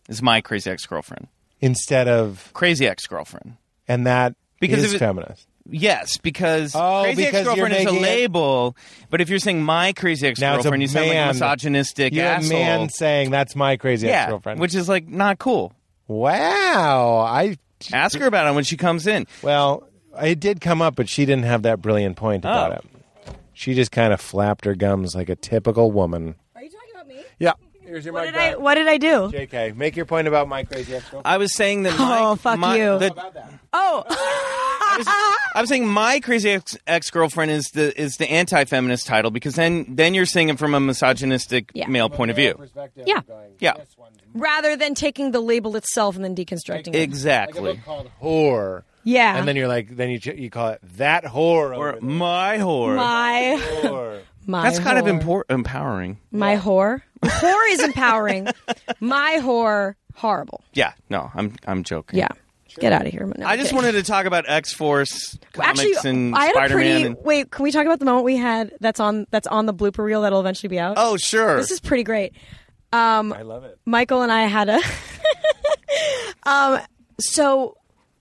Is my crazy ex-girlfriend, Instead of crazy ex-girlfriend. and that Because is if it- feminist. Yes, because Oh, crazy because you're ex-girlfriend is a making it- label. But if you're saying my crazy a ex-girlfriend, you sound man. like a misogynistic You're a asshole. man saying that's my crazy yeah, ex girlfriend. which is like not cool. wow, I Ask her about it when she comes in. well, it did come up, but she didn't have that brilliant point about Oh. it. She just kind of flapped her gums like a typical woman. Are you talking about me? Yeah. Here's your What mic did I? back. What did I do? JK, make your point about my crazy Uh, ex girlfriend. I was saying that. My, <laughs> Oh, fuck my- you. that- Oh. I, was, <laughs> I was saying my crazy ex girlfriend is the is the anti feminist title because then then you're saying it from a misogynistic Yeah. male point of view. Perspective Yeah. going, Yeah, Rather than taking the label itself and then deconstructing it. exactly. called whore. Yeah. And then you're like, then you ch- you call it that whore. Or over my whore. my there. whore. <laughs> my That's kind of whore. impor- empowering. My whore. whore is <laughs> empowering. My whore horrible. Yeah. No, I'm I'm joking. Yeah. Get out of here. No, I just okay. wanted to talk about X Force comics Actually, and I had Spider a pretty Man. wait. Can we talk about the moment we had? That's on. That's on the blooper reel that'll eventually be out. Oh sure. this is pretty great. Um, I love it. Michael and I had a. <laughs> um, so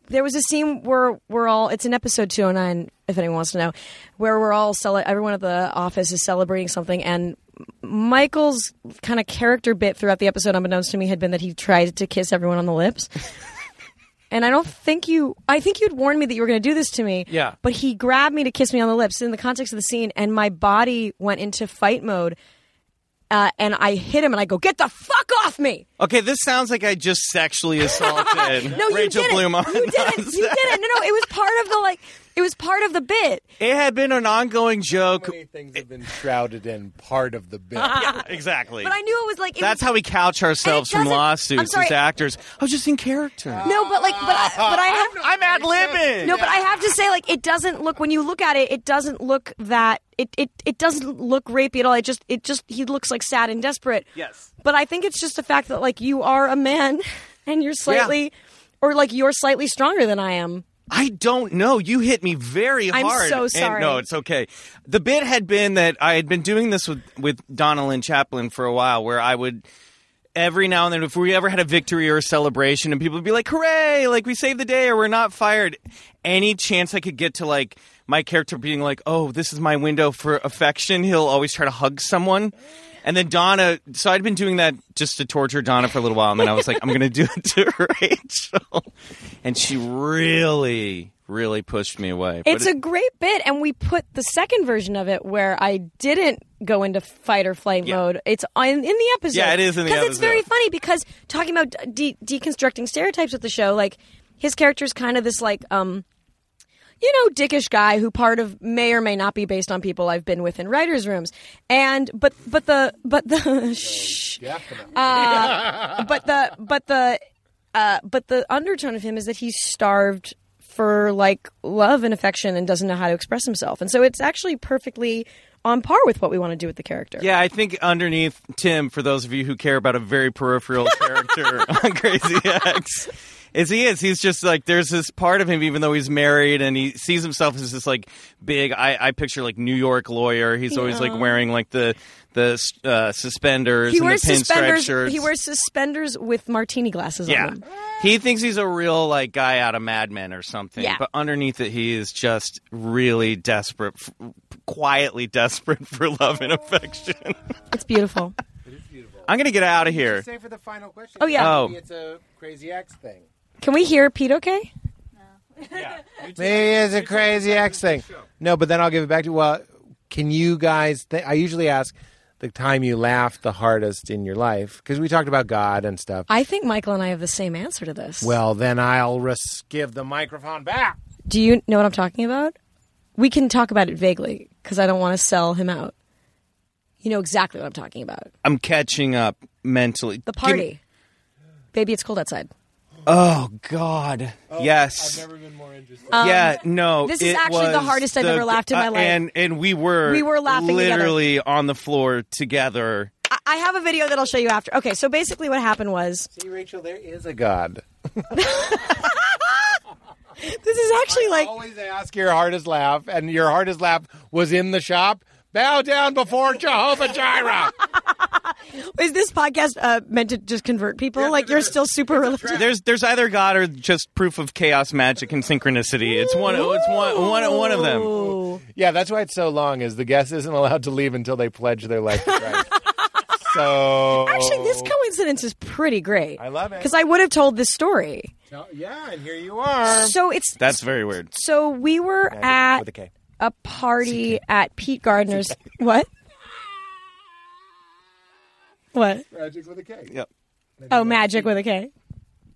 there was a scene where we're all. It's in episode two hundred nine. If anyone wants to know, where we're all cele- everyone at the office is celebrating something, and Michael's kind of character bit throughout the episode, unbeknownst to me, had been that he tried to kiss everyone on the lips. And I don't think you. I think you'd warned me that you were going to do this to me. Yeah. But he grabbed me to kiss me on the lips in the context of the scene, and my body went into fight mode. Uh, and I hit him, and I go, "Get the fuck off me!" Okay, this sounds like I just <laughs> sexually assaulted No, Rachel you didn't. Bloom. on- You <laughs> didn't. You didn't. No, no. It was part of the like. It was part of the bit. It had been an ongoing joke. many things have been shrouded in part of the bit. Uh-huh. Yeah, exactly. But I knew it was like. It That's was, how we couch ourselves from doesn't- I'm lawsuits sorry. as actors. I was just in character. No, but like, but I, but I have. I'm ad libbing. No, but I have to say, like, it doesn't look when you look at it, it doesn't look that it it, it doesn't look rapey at all. It just it just he looks like sad and desperate. Yes. But I think it's just the fact that like you are a man <laughs> and you're slightly or like you're slightly stronger than I am. I don't know. You hit me very I'm hard. so and- sorry. no, it's okay. The bit had been that I had been doing this with with Donalyn Chaplin for a while, where I would every now and then, if we ever had a victory or a celebration, and people would be like, "Hooray! Like we saved the day, or we're not fired." Any chance I could get to like my character being like, "Oh, this is my window for affection," he'll always try to hug someone. And then Donna, so I'd been doing that just to torture Donna for a little while, and then I was like, I'm going to do it to <laughs> Rachel, and she really, really pushed me away. But It's a great bit, and we put the second version of it where I didn't go into fight or flight Yeah. mode. It's on, in the episode. Yeah, it is in the Because it's very episode. funny because talking about de- deconstructing stereotypes with the show, like his character is kind of this like um, you know, dickish guy who part of may or may not be based on people I've been with in writers' rooms, and but but the but the <laughs> shh, uh, but the but the uh, but the undertone of him is that he's starved for like love and affection and doesn't know how to express himself, and so it's actually perfectly on par with what we want to do with the character. Yeah, I think underneath Tim, for those of you who care about a <laughs> very peripheral character on Crazy X, is he is. He's just like there's this part of him, even though he's married and he sees himself as this like big. I, I picture like New York lawyer. He's always like wearing like the the uh, suspenders He and wears the pinstripe suspenders. shirts. He wears suspenders with martini glasses on yeah. them. He thinks he's a real like guy out of Mad Men or something, Yeah. but underneath it, he is just really desperate, f- quietly desperate for love and affection. <laughs> It's beautiful. I'm gonna get out of here. Say for the final question. <laughs> Oh, yeah. Oh. Maybe it's a crazy X thing. Can we hear Pete? Okay. Uh, Maybe it's a crazy X thing. No, but then I'll give it back to. Well, can you guys? Th- I usually ask the time you laughed the hardest in your life because we talked about God and stuff. I think Michael and I have the same answer to this. well, then I'll res- give the microphone back. Do you know what I'm talking about? We can talk about it vaguely because I don't want to sell him out. You know exactly what I'm talking about. I'm catching up mentally. The Give party. me- Baby, it's cold outside. oh God. yes. Oh, been more interested. yeah. No. Um, this is it actually the was hardest I've ever laughed in my uh, life. And and we were We were laughing together. literally on the floor together. I, I have a video that I'll show you after. Okay, so basically what happened was See, Rachel, there is a God. this is actually <laughs> like Always ask your hardest laugh, and your hardest laugh was in the shop. Bow down before Jehovah Jireh. is this podcast uh, meant to just convert people? like you're still super religious. There's there's either God or just proof of chaos, magic, and synchronicity. It's one. It's one. One. One of them. Ooh. <laughs> Yeah, that's why it's so long. Is the guest isn't allowed to leave until they pledge their life to <laughs> Christ. so Actually, this coincidence is pretty great. Oh. I love it. Because I would have told this story. yeah, and here you are. So it's That's very weird. so we were at Uh, with a K. a party at Pete Gardner's. What? What? Magic with a K. Yep. Oh, magic with a K.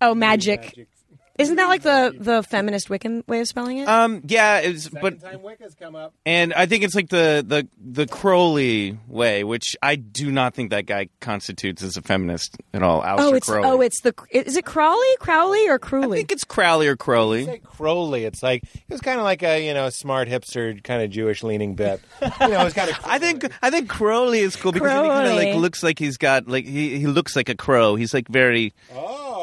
Oh, magic. Isn't that like the the feminist Wiccan way of spelling it? Um. Yeah. It's but Wicca's come up. and I think it's like the the the Crowley way, which I do not think that guy constitutes as a feminist at all. Alistair oh, it's Crowley. oh, it's the is it Crowley, Crowley, or I Crowley? think it's Crowley or Crowley. Say Crowley. It's like it was kind of like a you know smart hipster kind of Jewish leaning bit. You know, it's kind <laughs> of. I think I think Crowley is cool because he kind of Crowley. like looks like he's got like he, he looks like a crow. He's like very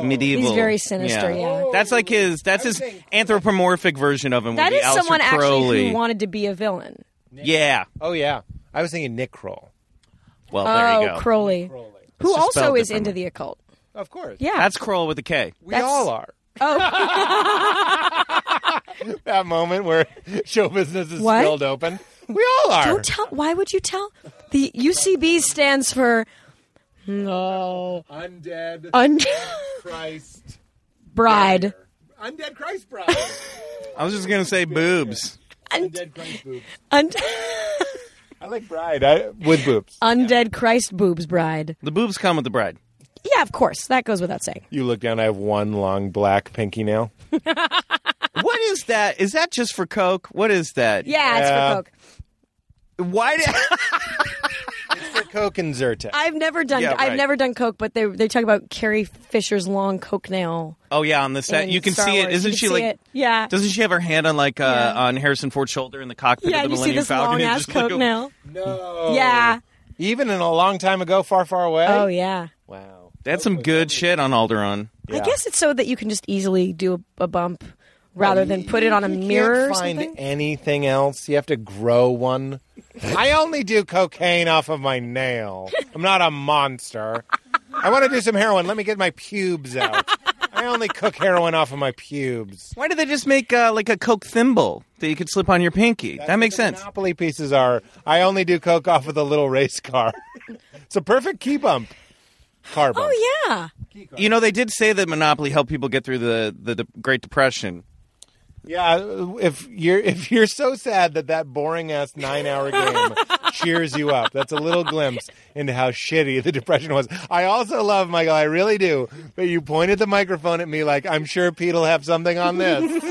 medieval. He's very sinister, yeah. that's like his that's his anthropomorphic version of him. that would is be Alistair someone actually Crowley. who wanted to be a villain. yeah. Oh yeah, I was thinking Nick Kroll. Well, there you Oh, go. Crowley, who It's just also spelled is into differently. the occult. Of course. Yeah, That's Crowley with a K. we that's- all are. oh, <laughs> That moment where show business is What? spilled open. We all are. don't tell. Why would you tell? The UCB stands for no Undead un- Christ. bride. Undead Christ bride. I was just gonna say boobs. Undead Christ boobs. Und- I like bride I, with boobs. undead Christ boobs bride. The boobs come with the bride. Yeah, of course. That goes without saying. You look down. I have one long black pinky nail. What is that? Is that just for coke? What is that? Yeah, it's Yeah. for coke. Why? Did- <laughs> Coke and Zyrtec. I've never done. Yeah, I've right. never done coke, but they they talk about Carrie Fisher's long coke nail. oh yeah, on the set in you can Star see it. Wars. You Isn't can she see like? it. Yeah. Doesn't she have her hand on like uh, on Harrison Ford's shoulder in the cockpit yeah, of and you the see Millennium this Falcon? long and ass just, like, coke go- nail. no. Yeah. Even in a long time ago, far, far away. Oh yeah. Wow. That's some good shit on Alderon. I Yeah. guess it's so that you can just easily do a, a bump rather than put it on a You can't mirror or find something. anything else. You have to grow one. I only do cocaine off of my nail. I'm not a monster. I want to do some heroin. Let me get my pubes out. I only cook heroin off of my pubes. Why did they just make uh, like a coke thimble that you could slip on your pinky? that makes The sense. Monopoly pieces are. I only do coke off of the little race car. it's a perfect key bump. Car bump. Oh yeah. You know, they did say that Monopoly helped people get through the the de- Great Depression. Yeah, if you're if you're so sad that that boring ass nine hour <laughs> game cheers you up, that's a little glimpse into how shitty the depression was. I also love Michael, I really do, but you pointed the microphone at me like I'm sure Pete'll have something <laughs> on this.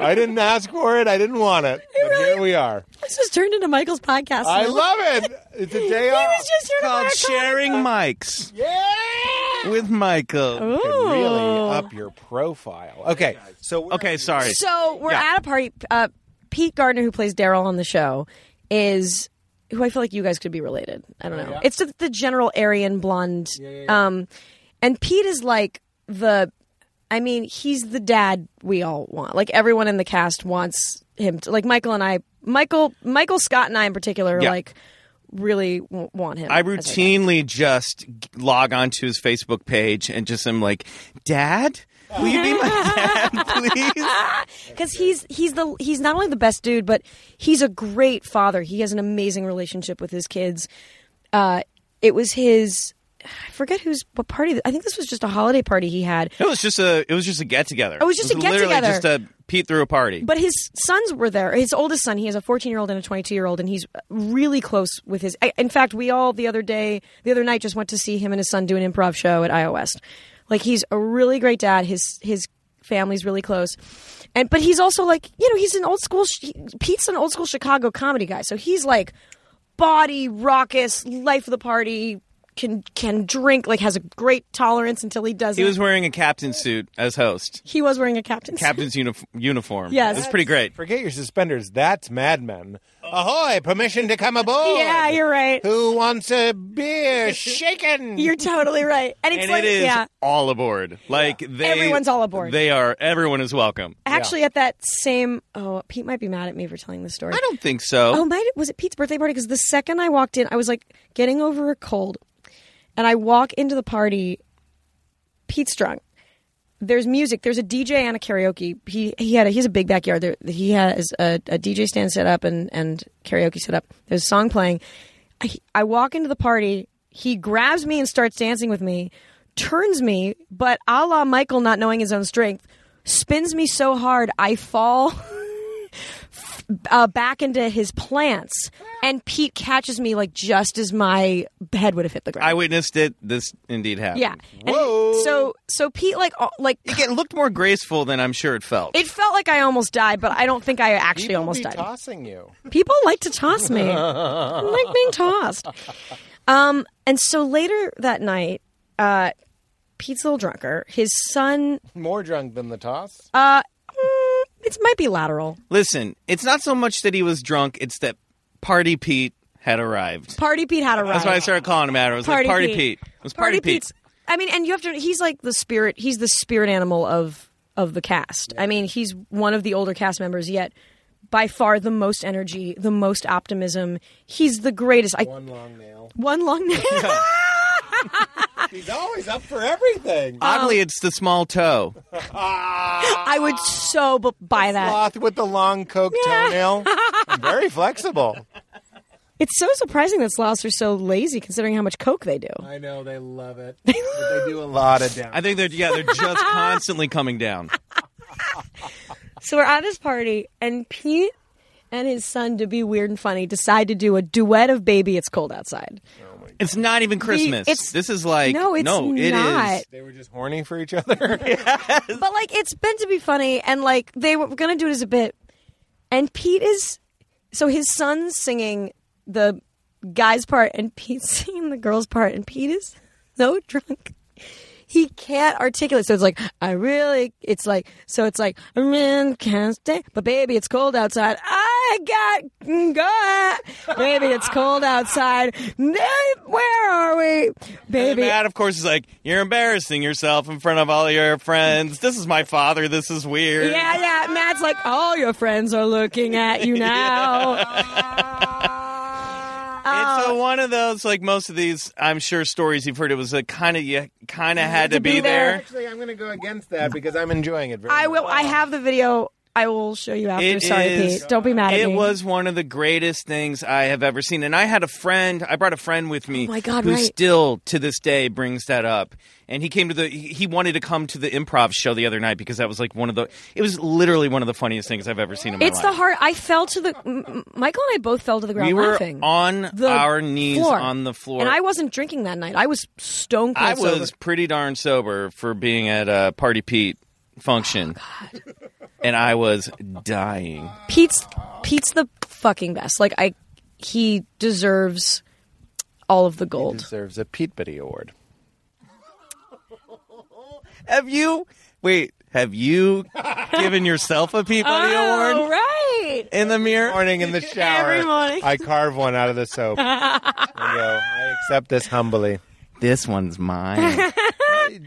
I didn't ask for it, I didn't want it, but here we are. This has turned into Michael's podcast. I love it. <laughs> It's a day He off. was just here to Called wear a sharing mics yeah. with Michael. coat. Could Ooh. really up your profile. Okay, so we're- Okay, sorry. So we're Yeah. at a party. Uh, Pete Gardner, who plays Daryl on the show, is who I feel like you guys could be related. I don't know. It's the, the general Aryan blonde. Um, and Pete is like the. I mean, he's the dad we all want. Like everyone in the cast wants him. To, like Michael and I, Michael, Michael Scott and I in particular, Yeah. like really w- want him. I as our dad. routinely just g- log onto his Facebook page and just am like, Dad, will you be my <laughs> dad, please? because he's he's the he's not only the best dude, but he's a great father. He has an amazing relationship with his kids. Uh, it was his. I forget whose what party. I think this was just a holiday party he had. No, it was just a it was just a get together. It was just a Literally get-together. just a Pete threw a party. But his sons were there. His oldest son, he has a 14 year old and a 22 year old, and he's really close with his. I, in fact, we all the other day, the other night, just went to see him and his son do an improv show at iOS. Like he's a really great dad. His his family's really close, and but he's also like you know he's an old school. Sh- Pete's an old school Chicago comedy guy, so he's like body raucous, life of the party. Can can drink like has a great tolerance until he doesn't. he was wearing a captain suit as host. he was wearing a captain's Captain's unif- uniform. Yes. It was pretty great. Forget your suspenders. That's Mad Men. Ahoy! Permission to come aboard. <laughs> Yeah, you're right. Who wants a <laughs> beer <laughs> shaken? You're totally right, and it's And like it is yeah. all aboard. Like they Everyone's all aboard. They are everyone is welcome. Actually, at that same oh, Pete might be mad at me for telling this story. I don't think so. Oh, might it, was it Pete's birthday party? Because the second I walked in, I was like getting over a cold, and I walk into the party. Pete's drunk. There's music. There's a DJ and a karaoke. He he had a, he's a big backyard. There, he has a, a DJ stand set up and and karaoke set up. There's a song playing. I, I walk into the party. He grabs me and starts dancing with me. Turns me, but a la Michael, not knowing his own strength, spins me so hard I fall <laughs> uh, back into his plants, and Pete catches me like just as my head would have hit the ground. I witnessed it. This indeed happened. yeah. And so so Pete like uh, like It looked more graceful than I'm sure it felt. it felt like I almost died, but I don't think I actually People almost be died. tossing you. People like to toss me. I like <laughs> being tossed. Um, and so later that night, uh, Pete's a little drunker. His son, More drunk than the toss. uh, mm, it might be lateral. Listen, it's not so much that he was drunk; it's that Party Pete had arrived. Party Pete had a ride. That's why I started calling him out. I was Party like, "Party Pete. Pete." It was Party, Pete. Pete's- I mean, and you have to. He's like the spirit. He's the spirit animal of of the cast. I mean, he's one of the older cast members, yet by far the most energy, the most optimism. He's the greatest. I One long nail. one long nail. He's always up for everything. um, Oddly, it's the small toe. <laughs> I would so b- buy that. Sloth with the long coke <laughs> toenail. Very flexible. It's so surprising that sloths are so lazy, considering how much coke they do. I know they love it. but they do a lot of down. <laughs> I think they're yeah, they're just constantly coming down. So we're at his party, and Pete and his son, to be weird and funny, decide to do a duet of "Baby It's Cold Outside." It's not even Christmas. it's- this is like no, it's it is. not. They were just horny for each other. But like, it's meant to be funny, and like they were gonna do it as a bit. And Pete is so his son's singing the guy's part, and Pete's <laughs> singing the girl's part, and Pete is so drunk. He can't articulate, so it's like I really. It's like so. It's like I'm in can't stay, but baby, it's cold outside. I got got. Baby, it's cold outside. Where are we, And baby? Matt, of course, is like, "You're embarrassing yourself in front of all your friends. This is my father. This is weird." Yeah, yeah. Matt's like, all your friends are looking at you now. And so one of those, like most of these, I'm sure stories you've heard. It was like kind of you kind of had to, be be, there. there. Actually, I'm going to go against that because I'm enjoying it very I much. will. I have the video. I will show you after. It Sorry, is- Pete. Don't be mad at It me. was one of the greatest things I have ever seen. And I had a friend, I brought a friend with me Oh my God, who right. still to this day brings that up. And he came to the he he wanted to come to the improv show the other night because that was like one of the it was literally one of the funniest things I've ever seen in my It's life. the hard. I fell to the. M- M- Michael and I both fell to the ground we were laughing. on The our knees floor. on the floor. and I wasn't drinking that night. I was stone cold I was sober. pretty darn sober for being at a Party Pete function. Oh And I was dying. Pete's Pete's the fucking best. Like I, he deserves all of the gold. Deserves a Pete Bitty Award. Have you? Wait, have <laughs> you given yourself a Peabody All Award right. in the mirror? Morning in the <laughs> shower. Every morning. I carve one out of <laughs> the soap. and go, I accept this humbly. This one's mine.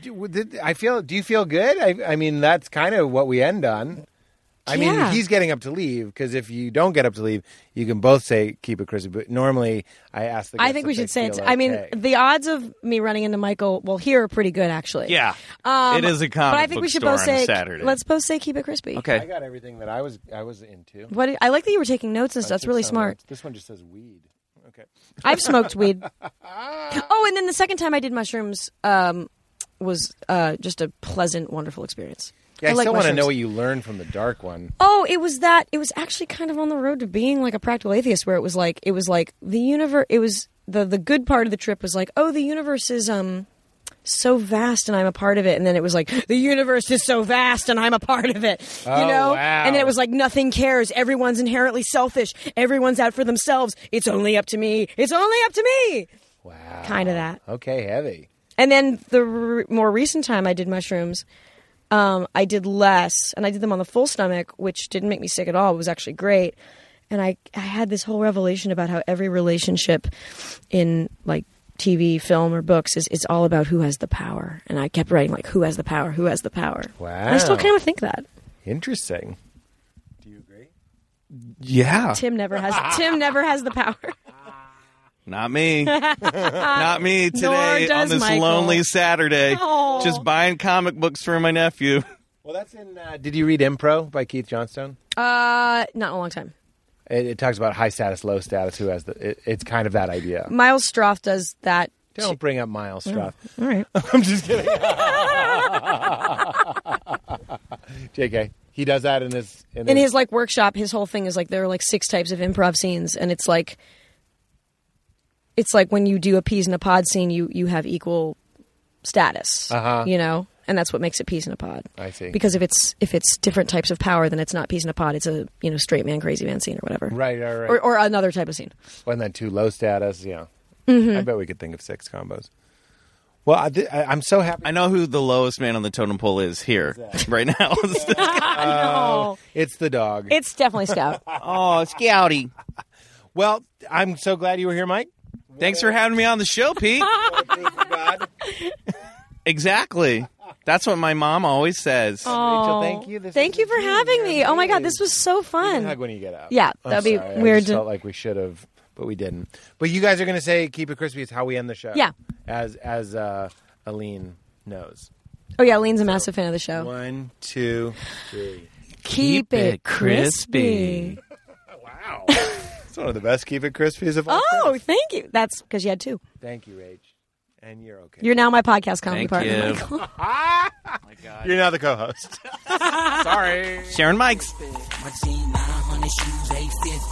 Do, did, I feel. Do you feel good? I, I mean, that's kind of what we end on. I Yeah. mean, he's getting up to leave because if you don't get up to leave, you can both say keep it crispy. But normally, I ask the. I guests think if we they should say feel it's. I mean, okay. the odds of me running into Michael, well, here are pretty good actually. <laughs> yeah. Um, it is a comic But I think book we should store both on say Saturday. let's both say keep it crispy. I Okay. got everything that I was I was into. What I like that you were taking notes and stuff. That's Took really some smart. notes. This one just says weed. Okay. I've smoked <laughs> weed. Oh, and then the second time I did mushrooms um, was uh, just a pleasant, wonderful experience. Yeah, I, like still want to mushrooms. know what you learned from the dark one. Oh, it was that. It was actually kind of on the road to being like a practical atheist, where it was like it was like the universe. It was the the good part of the trip was like, oh, the universe is um so vast and I'm a part of it, and then it was like the universe is so vast and I'm a part of it, you Oh, know. wow. And then it was like nothing cares. Everyone's inherently selfish. Everyone's out for themselves. It's only up to me. It's only up to me. Wow. Kind of that. Okay, heavy. And then the r more recent time I did mushrooms, um, I did less, and I did them on the full stomach, which didn't make me sick at all. It was actually great, and I I had this whole revelation about how every relationship in like TV, film, or books is it's all about who has the power. And I kept writing like, who has the power? Who has the power? Wow. And I still kind of think that Interesting. Yeah. Tim never has Tim never has the power. <laughs> Not <laughs> me. Not me today on does this Michael. lonely Saturday. Aw. Just buying comic books for my nephew. Well, that's in. Uh, did you read Impro by Keith Johnstone? Uh, not in a long time. It, it talks about high status, low status. Who has the? It, it's kind of that idea. Miles Stroff does that. Don't bring up Miles Mm. Stroth. All right. I'm just kidding. Jk, he does that in his in, in his like workshop his whole thing is like there are like six types of improv scenes and it's like it's like when you do a peas in a pod scene you you have equal status Uh-huh. you know and that's what makes it peas in a pod I see. because if it's if it's different types of power then it's not peas in a pod it's a you know straight man crazy man scene or whatever right, right, right. or, or another type of scene Well, and then two low status. Yeah, Mm-hmm. I bet we could think of six combos. Well, I, thi- I, I'm so happy. I know who the lowest man on the totem pole is here right now. oh It's the dog. it's definitely <laughs> scout <laughs> oh, Scouty. well, I'm so glad you were <laughs> here, Mike. Thanks for having me on the show, <laughs> Pete. Exactly. That's what my mom always says. Rachel, thank you. This thank is you for amazing. having me oh my god this Amazing. was so fun Hug when you get out. Yeah, I'm that'd be sorry. I weird just to- felt like we should have, but we didn't. But you guys are going to say "Keep It Crispy" is how we end the show. Yeah. as as uh, Aline knows. oh yeah lean's a massive fan of the show One, two. keep it crispy. Wow, it's one of the best "Keep It Crispies" of all. Oh, time. thank you. That's because you had two. thank you, Rach. and you're okay. You're now Oh my podcast comedy Thank partner. you. Michael. You're now the co-host. Sorry. Sharon Mikes. My jean 900 shoes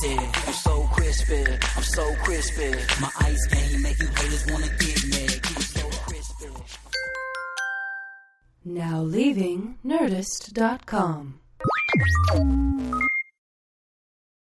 850. I'm so crispy. I'm so crispy. My ice game make you haters wanna get mad. Keep it so crispy. Now leaving Nerdist.com.